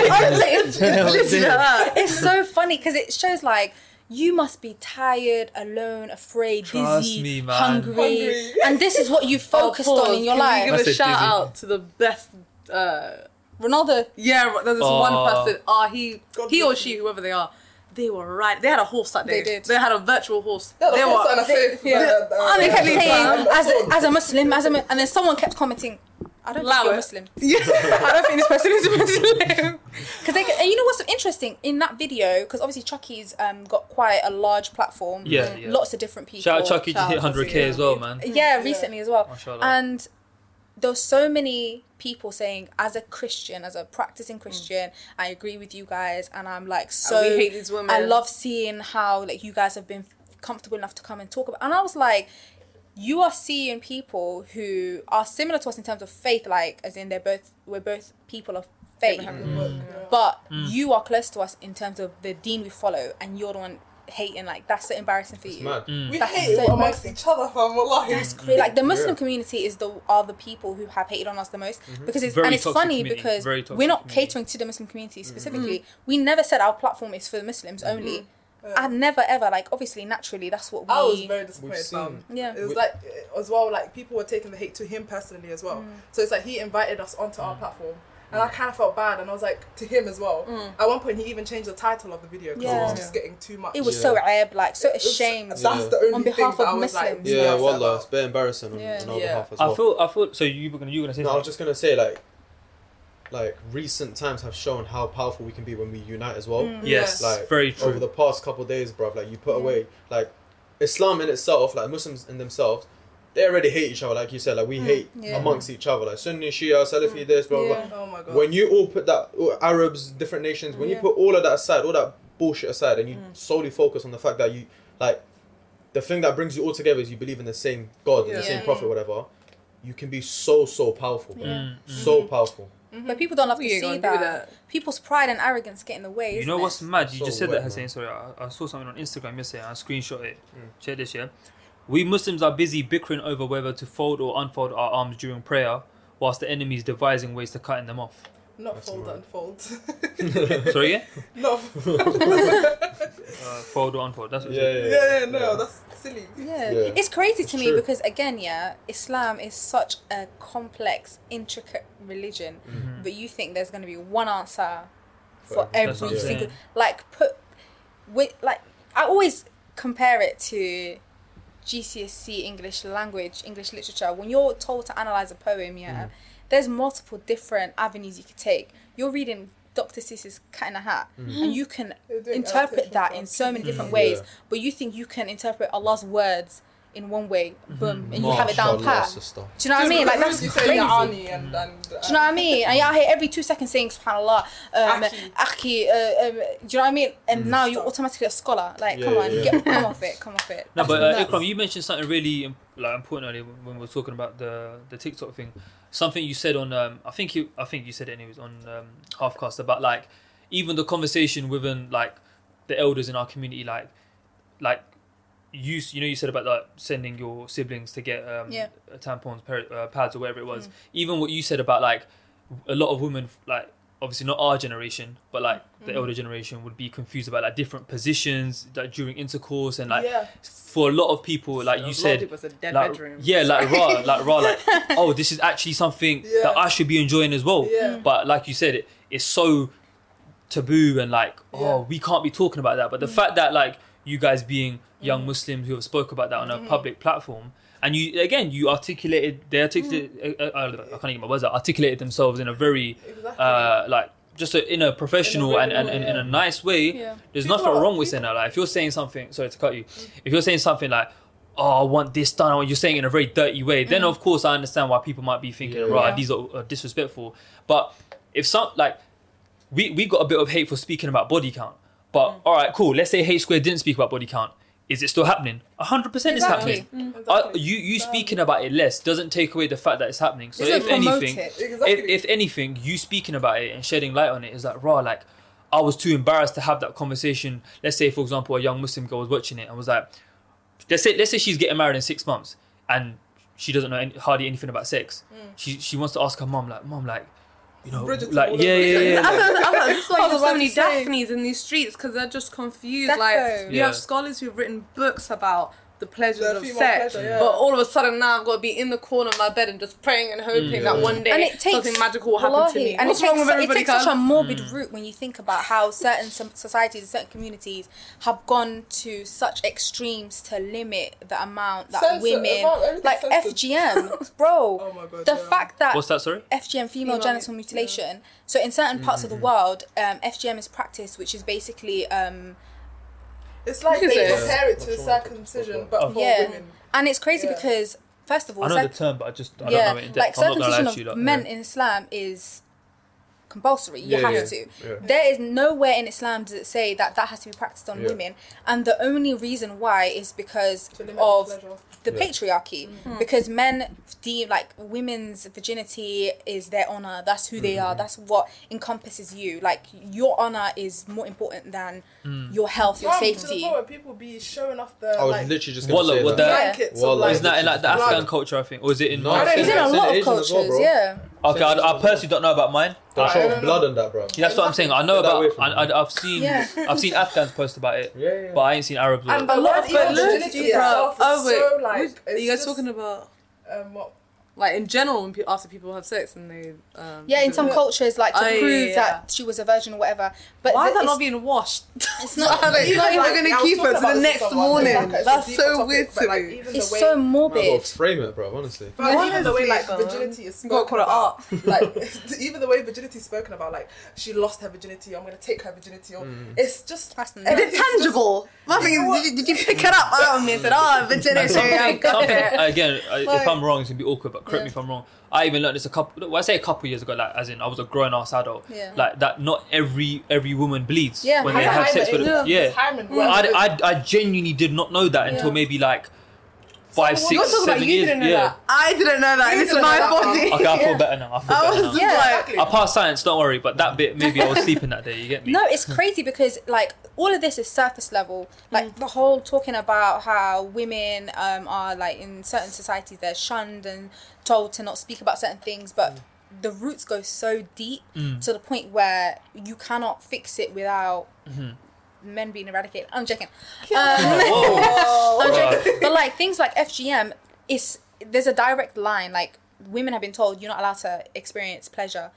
S1: Just her.
S5: it's so funny because it shows like you must be tired, alone, afraid,
S2: Trust
S5: dizzy,
S2: me, man.
S5: hungry,
S3: Hungry.
S5: and this is what you focused
S1: Oh,
S5: on in your
S1: pause. Can
S5: life.
S1: we
S2: That's
S1: give
S2: it,
S1: a shout
S2: Daisy.
S1: out to the best. Uh,
S5: Ronaldo,
S1: yeah, there's this
S2: Oh.
S1: one person. Ah, he,
S3: God
S1: he or
S3: bless
S1: she, whoever they are, they were right. They had a horse that day.
S5: They did.
S1: They had a virtual horse.
S3: That was
S1: they
S3: also
S1: were.
S3: an offense,
S5: yeah.
S3: but, uh,
S5: and they kept
S1: Please,
S5: saying
S1: man.
S5: as a, as a Muslim, as a mu- and then someone kept commenting. I don't think
S1: Allow
S5: you're
S1: it.
S5: Muslim.
S1: Yeah, I don't think this person is Muslim.
S5: Because they, and you know what's so interesting in that video? Because obviously Chucky's um, got quite a large platform.
S2: Yeah, yeah.
S5: Lots of different people.
S2: Shout out Chucky just
S1: Shout
S2: hit
S1: out Chucky,
S2: 100k as well, man.
S5: Yeah,
S3: Yeah.
S5: recently as well.
S2: Mashallah.
S5: And there were so many people saying, as a Christian, as a practicing Christian, I agree with you guys, and I'm like so.
S1: we hate these women.
S5: I love seeing how like you guys have been comfortable enough to come and talk about. And I was like, you are seeing people who are similar to us in terms of faith, like as in they're both we're both people of faith,
S3: Hmm.
S5: but you are close to us in terms of the dean we follow, and you're the one hating. Like that's so embarrassing for
S4: It's
S5: you.
S4: mad.
S2: Mm.
S3: We
S5: That's
S3: hate
S5: so
S3: it amongst
S5: embarrassing.
S3: each other, fam. Wallahi.
S5: Like the Muslim
S4: Yeah.
S5: community is the are the people who have hated on us the most because it's
S2: Mm-hmm. Very
S5: and it's
S2: toxic
S5: funny
S2: community,
S5: because
S2: very toxic
S5: we're not
S2: community. Mm-hmm.
S5: catering to the Muslim community specifically. We never said our platform is for the Muslims only.
S3: Yeah.
S5: I never ever like obviously naturally that's what we.
S3: I was very disappointed.
S4: We've
S3: fam.
S4: seen.
S5: yeah.
S3: It was
S4: We-
S3: like uh, as well, like people were taking the hate to him personally as
S5: Mm.
S3: well. So it's like he invited us onto
S4: Mm.
S3: our platform, and I kind of felt bad, and I was like to him as well. At one point, he even changed the title of the video because it
S5: Mm. Yeah.
S3: was just getting too much.
S5: It was
S4: Yeah.
S5: so ab like so
S3: It's-
S5: ashamed.
S3: That's
S4: Yeah.
S3: the only
S5: On
S3: thing
S5: behalf
S3: that I
S5: of
S3: was like,
S5: Muslims.
S3: really
S4: Yeah,
S3: upset
S4: wallah,
S3: about.
S4: it's a bit embarrassing on,
S5: Yeah.
S4: on our
S3: Yeah.
S4: behalf as well.
S2: I feel, I feel. So you were gonna, you were gonna say
S4: no, I was
S2: something.
S4: just gonna say like, like recent times have shown how powerful we can be when we unite as well.
S2: Yes,
S4: Yeah. Like,
S2: very true.
S4: Over the past couple of days, bruv, like you put away like Islam in itself, like Muslims in themselves, they already hate each other. Like you said, like we hate
S5: Hmm. yeah. Hmm.
S4: amongst each other, like Sunni, Shia, Salafi, this, blah blah. blah.
S5: Yeah.
S3: Oh my god.
S4: When you all put that all Arabs, different nations, when
S5: Yeah. Hmm.
S4: you put all of that aside, all that bullshit aside, and you solely focus on the fact that you like the thing that brings you all together is you believe in the same God, and
S3: Yeah.
S4: the same
S5: Yeah.
S4: Prophet, whatever. You can be so so powerful, bro.
S2: Mm, mm.
S4: so
S5: Mm-hmm.
S4: powerful.
S5: But people don't love to
S1: We ain't
S5: see
S1: gonna do
S5: that.
S1: that.
S5: People's pride and arrogance get in the way.
S2: You
S5: isn't
S2: know
S5: it?
S2: what's mad? You
S4: So
S2: just said that
S4: wet,
S2: Hussein.
S4: man. Mm.
S2: Sorry, I, I saw something on Instagram yesterday. and I screenshot it. Check this, yeah. We Muslims are busy bickering over whether to fold or unfold our arms during prayer, whilst the enemy is devising ways to cutting them off.
S3: not
S4: That's
S3: fold,
S4: alright.
S3: unfold.
S2: Sorry, yeah.
S3: not
S2: Uh, fold or unfold. That's what.
S4: Yeah,
S2: it said.
S4: yeah,
S3: yeah, yeah, no, that's silly.
S5: Yeah.
S4: Yeah.
S5: it's crazy
S4: It's
S5: to me
S4: true.
S5: because again, yeah, Islam is such a complex, intricate religion, but you think there's going to be one answer for
S4: For everything.
S2: That's what
S5: every
S2: I'm
S5: single
S2: saying.
S5: like put with like I always compare it to GCSE English language, English literature. When you're told to analyze a poem, yeah, there's multiple different avenues you could take. You're reading Dr. Seuss's Cat in a Hat, and you can
S3: They're doing
S5: interpret
S3: adaptation
S5: that
S3: for
S5: in
S3: us.
S5: so many different
S4: Mm.
S5: ways,
S4: Yeah.
S5: but you think you can interpret Allah's words in one way, boom, and you have it down
S4: Mashallah,
S5: pat.
S4: Mm-hmm. sister.
S5: Do you know what I mean? Like that's
S3: you say
S5: crazy.
S3: Yaani
S5: Do
S3: and, and, uh,
S5: you know what I mean? And yeah, I hear every two seconds saying Subhanallah, um,
S3: Aki.
S5: Aki. Uh, um, do you know what I mean? And now you're automatically a scholar. Like,
S4: Mm. Yeah,
S5: come on,
S4: yeah,
S5: Get, come off it, come off it.
S2: No,
S5: That's
S2: but uh,
S5: nuts.
S2: Ikram, you mentioned something really im- like important earlier when we were talking about the the TikTok thing. Something you said on, um, I think you, I think you said it anyways on um, Halfcast about like even the conversation within like the elders in our community, like like you s- you know you said about like sending your siblings to get um,
S5: Yeah.
S2: tampons, per, uh, pads, or whatever it was. Even what you said about like a lot of women like obviously not our generation, but like the elder generation would be confused about like different positions like during intercourse and like
S3: yeah.
S2: for a lot of people, like
S1: A lot
S2: you
S1: of
S2: said,
S1: people said dead
S2: like,
S1: bedroom.
S2: yeah, like raw, like raw, like oh, this is actually something
S3: Yeah.
S2: that I should be enjoying as well.
S3: Yeah.
S2: But like you said, it, it's so taboo and like oh,
S3: Yeah.
S2: we can't be talking about that. But the fact that like you guys being young Muslims who have spoke about that on a public platform. And you again, you articulated. They articulated. Uh, uh, I can't even get my words out. Articulated themselves in a very,
S3: Exactly.
S2: uh, like, just a, in a professional and, and, and
S3: reasonable
S2: in a nice way.
S5: Yeah.
S2: There's
S3: People
S2: nothing
S3: are-
S2: wrong with saying that. Like, if you're saying something, sorry to cut you, if you're saying something like, "Oh, I want this done," or you're saying it in a very dirty way, then of course I understand why people might be thinking,
S4: Yeah.
S2: "Right,
S5: Yeah.
S2: these are uh, disrespectful." But if some like, we we got a bit of hate for speaking about body count. But all right, cool. Let's say H squared didn't speak about body count. Is it still happening? hundred percent, it's
S5: Exactly.
S2: happening. Uh,
S3: Exactly.
S2: you you speaking about it less doesn't take away the fact that it's happening. So
S5: Doesn't
S2: if
S5: promote
S2: anything,
S5: it.
S3: exactly.
S2: if, if anything, you speaking about it and shedding light on it is like, raw, like, I was too embarrassed to have that conversation. Let's say, for example, a young Muslim girl was watching it and was like, let's say, let's say she's getting married in six months and she doesn't know any, hardly anything about sex.
S5: Mm.
S2: She she wants to ask her mom, like, mom, like, you know,
S3: Bridgerton all
S2: like, yeah,
S3: over
S2: yeah,
S3: again.
S2: yeah,
S1: I
S2: like,
S1: was, I was, that's why you
S5: I was
S1: have so
S5: about
S1: many
S5: to say.
S1: Daphnes in these streets because they're just confused.
S5: Defo.
S1: Like you
S2: Yeah.
S1: have scholars who've written books about the pleasures
S3: The
S1: of
S3: female
S1: sex,
S3: pleasure, yeah.
S1: but all of a sudden now I've got to be in the corner of my bed and just praying and hoping
S4: Mm.
S1: that one day
S5: And it takes
S1: something magical will happen to
S5: Wallahi.
S1: me.
S5: And
S1: What's
S5: it takes,
S1: wrong with
S5: it
S1: everybody?
S5: takes such a
S1: guys?
S5: morbid
S3: Mm.
S5: route when you think about how certain some societies, certain communities have gone to such extremes to limit the amount that
S3: Censored,
S5: women,
S3: about everything
S5: like
S3: censored.
S5: FGM, bro.
S3: Oh my God,
S5: the
S3: yeah.
S5: fact that
S2: What's that, sorry?
S5: FGM, female
S1: Female
S5: genital
S1: mu-
S5: mutilation. So in certain parts
S3: Mm-hmm.
S5: of the world, um, FGM is practiced, which is basically, um,
S3: It's like
S1: Is
S3: they
S1: it?
S3: compare it to
S4: What's wrong?
S3: circumcision,
S4: What's
S3: but for
S5: yeah,
S3: women.
S5: and it's crazy
S3: Yeah.
S5: because first of all,
S2: I know
S5: sec-
S2: the term, but I just, I
S5: yeah,
S2: don't know it in
S5: like
S2: depth. I'm not going to
S5: circumcision
S2: lie
S5: of
S2: to you. Like,
S5: men
S2: yeah.
S5: in Islam is compulsory. You
S4: Yeah,
S5: have
S4: yeah.
S5: to.
S4: Yeah.
S5: There is nowhere in Islam does it say that that has to be practiced on
S4: Yeah.
S5: women, and the only reason why is because
S3: To Mm-hmm. limit
S5: of
S3: the pleasure.
S5: the
S4: Yeah.
S5: patriarchy. Mm-hmm. Because men deem like women's virginity is their honor. That's who they are.
S4: Mm-hmm.
S5: That's what encompasses you. Like your honor is more important than
S4: Mm.
S5: your health, your
S3: Mum, To the
S5: safety.
S3: point where people be showing off their
S4: I was
S3: like,
S4: literally just gonna
S2: Wallah,
S4: say
S2: what
S4: that.
S2: the-
S3: blankets.
S4: Well,
S3: of, like,
S4: it's
S2: Isn't that in like the
S4: Blood.
S2: Afghan culture, I think, or is it in?
S4: No,
S2: North-
S3: I
S5: It's in a
S4: It's in
S5: lot of
S4: Asian as well,
S5: cultures,
S4: bro.
S5: yeah.
S2: Okay, I, I personally don't know about mine.
S4: Don't
S3: I
S4: show
S3: don't
S4: off blood on that, bro.
S2: Yeah, that's what I'm saying. I know
S4: Get that away
S2: about.
S4: from
S2: I,
S4: me.
S2: I, I've seen.
S5: Yeah.
S2: I've seen Afghans post about it,
S4: Yeah, yeah.
S2: but I ain't seen Arabs. or-
S3: And the lot of
S1: But look,
S3: virginity itself
S1: bruh,
S3: is so like.
S1: what- Oh, are you guys talking about
S3: Um, what?
S1: like in general when pe- after people have sex and they um,
S5: Yeah, in some
S1: do it?
S5: cultures, like to
S1: Oh, yeah,
S5: prove
S1: yeah,
S5: that she was a virgin or whatever. But
S1: Why
S5: the-
S1: is that
S5: it's-
S1: not being washed?
S5: It's not.
S1: Like, you're not
S3: Like,
S1: even gonna
S3: I was
S1: keep
S3: talking
S1: it to
S3: about
S1: the
S3: this
S1: next
S3: with someone,
S1: morning.
S3: like, it's a
S1: That's
S3: deeper
S1: so
S3: topic,
S1: weird
S3: but,
S1: to
S3: like,
S1: me.
S3: even the
S5: It's
S3: way-
S5: so
S4: Might as well
S5: morbid.
S4: frame it, bro. Honestly.
S3: But
S1: Why
S3: even the way like
S1: is it, man?
S3: virginity is
S1: You gotta
S3: spoken
S1: call it
S3: about, like even the way virginity is spoken about, like she lost her virginity, I'm gonna take her virginity. Or, It's just
S5: Fascinating.
S1: Is
S3: everything's
S1: it tangible? I mean, did, you- did you pick it up? Oh, me and said, oh,
S2: And
S1: virginity. I
S2: something,
S1: got
S2: something
S1: it.
S2: again. I- if I'm wrong, it's gonna be awkward. But correct me if I'm wrong. I even learned this a couple. Well, I say a couple years ago, like as in I was a grown ass adult.
S5: Yeah.
S2: Like that. Not every every woman bleeds
S5: Yeah,
S2: when
S3: just
S2: they
S5: hymen
S2: have sex with.
S3: hymen, it's
S2: a-
S3: just
S2: Yeah.
S3: hymen,
S5: Mm.
S2: Well,
S3: whatever.
S2: I, I, I genuinely did not know that until
S5: Yeah.
S2: maybe like five,
S1: You're
S2: six,
S1: talking about
S2: seven
S1: you
S2: years.
S1: didn't know
S2: yeah.
S1: that. I didn't know that.
S3: You
S1: This is
S3: didn't
S1: my
S3: know that.
S1: body.
S2: Okay, I
S5: Yeah.
S2: feel better now. I feel
S1: I
S2: better
S1: was
S2: now.
S1: just
S5: Yeah.
S1: like,
S3: Exactly.
S2: I passed science, don't worry. But that bit, maybe I was sleeping that day. You get me?
S5: No, it's crazy because like all of this is surface level. Like the whole talking about how women um, are like in certain societies they're shunned and told to not speak about certain things, but the roots go so deep to the point where you cannot fix it without men being eradicated. I'm joking. Um,
S2: Whoa.
S5: I'm
S2: Right.
S5: joking. But like things like FGM, it's there's a direct line. Like women have been told you're not allowed to experience pleasure.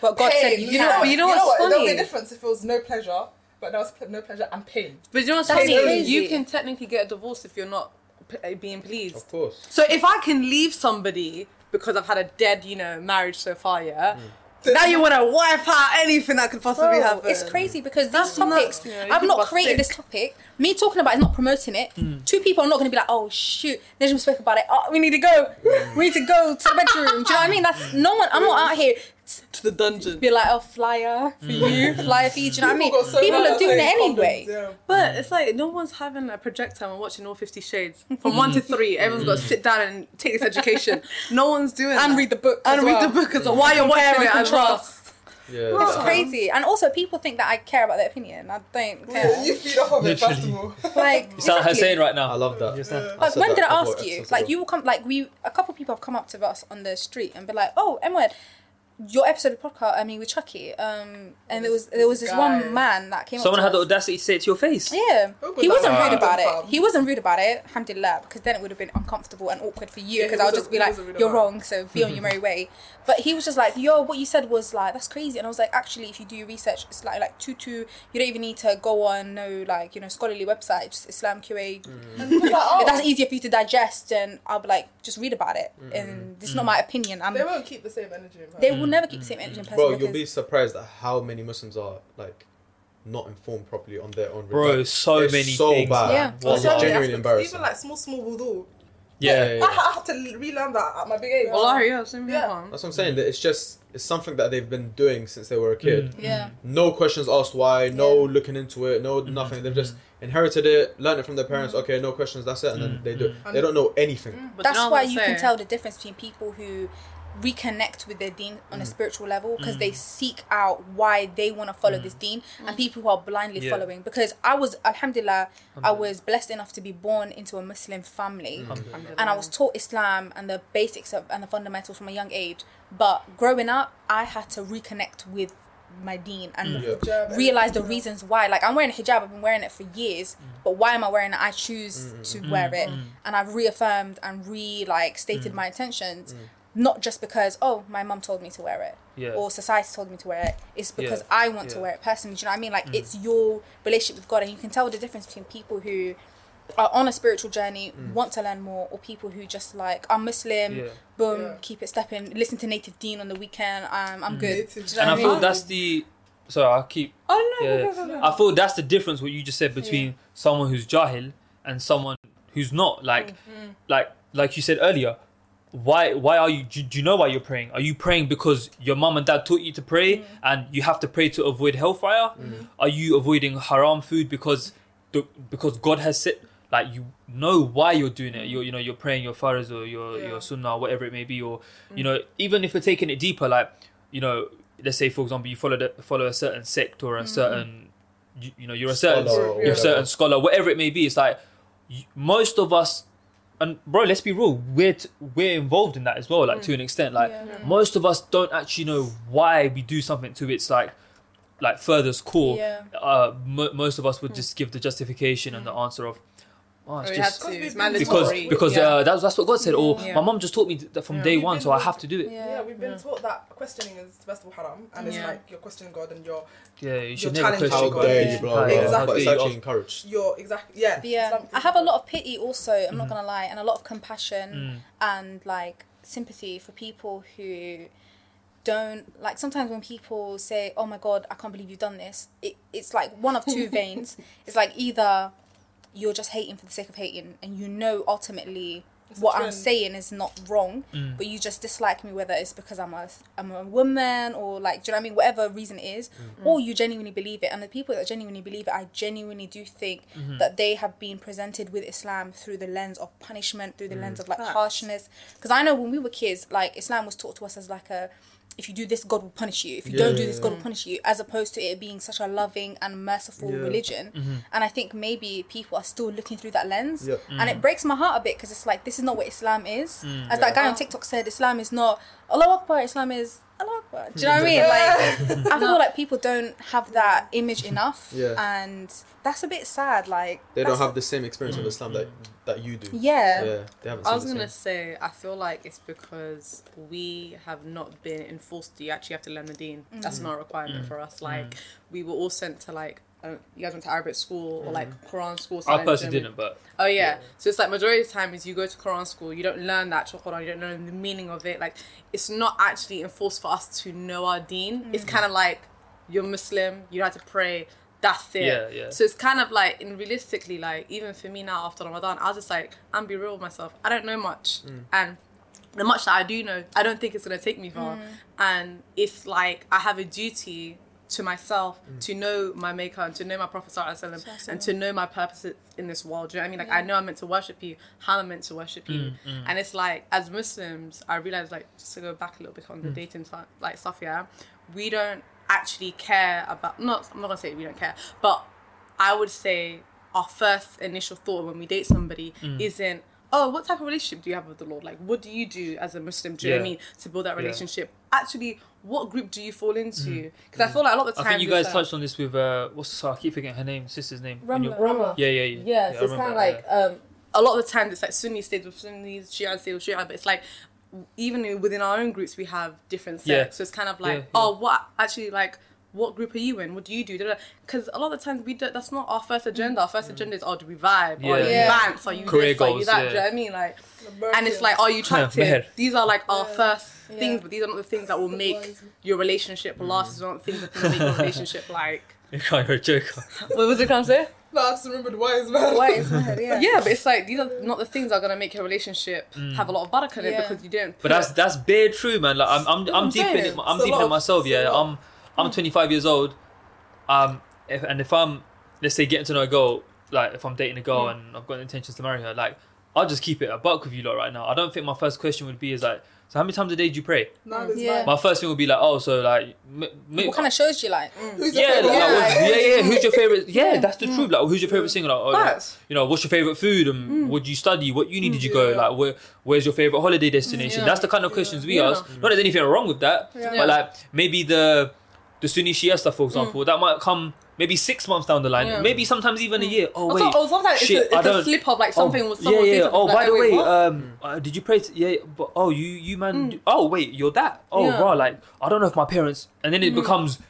S5: But God said
S3: pain.
S5: you,
S1: you
S5: can.
S1: know- you know what's
S3: There'll be a
S1: funny?
S3: difference if it was no pleasure, but there was pl- no pleasure and pain.
S1: But you know what's
S5: That's
S1: funny?
S5: crazy.
S1: You can technically get a divorce if you're not p- being pleased.
S4: Of course.
S1: So if I can leave somebody because I've had a dead, you know, marriage so far, yeah.
S2: Mm.
S1: Now you want to wipe out anything that could possibly
S5: Bro,
S1: happen.
S5: Oh,
S3: um,
S5: It's crazy because these
S1: That's nuts,
S5: topics.
S1: you know,
S5: I've
S1: you
S5: not
S1: people are
S5: created this
S1: sick.
S5: topic. Me talking about it is not promoting it.
S3: Hmm.
S5: Two people are not going to be like, oh shoot, Najim spoke about it. Oh, we need to go.
S3: Hmm.
S5: we need to go to the bedroom. Do you know what I mean? That's no one. I'm not out here to
S1: To the dungeon.
S5: be like, oh flyer for you, flyer for you. Do you know what I mean?
S3: Hmm. People got so
S5: people
S3: mad
S5: are
S3: at
S5: doing it
S3: saying condoms,
S5: anyway.
S3: yeah.
S1: But it's like no one's having a projectile and watching all Fifty Shades from one to three. Everyone's
S2: Mm.
S1: got to sit down and take this education. No one's doing
S5: And
S1: that.
S5: read the book
S1: and
S5: as
S1: read
S5: well.
S1: the book as well. Why you're wearing it
S5: Compare and
S1: as well.
S5: contrast.
S4: Yeah.
S5: It's crazy. And also, people think that I care about their opinion. I don't care.
S3: You feed off of it first of
S2: Literally.
S3: all.
S5: like,
S2: You sound
S5: exactly.
S2: Hussein right
S4: I
S2: now.
S4: love that.
S5: Like
S4: said
S5: when
S4: that
S5: did
S4: a
S5: I
S4: couple
S5: ask you?
S4: episodes
S5: Like
S4: ago.
S5: you will come, like we, a couple people have come up to us on the street and be like, "Oh, M word, your episode of podcast. I mean, with Chucky, um, and there was
S3: This-
S5: there was
S3: this
S5: this
S3: guy.
S5: one man that came. up
S2: Someone
S5: to
S2: had the
S5: us.
S2: audacity to say it to your face.
S5: Yeah,
S3: Oh, good
S5: he wasn't
S2: luck.
S5: rude about
S3: Wow.
S5: it. He wasn't rude about it, alhamdulillah, because then it would have been uncomfortable and awkward for you,
S3: Yeah, he
S5: because I'll
S3: wasn't-
S5: just be
S3: he
S5: like,
S3: wasn't rude
S5: you're
S3: about it."
S5: wrong, so be on your merry way. But he was just like, yo, what you said was like, that's crazy. And I was like, actually, if you do your research, it's like, like tutu, you don't even need to go on no, like, you know, scholarly website, just Islam QA.
S1: Oh.
S3: oh,
S5: But that's easier for you to digest, and I'll be like, just read about it. And it's
S1: Mm.
S5: not my opinion. I'm,
S3: They
S5: they,
S3: won't keep the same energy. In
S5: will never keep the same energy in person.
S4: Bro, Mm-hmm. you'll
S5: because-
S4: be surprised at how many Muslims are like not informed properly on their own.
S2: Bro,
S4: religion.
S2: so
S4: It's
S2: many
S4: so
S2: things.
S4: bad.
S5: Yeah.
S4: Like, it's
S2: Wow.
S4: genuinely embarrassing.
S3: Even like small, small wudu.
S2: Yeah.
S4: yeah, yeah.
S3: I, I had to relearn that at my big age.
S1: Wallahi, yeah, same here,
S3: Yeah.
S1: man.
S4: That's what I'm saying. That it's just it's something that they've been doing since they were a kid.
S1: Mm.
S5: Yeah.
S4: No questions asked why, no looking into it, no
S5: Mm-hmm.
S4: nothing. They've just inherited it, learned it from their parents.
S5: Mm.
S4: Okay, no questions. That's it, and then they do. it. They don't know anything.
S1: But
S5: that's
S1: know what
S5: why
S1: I'm
S5: you
S1: saying?
S5: can tell the difference between people who reconnect with their deen on a spiritual level because they seek out why they want to follow this deen
S1: Mm.
S5: and people who are blindly
S2: Yeah.
S5: following because i was alhamdulillah i was blessed enough to be born into a muslim
S4: Mm.
S5: family and i was taught islam and the basics of and the fundamentals from a young age but growing up i had to reconnect with my deen and
S4: Yeah.
S3: German.
S5: realize the reasons why. Like I'm wearing a hijab, I've been wearing it for
S2: Mm.
S5: years, but why am I wearing it? I choose to wear it, and I've reaffirmed and re like
S2: Mm.
S5: stated my intentions, not just because oh my mum told me to wear it
S2: Yeah.
S5: or society told me to wear it. It's because
S2: Yeah.
S5: I want to
S2: Yeah. Mm.
S5: wear it personally. Do you know what I mean? Like it's your relationship with God, and you can tell the difference between people who are on a spiritual journey, want to learn more, or people who just like I'm Muslim.
S2: Mm. Yeah.
S5: Boom,
S3: Yeah.
S5: keep it stepping. Listen to Native Dean on the weekend. Um,
S2: Mm.
S5: I'm good.
S3: Native
S5: Do you know
S2: And
S5: what
S2: I
S5: I mean?
S2: feel that's the. Sorry, I keep.
S1: Oh no,
S2: Yeah,
S1: no,
S2: yeah.
S1: no, no, no.
S2: I feel that's the difference what you just said between someone who's jahil and someone who's not.
S1: Mm,
S2: Like, like, like you said earlier. Why? Why are you? Do, do you know why you're praying? Are you praying because your mum and dad taught you to pray,
S1: Mm.
S2: and you have to pray to avoid hellfire? Are you avoiding haram food because, the, because God has said like you know why you're doing
S1: Mm.
S2: it? You're you know you're praying your faras or your
S3: Yeah.
S2: your sunnah or whatever it may be, or
S1: Mm.
S2: you know even if we're taking it deeper, like you know let's say for example you follow the, follow a certain sect or a certain you, you know you're a certain
S4: Scholar
S1: or
S2: you're a
S4: whatever.
S2: certain scholar whatever it may be it's like y- most of us and bro let's be real we're t- we're involved in that as well like to an extent like
S5: Yeah.
S2: most of us don't actually know why we do something to its like like furthest core
S5: Yeah.
S2: uh mo most of us would just give the justification and the answer of oh it's
S1: We had
S2: just
S1: to,
S3: Because
S1: it's
S3: we-
S1: mandatory.
S2: because
S3: Sorry.
S2: because
S1: yeah.
S2: uh, that's that's what God said or
S1: Yeah.
S2: my mom just taught me that from
S1: Yeah.
S2: day
S3: We've
S2: one
S3: been
S2: so I
S3: taught-
S2: have to do it
S5: Yeah.
S3: Yeah. we've been taught that questioning is best of haram, and it's
S1: Yeah.
S3: like you're questioning God and you're
S2: yeah you should
S3: You're
S2: never
S3: challenging
S2: question
S4: How
S3: God.
S2: God
S4: dare you, blah blah.
S3: Exactly.
S4: But it's
S2: How dare you
S4: actually
S2: ask-
S4: encouraged.
S3: you're exactly yeah.
S5: Yeah,
S3: Islamic
S5: um, I have a
S3: people.
S5: lot of pity also, I'm not gonna lie, and a lot of compassion and like sympathy for people who don't like sometimes when people say, Oh my god, I can't believe you've done this, it, it's like one of two veins. It's like either you're just hating for the sake of hating and you know ultimately
S3: It's a
S5: what I'm
S3: trend.
S5: saying is not wrong,
S4: Mm.
S5: but you just dislike me whether it's because I'm a I'm a woman or like do you know what I mean whatever reason it is,
S4: Mm.
S5: or you genuinely believe it. And the people that genuinely believe it, I genuinely do think
S4: Mm-hmm.
S5: that they have been presented with Islam through the lens of punishment, through the
S4: Mm.
S5: lens of like
S1: Facts.
S5: harshness. Because I know when we were kids, like Islam was taught to us as like a if you do this, God will punish you. If you
S4: Yeah,
S5: don't do
S4: yeah,
S5: this, God will punish you. As opposed to it being such a loving and merciful
S4: Yeah.
S5: religion. And I think maybe people are still looking through that lens.
S4: Yeah.
S5: And it breaks my heart a bit because it's like, this is not what Islam is. As that guy on TikTok said, Islam is not Allah Akbar, Islam is Allah Akbar. Do you know what I mean? Like, I feel like people don't have that image enough.
S4: Yeah.
S5: And that's a bit sad. Like,
S4: They don't
S5: that's-
S4: have the same experience of Islam that that you do.
S5: Yeah.
S4: Yeah, they haven't.
S1: I
S4: seen
S1: was
S4: the
S1: gonna
S4: same.
S1: say, I feel like it's because we have not been enforced. You actually have to learn the deen. That's not a requirement for us.
S2: Mm.
S1: Like we were all sent to like um, you guys went to Arabic school or like Quran school. so
S2: I
S3: Mm.
S1: like
S2: personally
S1: German-
S2: didn't but
S1: Oh yeah. So it's like majority of the time is you go to Quran school, you don't learn the actual Quran, you don't know the meaning of it. Like it's not actually enforced for us to know our deen. It's
S2: Mm.
S1: kind of like you're Muslim, you know how to pray. That's it.
S2: Yeah, yeah.
S1: So it's kind of like, and realistically, like even for me now after Ramadan, I was just like, I'm be real with myself. I don't know much,
S2: Mm.
S1: and the much that I do know, I don't think it's gonna take me far.
S2: Mm.
S1: And it's like I have a duty to myself to know my maker and to know my prophet Sallallahu Alaihi Wasallam,
S5: Sallallahu
S1: and to know my purpose in this world. Do you know what I mean? Like I know I'm meant to worship you, how I'm meant to worship you. And it's like as Muslims, I realize like just to go back a little bit on the dating time like stuff, yeah, we don't actually care about not I'm not gonna say we don't care, but I would say our first initial thought when we date somebody isn't oh, what type of relationship do you have with the Lord? Like, what do you do as a Muslim? Do you know what I
S2: Yeah.
S1: mean to build that
S2: Yeah. Mm.
S1: relationship? Actually, what group do you fall into? Because I feel like a lot of the
S2: I
S1: time,
S2: think you
S1: there's
S2: guys
S1: a-
S2: touched on this with uh, what's sorry, I keep forgetting her name, sister's name. When
S7: Ramla.
S2: you're-
S7: Ramla.
S2: Yeah, yeah, yeah.
S7: Yeah, so it's
S2: I
S7: kind
S2: remember
S7: of
S2: that,
S7: like um,
S1: a lot of the times it's like Sunni stays with Sunnis, Shia stays with Shia, but it's like even within our own groups we have different sects.
S2: Yeah.
S1: So it's kind of like,
S2: Yeah, yeah.
S1: oh, what actually like. What group are you in? What do you do? Because a lot of the times we don't, that's not our first agenda. Our first agenda is, oh, do we vibe? Or
S2: Mm. Yeah.
S1: you
S5: Yeah.
S1: dance? Are you
S2: Career
S1: this? Are you
S2: goals,
S1: that?
S2: yeah.
S1: Do you know what I mean? Like, and it's
S5: oh.
S1: like, are you
S2: Meher.
S1: attractive? these are like our first
S5: Yeah.
S1: things, but these are not the things that will make your relationship last. These are not the things that will make your relationship like.
S2: yeah. You're kind of a joker.
S1: What was it trying to say?
S3: No, I just remembered wise man.
S5: Why is my head? Yeah.
S1: Yeah, but it's like these are not the things that are gonna make your relationship have a lot of barakah in it
S5: Yeah.
S1: because you didn't.
S2: Mm. But that's that's bare true, man. Like I'm I'm, I'm
S1: I'm
S2: deep in
S1: saying.
S2: it. I'm
S3: It's
S2: deep
S3: a
S2: in
S3: lot
S2: it
S3: of- Mm.
S2: myself.
S3: it's a
S2: Yeah,
S3: lot.
S2: I'm I'm 25 years old. Um, if, and if I'm let's say getting to know a girl, like if I'm dating a
S3: Mm.
S2: girl and I've got intentions to marry her, like I'll just keep it a buck with you lot right now. I don't think my first question would be is like, so how many times a day do you pray?
S3: No, there's
S5: Yeah.
S2: My first thing would be like, oh, so like, m- m-
S5: What kind of shows do you like?
S3: mine. Who's your
S2: yeah, like,
S3: favourite
S2: like,
S3: guy?
S2: what's- yeah, yeah, Who's your favorite? Yeah, that's the truth. Like, who's your favorite
S5: Mm.
S2: singer? Like, oh, like,
S1: Facts.
S2: you know, what's your favorite food? And what do you study? What uni did you go?
S3: Yeah.
S2: Like, where, where's your favorite holiday destination?
S1: Yeah.
S2: That's the kind of questions we
S1: Yeah.
S2: ask. Not that there's anything wrong with that,
S5: Yeah. Mm.
S1: Yeah.
S2: but like maybe the the Sunni Shia stuff, for example, that might come maybe six months down the line,
S1: Yeah.
S2: maybe sometimes even a
S5: Mm.
S2: year. Oh
S1: Or
S2: wait,
S1: some- or sometimes
S2: shit,
S1: it's a,
S2: I
S1: it's a
S2: don't-
S1: slip of like something was
S2: yeah,
S1: someone
S2: Oh, yeah.
S1: says
S2: Oh,
S1: something,
S2: by
S1: like,
S2: the
S1: wait,
S2: way,
S1: what? Mm.
S2: um, uh, did you pray? To, yeah, but oh, you you man. Oh wait, you're that. Oh
S1: Yeah. Mm.
S2: bro, like I don't know if my parents. And then it becomes,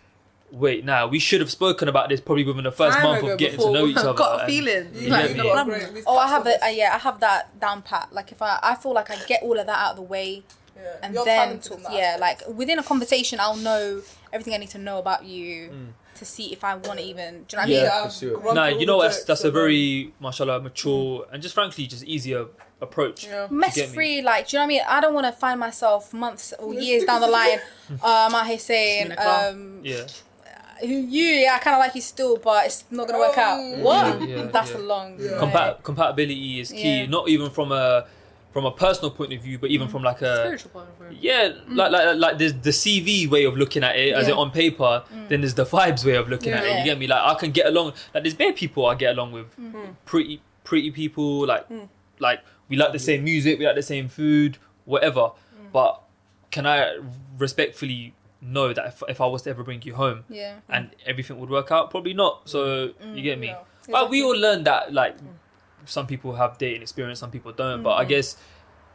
S2: wait, now we should have spoken about this probably within the first
S1: Time
S2: month
S1: ago
S2: of getting to
S1: before
S2: know
S1: we
S2: each other.
S1: Got a
S2: and-
S1: feeling.
S3: You
S2: Yeah,
S3: know,
S1: Like,
S3: you
S2: yeah.
S3: know
S1: got
S3: what,
S1: a
S3: great,
S1: number.
S3: we've
S5: Oh, I
S3: touched
S5: have
S3: on
S5: it. Uh,
S3: this.
S5: yeah, I have that down pat. Like if I, I feel like I get all of that out of the way,
S3: Yeah.
S5: and
S3: You're
S5: then
S3: talented
S5: talk-
S3: in that
S5: yeah,
S3: aspect.
S5: like within a conversation, I'll know everything I need to know about you to see if I want to even. Do you know what I mean?
S2: Mm. Yeah.
S3: I've
S4: pursue it.
S3: gone
S2: Nah,
S3: through
S2: you
S3: all
S2: know
S3: the
S2: that's
S3: jokes,
S2: that's
S3: so
S2: a very mashallah mature and just frankly just easier approach.
S1: Mm. Yeah.
S2: You
S5: mess
S2: get me?
S5: free. Like, do you know what I mean? I don't want to find myself months or
S3: Yes,
S5: years down the line. Uh, I'm out here saying,
S1: Bismillah.
S5: um,
S2: Yeah.
S5: you, yeah, I kind of like you still, but it's not gonna work out.
S3: Oh.
S5: What?
S2: Yeah, yeah,
S5: That's
S2: yeah.
S5: a long.
S3: Yeah.
S5: way.
S2: Compa- compatibility is key,
S5: Yeah.
S2: not even from a from a personal point of view, but
S1: Mm.
S2: even from like a
S1: Spiritual point of view.
S2: Yeah, like, like like there's the CV way of looking at it as
S5: Mm. Yeah. Mm.
S2: it on paper. Then there's the vibes way of looking at it.
S5: Yeah.
S2: You get me? Like I can get along. Like there's bare people I get along with.
S5: Mm.
S2: Pretty pretty people. Like like we like the same music. We like the same food. Whatever.
S5: Mm.
S2: But can I respectfully know that if, if I was to ever bring you home
S5: Yeah.
S2: and everything would work out? Probably not. So
S5: Mm.
S2: you get me?
S3: no.
S2: But we all learn that like some people have dating experience, some people don't. But
S5: Mm.
S2: I guess.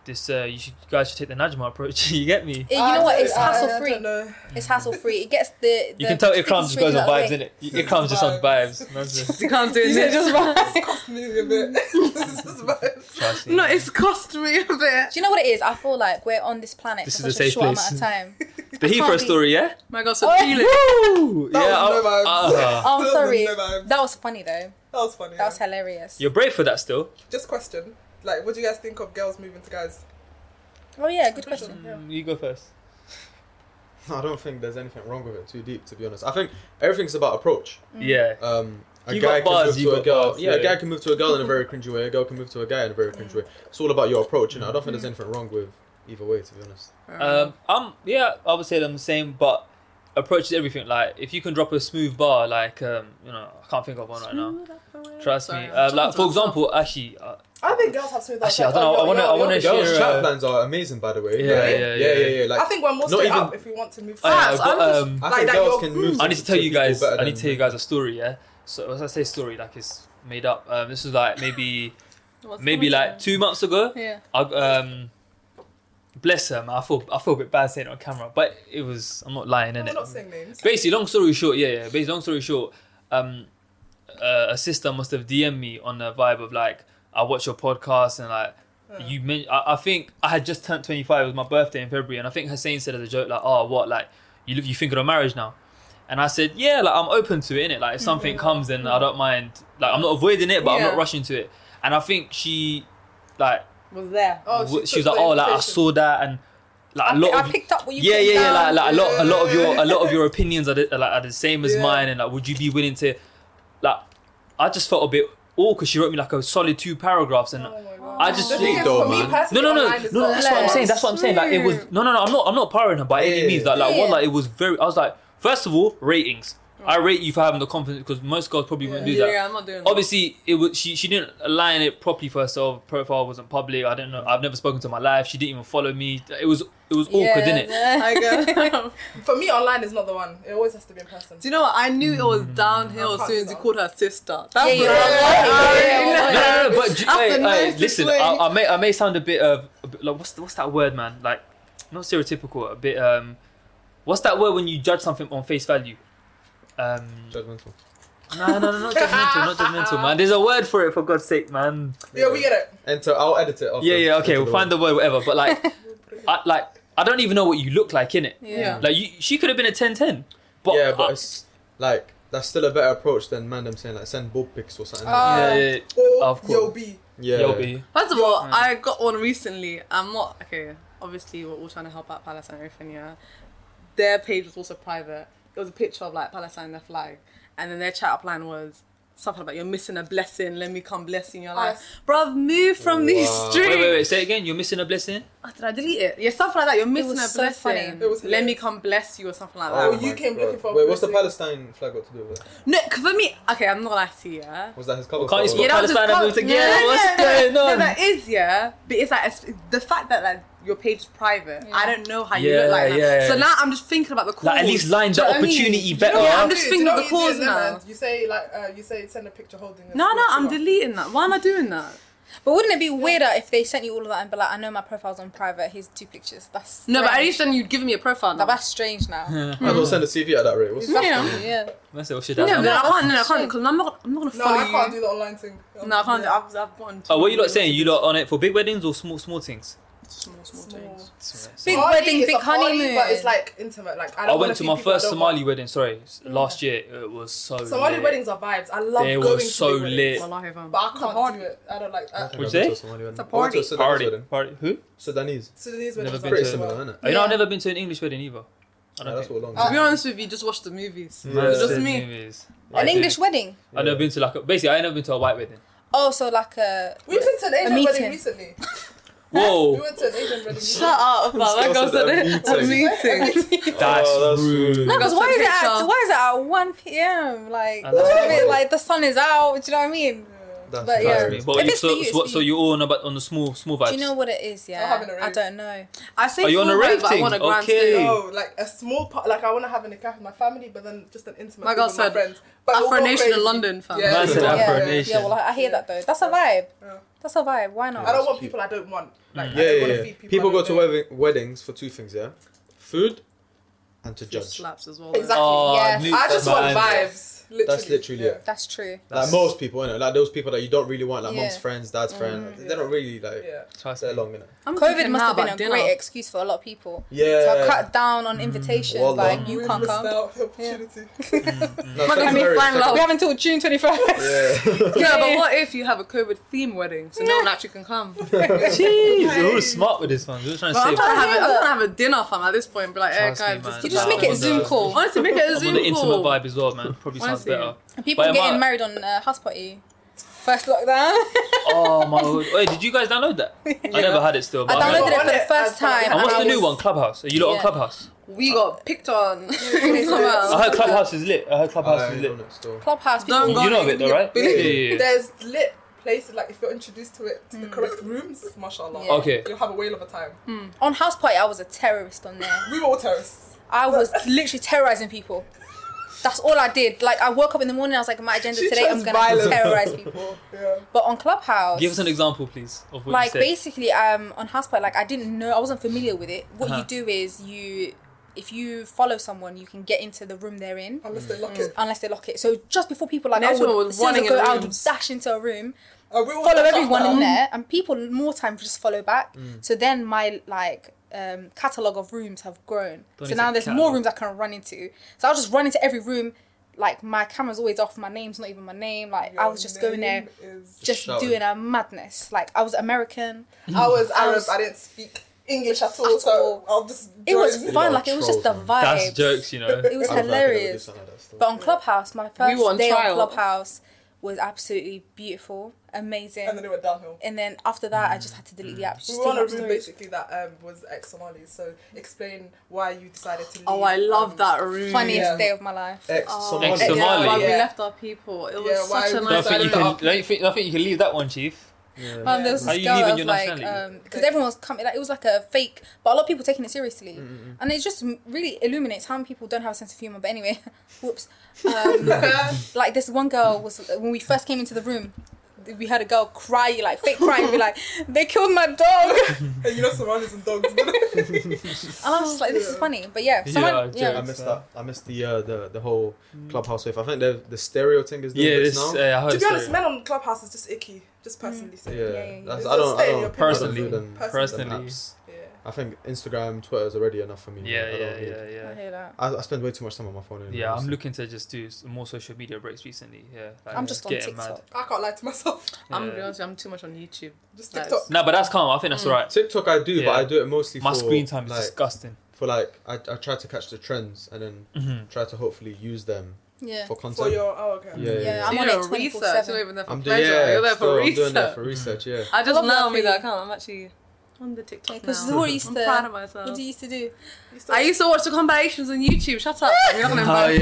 S2: This uh, you, should, you guys should take the Najma approach. you get me?
S5: Eh, You
S3: I
S5: know what?
S3: don't-
S5: It's
S3: I- I don't
S5: hassle free.
S3: know.
S5: It's hassle free. It gets the. the
S2: You can tell Ikram
S5: sticking
S2: just goes on
S5: strings out
S2: vibes,
S5: of the way.
S2: innit? Ikram's just on vibes. Nonsense.
S1: You can't do
S5: You said
S1: this.
S5: just vibes.
S3: cost me a bit. this is bad.
S2: Trust me.
S1: No, it's cost me a bit.
S5: Do you know what it is? I feel like we're on this planet
S2: This
S5: for
S2: is
S5: such
S2: a
S5: a
S2: safe
S5: short
S2: place.
S5: amount of time.
S2: The Heathrow
S5: can't be-
S2: story, yeah?
S1: My God, so
S5: Oh,
S1: feel it.
S2: Woo!
S3: That was no
S2: I'll-
S3: vibes.
S2: uh,
S5: Oh, I'm
S3: No,
S5: sorry.
S3: no vibes.
S5: That was funny
S3: That
S5: though.
S3: was funny.
S5: That was
S3: yeah.
S5: hilarious.
S2: you're brave for that still.
S3: Just question. Like, what do you guys think of girls moving to guys?
S5: Oh yeah, good question.
S2: Mm, You go first.
S4: I don't think there's anything wrong with it too deep, to be honest. I think everything's about approach.
S5: Mm.
S2: Yeah.
S4: Um, a
S2: You
S4: guy
S2: got
S4: can
S2: bars,
S4: move
S2: you
S4: to a
S2: got
S4: girl.
S2: bars,
S4: yeah,
S2: yeah.
S4: a guy can move to a girl in a very cringy way. A girl can move to a guy in a very cringy way. It's all about your approach, and I don't think there's
S2: Mm.
S4: anything wrong with either way, to be honest.
S2: Um, um, yeah, I would say I'm the same, but approach is everything. Like, if you can drop a smooth bar, like, um, you know, I can't think of one right now. Trust
S1: Sorry,
S2: me.
S1: I'm
S2: Uh,
S1: talking
S2: like, for
S1: to myself.
S2: example, actually, uh,
S3: I think girls have smooth.
S2: Actually, I don't know, I wanna- I wanna
S4: Girls'
S2: Sure, uh,
S4: chat plans are amazing, by the way.
S2: Yeah,
S4: Like,
S2: yeah,
S4: yeah,
S2: yeah.
S4: yeah, yeah, Like,
S3: I think we're more
S4: Not
S3: straight
S4: even-
S3: up if we want to move.
S2: oh, yeah,
S3: fast.
S2: I've
S3: I'm
S2: got,
S3: just-
S2: um,
S4: I
S3: like
S4: think
S3: that
S4: girls
S3: you're-
S4: can move.
S2: I need to tell you
S4: people
S2: guys.
S4: better
S2: I need to tell
S4: than
S2: you guys a story. Yeah. So as I say, story like it's made up. Um, this was like maybe
S1: What's
S2: maybe
S1: going
S2: like two months ago.
S1: on? Yeah.
S2: I um, bless her. Man. I feel I feel a bit bad saying it on camera, but it was. I'm not lying,
S3: We're
S2: innit?
S3: not saying names.
S2: Basically, long story short, yeah, yeah. Basically, long story short, um, uh, a sister must have DM'd me on the vibe of like, I watch your podcast and like. You men- I, I think I had just turned 25. It was my birthday in February, and I think Hussein said as a joke, like, "Oh, what? Like, you look, you thinking of marriage now?" And I said, "Yeah, like I'm open to it. Innit? Like, if something comes, then I don't mind. Like, I'm not avoiding it, but I'm not
S1: Yeah.
S2: rushing to it." And I think she, like,
S1: Was there?
S3: Oh,
S2: w- she,
S3: took
S2: was like,
S3: the
S2: "Oh, like I
S3: invitation.
S2: saw that," and like
S5: I,
S2: a lot
S5: pi- I
S2: of
S5: picked up what you
S2: yeah,
S5: put
S2: yeah, yeah,
S5: down.
S2: like, like a lot, a lot of your,
S3: Yeah.
S2: a lot of your opinions are, the, are like are the same as
S3: Yeah.
S2: mine, and like, would you be willing to, like, I just felt a bit awkward. She wrote me like a solid two paragraphs, and I just
S3: The thing
S2: think
S3: is,
S4: though,
S3: for me
S4: man.
S2: no,
S3: personally,
S2: no, no,
S3: online is
S2: no, no.
S3: not
S2: That's what I'm
S3: allowed.
S2: saying. That's what I'm saying. Like, it was no, no, no. I'm not, I'm not powering her by
S4: Yeah,
S2: any
S4: yeah,
S2: means.
S4: yeah.
S2: Like, like,
S5: Yeah,
S2: one,
S5: yeah.
S2: like, it was very. I was like, first of all, ratings. I rate you for having the confidence because most girls probably wouldn't do
S1: yeah,
S2: that.
S1: I'm not doing that.
S2: Obviously, it was she. She didn't align it properly for herself. Profile wasn't public. I don't know. I've never spoken to my life. She didn't even follow me. It was it was awkward, didn't it?
S1: I go.
S3: For me, online is not the one. It always has to be in person.
S1: Do you know what? I knew it
S2: Mm.
S1: was downhill
S3: I
S1: as
S3: can't
S1: soon as you
S3: stop.
S1: called her sister.
S5: Yeah,
S1: That's
S5: yeah,
S1: what I
S5: yeah,
S1: was
S5: yeah,
S1: like.
S5: yeah,
S2: No, no, no. But do-
S1: That's
S2: hey,
S1: the
S2: hey,
S1: nicest
S2: listen,
S1: way.
S2: I, I may I may sound a bit of a bit, like what's the, what's that word, man? Like not stereotypical. A bit um, what's that word when you judge something on face value? Um,
S4: Judgmental.
S2: no, no, no, not judgmental, not judgmental, man. There's a word for it, for God's sake, man.
S3: yeah, we get it.
S4: Enter. I'll edit it. After
S2: Yeah, yeah, okay, we'll find the word, whatever. But like, I, like I don't even know what you look like in it.
S1: Yeah.
S2: Like you, she could have been a 10-10. But
S4: yeah, but
S2: I-
S4: it's like that's still a better approach than man them saying like send ball pics or something.
S3: Ah.
S2: yeah, yeah,
S3: Or
S2: Of course.
S3: yo, B.
S4: yeah,
S2: Yo, B.
S1: First of all,
S2: Yeah.
S1: I got one recently. I'm not okay. Obviously, we're all trying to help out Palestine and everything. Yeah, their page was also private. It was a picture of like Palestine and their flag, and then their chat up line was something about "You're missing a blessing. Let me come bless you in your life, bruv. Move from these
S4: Wow.
S1: streets.
S2: Wait, wait, wait. Say it again. You're missing a blessing.
S1: Oh, did I delete it? Yeah, stuff like that. You're missing
S5: was
S1: a
S5: so funny.
S1: blessing.
S3: It was
S1: Let me
S3: hilarious.
S1: come bless you or something like
S3: Oh,
S1: that.
S3: you
S4: my
S3: came looking for a
S4: Wait, what's the
S3: blessing.
S4: Palestine flag got to do with it?
S1: No, 'cause for me, okay, I'm not gonna lie to you. Yeah.
S4: Was that his cover?
S2: Can't you
S4: photo?
S2: speak
S1: that was
S2: Palestine
S1: just
S2: and live
S1: cult-
S2: together?
S1: Yeah,
S2: What's
S1: yeah.
S2: going
S1: No,
S2: on?
S1: that is yeah, but it's like it's- the fact that like your page is private.
S5: Yeah.
S1: I don't know how you
S2: Yeah,
S1: look like. That.
S2: yeah.
S1: So now I'm just thinking about the cause.
S2: Like, at least line
S1: Do you
S2: that
S1: know what I mean?
S2: opportunity
S1: Do you
S2: better.
S1: know what? I'm
S3: Do
S1: just
S3: you
S1: thinking
S3: know
S1: the
S3: what you do
S1: cause
S3: in
S1: now.
S3: Netherlands? You say like uh, you say send a picture holding. a
S1: No, no, I'm
S3: sword.
S1: deleting that. Why am I doing that?
S5: But wouldn't it be weirder if they sent you all of that and be like, I know my profile's on private. Here's two pictures. That's
S1: No, but at
S5: strange.
S1: least then you'd given me a profile.
S5: Now,
S1: Now.
S5: that's strange now.
S4: I will send a CV at that rate. What's
S5: Exactly.
S1: Yeah.
S5: Yeah.
S2: That's it. Oh, shit,
S1: No,
S2: that's
S1: but
S2: not-
S1: I can't. No, I can't. Because I'm not. I'm not gonna
S3: No,
S1: follow
S3: I can't
S1: you.
S3: do the online thing.
S1: no, I can't.
S3: Yeah.
S1: I've, I've gotten.
S2: Oh, what you lot saying? You lot on it for big weddings or small small things?
S1: Small, small
S3: Small.
S1: things.
S5: Big
S3: Party
S5: wedding,
S3: is
S5: big
S3: a party,
S5: honeymoon.
S3: but it's like intimate. Like
S2: I
S3: I, don't wanna
S2: went to
S3: see
S2: my
S3: people I
S2: first
S3: don't
S2: Somali
S3: want.
S2: wedding. Sorry, s- last year it was so.
S3: Somali
S2: lit.
S3: weddings are vibes. I love
S2: They were
S3: going to
S2: so
S3: big
S2: lit.
S3: weddings.
S1: Wallahi, fam.
S3: But I can't do it. I don't like. I,
S2: What'd you say?
S4: It's
S1: a party.
S2: Party. Party. Who?
S4: Sudanese.
S3: Sudanese
S2: Never
S3: weddings.
S2: been
S3: are
S4: Pretty
S2: to-
S3: so
S4: similar,
S3: well.
S4: isn't it?
S2: Oh, You know, I've
S5: Yeah.
S2: never been to an English wedding either. I
S4: Yeah,
S2: don't
S4: that's
S2: think.
S4: what long.
S1: To be honest with you, just watch the movies.
S4: Yeah.
S1: It's just me.
S2: Anyways, I
S5: An
S2: did.
S5: English wedding.
S2: I've never been to like a, basically I ain't never been to a white wedding.
S5: Oh, so like a.
S3: We went to an Asian
S5: meeting.
S3: wedding recently. We
S2: Whoa,
S3: went to an Asian wedding. recently.
S1: Shut up, man. That
S4: also
S1: goes to
S4: the
S1: the meeting.
S2: that's,
S4: Oh, that's
S2: rude.
S4: rude.
S5: No, because why is it
S1: Picture.
S5: at why is it at one p.m. Like,
S2: I
S5: it's a
S2: know.
S5: bit like the sun is out. Do you know what I mean? But
S4: That's
S2: That's
S5: yeah.
S2: me.
S4: rude.
S2: But
S5: If
S2: you,
S5: it's for
S2: so,
S5: you, it's
S2: so,
S5: for
S2: so
S5: you.
S2: you're all on about on the small small vibes.
S5: Do you know what it is?
S3: having a
S5: Yeah, I
S3: rave.
S5: don't know.
S1: I say
S2: Are you on
S1: full
S2: a rave
S1: but I
S2: thing?
S1: want a grand
S2: Okay.
S1: stage.
S3: No, like a small part. Like I want to have an account with my family, but then just an intimate.
S1: My
S3: group
S1: girl
S3: with
S1: said,
S3: my friends. But we'll
S1: Afro
S3: go
S1: Nation
S3: crazy.
S1: in London, fam.
S3: Yeah.
S2: That's an
S3: Yeah.
S2: Afro
S5: Yeah,
S2: Nation.
S5: yeah. Well, I, I hear that though. That's a vibe.
S3: Yeah.
S5: That's a vibe. Why not?
S3: I don't want
S4: cute.
S3: people I don't want. Like I
S4: Yeah,
S3: don't
S4: yeah,
S3: want
S4: yeah.
S3: to feed people.
S4: People,
S3: I
S4: go
S3: don't
S4: to
S3: know.
S4: wedding, weddings for two things, yeah? Food and to
S1: Full
S4: judge.
S1: slaps as well.
S3: Exactly.
S2: Oh,
S5: Yes.
S2: nudes,
S3: I just want
S2: man.
S3: vibes. Literally.
S4: That's literally
S3: yeah.
S4: it.
S5: That's true.
S4: Like
S2: That's-
S4: most people, innit? Like those people that you don't really want, like
S5: Yeah.
S4: mom's friends, dad's friends.
S3: Mhm.
S4: They don't really like
S3: Yeah.
S2: Trust
S4: they're
S2: me.
S4: long, innit?
S1: I'm
S5: COVID
S1: thinking
S5: must
S1: now
S5: have been a
S1: about dinner.
S5: great excuse for a lot of people to
S4: Yeah.
S5: cut down on invitations.
S4: Wallah.
S5: Like, you
S3: We
S5: can't
S3: missed
S5: come.
S3: out the opportunity.
S4: No,
S1: Might
S4: second
S1: be me
S4: very-
S1: flying
S4: second-
S1: low.
S5: We have until June twenty first.
S4: Yeah.
S1: Yeah, but what if you have a COVID theme wedding so no one actually can come? But
S2: Jeez, they're all smart with this one. They're all trying to
S1: I'm
S2: save.
S1: trying to have,
S5: I
S1: a, I'm
S5: hear
S1: trying
S5: that.
S1: to have a dinner fam at this point. Be like, hey
S2: Trust me,
S1: guys,
S2: man.
S1: this
S5: You
S1: is
S5: just
S1: about-
S5: make it a
S2: Wonder-
S5: Zoom call.
S1: Honestly, make it a
S2: I'm
S1: Zoom
S2: on the intimate
S1: call.
S2: vibe as well, man. Probably sounds
S1: Honestly.
S2: better.
S5: People
S2: But am
S5: getting
S2: I-
S5: married on uh, house party. First lockdown.
S2: Oh my god! Wait, did you guys download that? I never had it still.
S5: I
S2: But
S5: downloaded it
S3: on
S5: for the
S3: it
S5: first
S3: as well.
S5: time.
S2: And what's the
S5: I
S2: new
S5: was-
S2: one? Clubhouse. Are you lot on
S5: Yeah.
S2: Clubhouse?
S1: We got picked on.
S2: I
S1: Somehow.
S2: heard Clubhouse is lit. I heard Clubhouse
S4: I
S2: is
S4: ain't
S2: lit.
S4: on it still.
S5: Clubhouse. People
S1: Don't go-
S2: You know of it though, right?
S1: Yeah.
S3: There's lit places like if you're introduced to it to the correct rooms, mashallah.
S5: Mm. Yeah.
S2: Okay.
S3: You'll have a whale of a time.
S5: on house party, I was a terrorist on there.
S3: We were all terrorists.
S5: I was literally terrorizing people. That's all I did. Like I woke up in the morning, I was like, my agenda
S3: She
S5: today, I'm
S3: chose
S5: gonna
S3: violence.
S5: terrorize people.
S3: Yeah.
S5: But on Clubhouse,
S2: Give us an example, please, of what
S5: like
S2: you said.
S5: basically, um, on Houseparty, like I didn't know, I wasn't familiar with it. What
S2: Uh-huh.
S5: you do is you, if you follow someone, you can get into the room they're in.
S3: Unless they lock it.
S5: Unless they lock it, so just before people like
S1: And
S5: I would,
S1: everyone was
S5: as soon as I
S1: running
S5: go,
S1: in
S5: I would
S1: rooms.
S5: dash into a room,
S3: And Uh, we all
S5: follow
S3: shut
S5: everyone in
S3: down.
S5: there, and people more time just follow back. So then my like um, catalog of rooms have grown.
S2: Don't
S5: so
S2: need
S5: now
S2: to
S5: there's
S2: catalog.
S5: more rooms I can run into. So I'll just run into every room. Like my camera's always off. My name's not even my name. Like I
S3: Your
S5: was just going there,
S3: name is-
S5: just
S4: shouting.
S5: doing a madness. Like I was American.
S3: I was
S5: I
S3: Arab.
S5: was-
S3: I didn't speak English at all,
S5: At
S3: so
S5: all.
S3: I'll just.
S5: It was
S3: join.
S5: fun.
S4: lot
S5: Like
S4: of
S5: it was just the
S4: trolls,
S5: vibe.
S2: That's jokes, you know.
S5: It was
S4: I would like it if we did
S5: hilarious.
S4: something like that still.
S5: But on Clubhouse, my
S1: were
S5: first
S1: on
S5: day
S1: trial.
S5: on Clubhouse was absolutely beautiful, amazing.
S3: And then it went downhill.
S5: And then after that, I just had to delete the app.
S3: We
S5: Just
S3: were on a
S5: take
S3: room
S5: stories.
S3: basically that um, was ex Somalis. So explain why you decided to leave.
S1: Oh, I love
S3: um,
S1: that room.
S5: Funniest
S3: Yeah.
S5: day of my life.
S4: Ex
S1: Oh,
S4: Somali.
S2: Ex- Somali.
S1: Yeah, why we
S3: Yeah.
S1: left our people. It was
S3: Yeah, why
S1: such a
S3: we
S2: Don't
S1: nice
S3: left
S2: think you
S1: island.
S2: can.
S3: up.
S2: Don't think, don't think you can leave that one, chief.
S4: Yeah.
S5: Um, there was
S2: How
S5: this
S2: you
S5: girl
S2: leaving
S5: of
S2: your
S5: like
S2: nationality?
S5: um because everyone was coming like it was like a fake, but a lot of people taking it seriously,
S2: Mm,
S5: and it just m- really illuminates how many people don't have a sense of humor. But anyway, whoops. Um, like this one girl was when we first came into the room, we had a girl cry like fake crying, be like, "They killed my dog,"
S3: And you know Somalis and dogs.
S5: and I was just like, "This is funny." But yeah,
S2: Yeah,
S5: someone,
S2: Jay.
S5: yeah,
S4: I missed that. I missed the uh, the the whole clubhouse wave. I think the the stereo thing is doing
S2: Mm. Yeah,
S4: this
S2: this.
S4: now.
S2: Uh, I heard
S3: to be
S2: a
S3: honest,
S2: story.
S3: men on Clubhouse is just icky. Just personally
S4: yeah,
S3: saying. Yeah.
S5: yeah, yeah.
S4: That's,
S3: It's
S4: I don't.
S3: just
S4: I
S3: staying in your
S4: don't
S3: opinion.
S4: I don't do them,
S3: Personally.
S4: them
S2: Personally.
S4: apps. I think Instagram, Twitter is already enough for me.
S2: Yeah,
S4: I don't
S2: yeah,
S4: need-
S2: yeah, yeah.
S5: I hear that.
S4: I, I spend way too much time on my phone. anyway,
S2: Yeah, I'm
S4: honestly.
S2: looking to just do s- more social media breaks recently. Yeah, like,
S5: I'm just on
S2: getting mad.
S5: TikTok.
S3: I can't lie to myself.
S1: I'm gonna
S2: Yeah.
S1: be honest, I'm too much on YouTube.
S3: Just
S1: Nice.
S3: TikTok.
S2: No, but that's calm. I think that's alright.
S4: TikTok I do,
S2: Yeah.
S4: but I do it mostly
S2: My
S4: for
S2: screen time is
S4: like,
S2: disgusting.
S4: for like I, I try to catch the trends and then try to hopefully use them
S5: Yeah,
S4: for content.
S3: For your oh okay.
S4: yeah,
S5: Yeah,
S4: yeah, yeah.
S5: I'm
S1: So
S5: on
S1: you're
S5: it
S1: a research.
S5: 24/7.
S1: You're not even there for
S4: I'm, do-
S1: pleasure.
S4: yeah,
S1: you're there
S4: still,
S1: for
S4: I'm doing that
S1: research.
S4: for resech. Yeah,
S1: I just
S5: love that
S1: now made
S5: for you.
S1: that account. I'm actually on the TikTok
S5: because
S1: now.
S5: what you used
S1: I'm
S5: to,
S1: proud of myself.
S5: what do you used to do?
S3: You still-
S1: I used to watch the compilations on YouTube. Shut up. fam. You're not gonna
S2: Oh,
S1: embarrass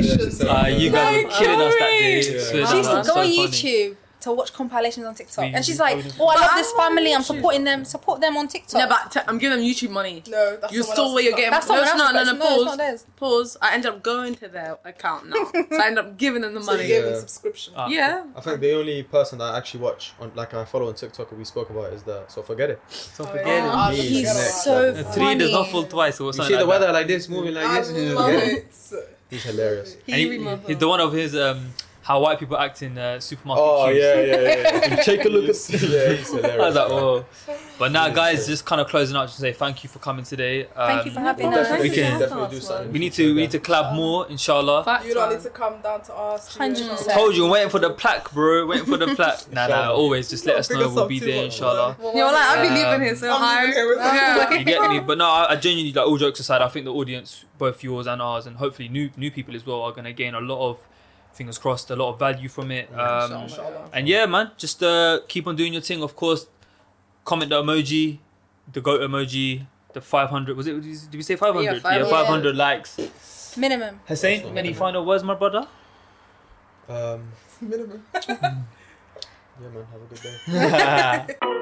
S1: me.
S2: right. Uh,
S4: Yeah.
S2: you guys were
S1: No,
S2: killing us that
S1: sorry.
S2: day. Swear
S4: Yeah.
S2: to
S5: She used to
S2: God,
S5: go
S2: so
S5: on
S2: funny.
S5: YouTube to watch compilations on TikTok,
S2: We-
S5: and she's
S2: I
S5: like,
S2: wouldn't-
S5: "Oh, I
S1: But
S5: love
S1: I'm
S5: this
S1: on
S5: family. I'm
S1: YouTube.
S5: supporting them. Support them on TikTok."
S1: No, but t- I'm giving them YouTube money.
S3: No, that's
S1: You
S3: someone
S1: stole
S3: else's
S1: where your
S3: club.
S1: game.
S5: that's
S1: no,
S5: someone
S1: no,
S5: else's.
S1: no, no,
S5: but it's- no, it's
S1: Pause.
S5: not theirs.
S1: Pause. I ended up going to their account now, so I ended up giving them the
S3: So you
S1: money.
S3: gave
S4: Yeah.
S3: them subscription.
S2: Ah,
S1: yeah.
S4: I think the only person that I actually watch on like I follow on TikTok and we spoke about is the so forget it.
S2: So
S3: Oh,
S2: forget
S3: yeah.
S2: it.
S4: He's
S5: He's
S4: next
S5: so
S4: level.
S2: Three does not
S5: funny.
S2: fall twice or
S4: You
S2: something.
S4: see the
S2: like
S4: weather
S2: that.
S4: like this moving like
S3: I
S4: this. yeah,
S3: love
S4: forget it.
S3: it.
S4: He's hilarious.
S2: And he- he- the one of his um, how white people act in uh, supermarket
S4: Oh
S2: queues.
S4: yeah, yeah, yeah. yeah. Take a look at yeah, he's hilarious.
S2: I was like,
S4: man.
S2: whoa. But now,
S4: Yeah,
S2: guys,
S4: so-
S2: just kind of closing out to say thank you for coming today. Um,
S5: Thank you for having
S1: no,
S5: us.
S1: thank
S4: we
S1: you.
S4: can
S1: Yeah.
S4: definitely do something.
S2: We need to we need to collab more, inshallah.
S1: Facts,
S3: You don't
S1: man.
S3: need to come down to us. you know.
S5: 100%.
S2: Told you, I'm waiting for the plaque, bro. Waiting for the plaque. Nah, nah,
S4: Inshallah.
S2: always just let us
S3: Big
S2: know.
S3: us
S2: We'll
S3: up
S2: be
S3: too
S2: there,
S3: much,
S2: inshallah.
S1: You're like, I'll be
S2: Um,
S1: leaving here so
S3: I'm
S1: high.
S3: leaving here with-
S1: Yeah.
S2: You get me? But no, I, I genuinely like all jokes aside. I think the audience, both yours and ours, and hopefully new new people as well, are gonna gain a lot of fingers crossed, a lot of value from it. Um,
S3: Inshallah.
S2: and yeah, man, just uh, keep on doing your thing. Of course, comment the emoji, the goat emoji, the 500. Was it? Did we say 500?
S1: Yeah, 500.
S2: 500 likes.
S5: Minimum.
S2: Hussein, many final words, my brother.
S4: Um, minimum. yeah, man. Have a good day.
S2: yeah,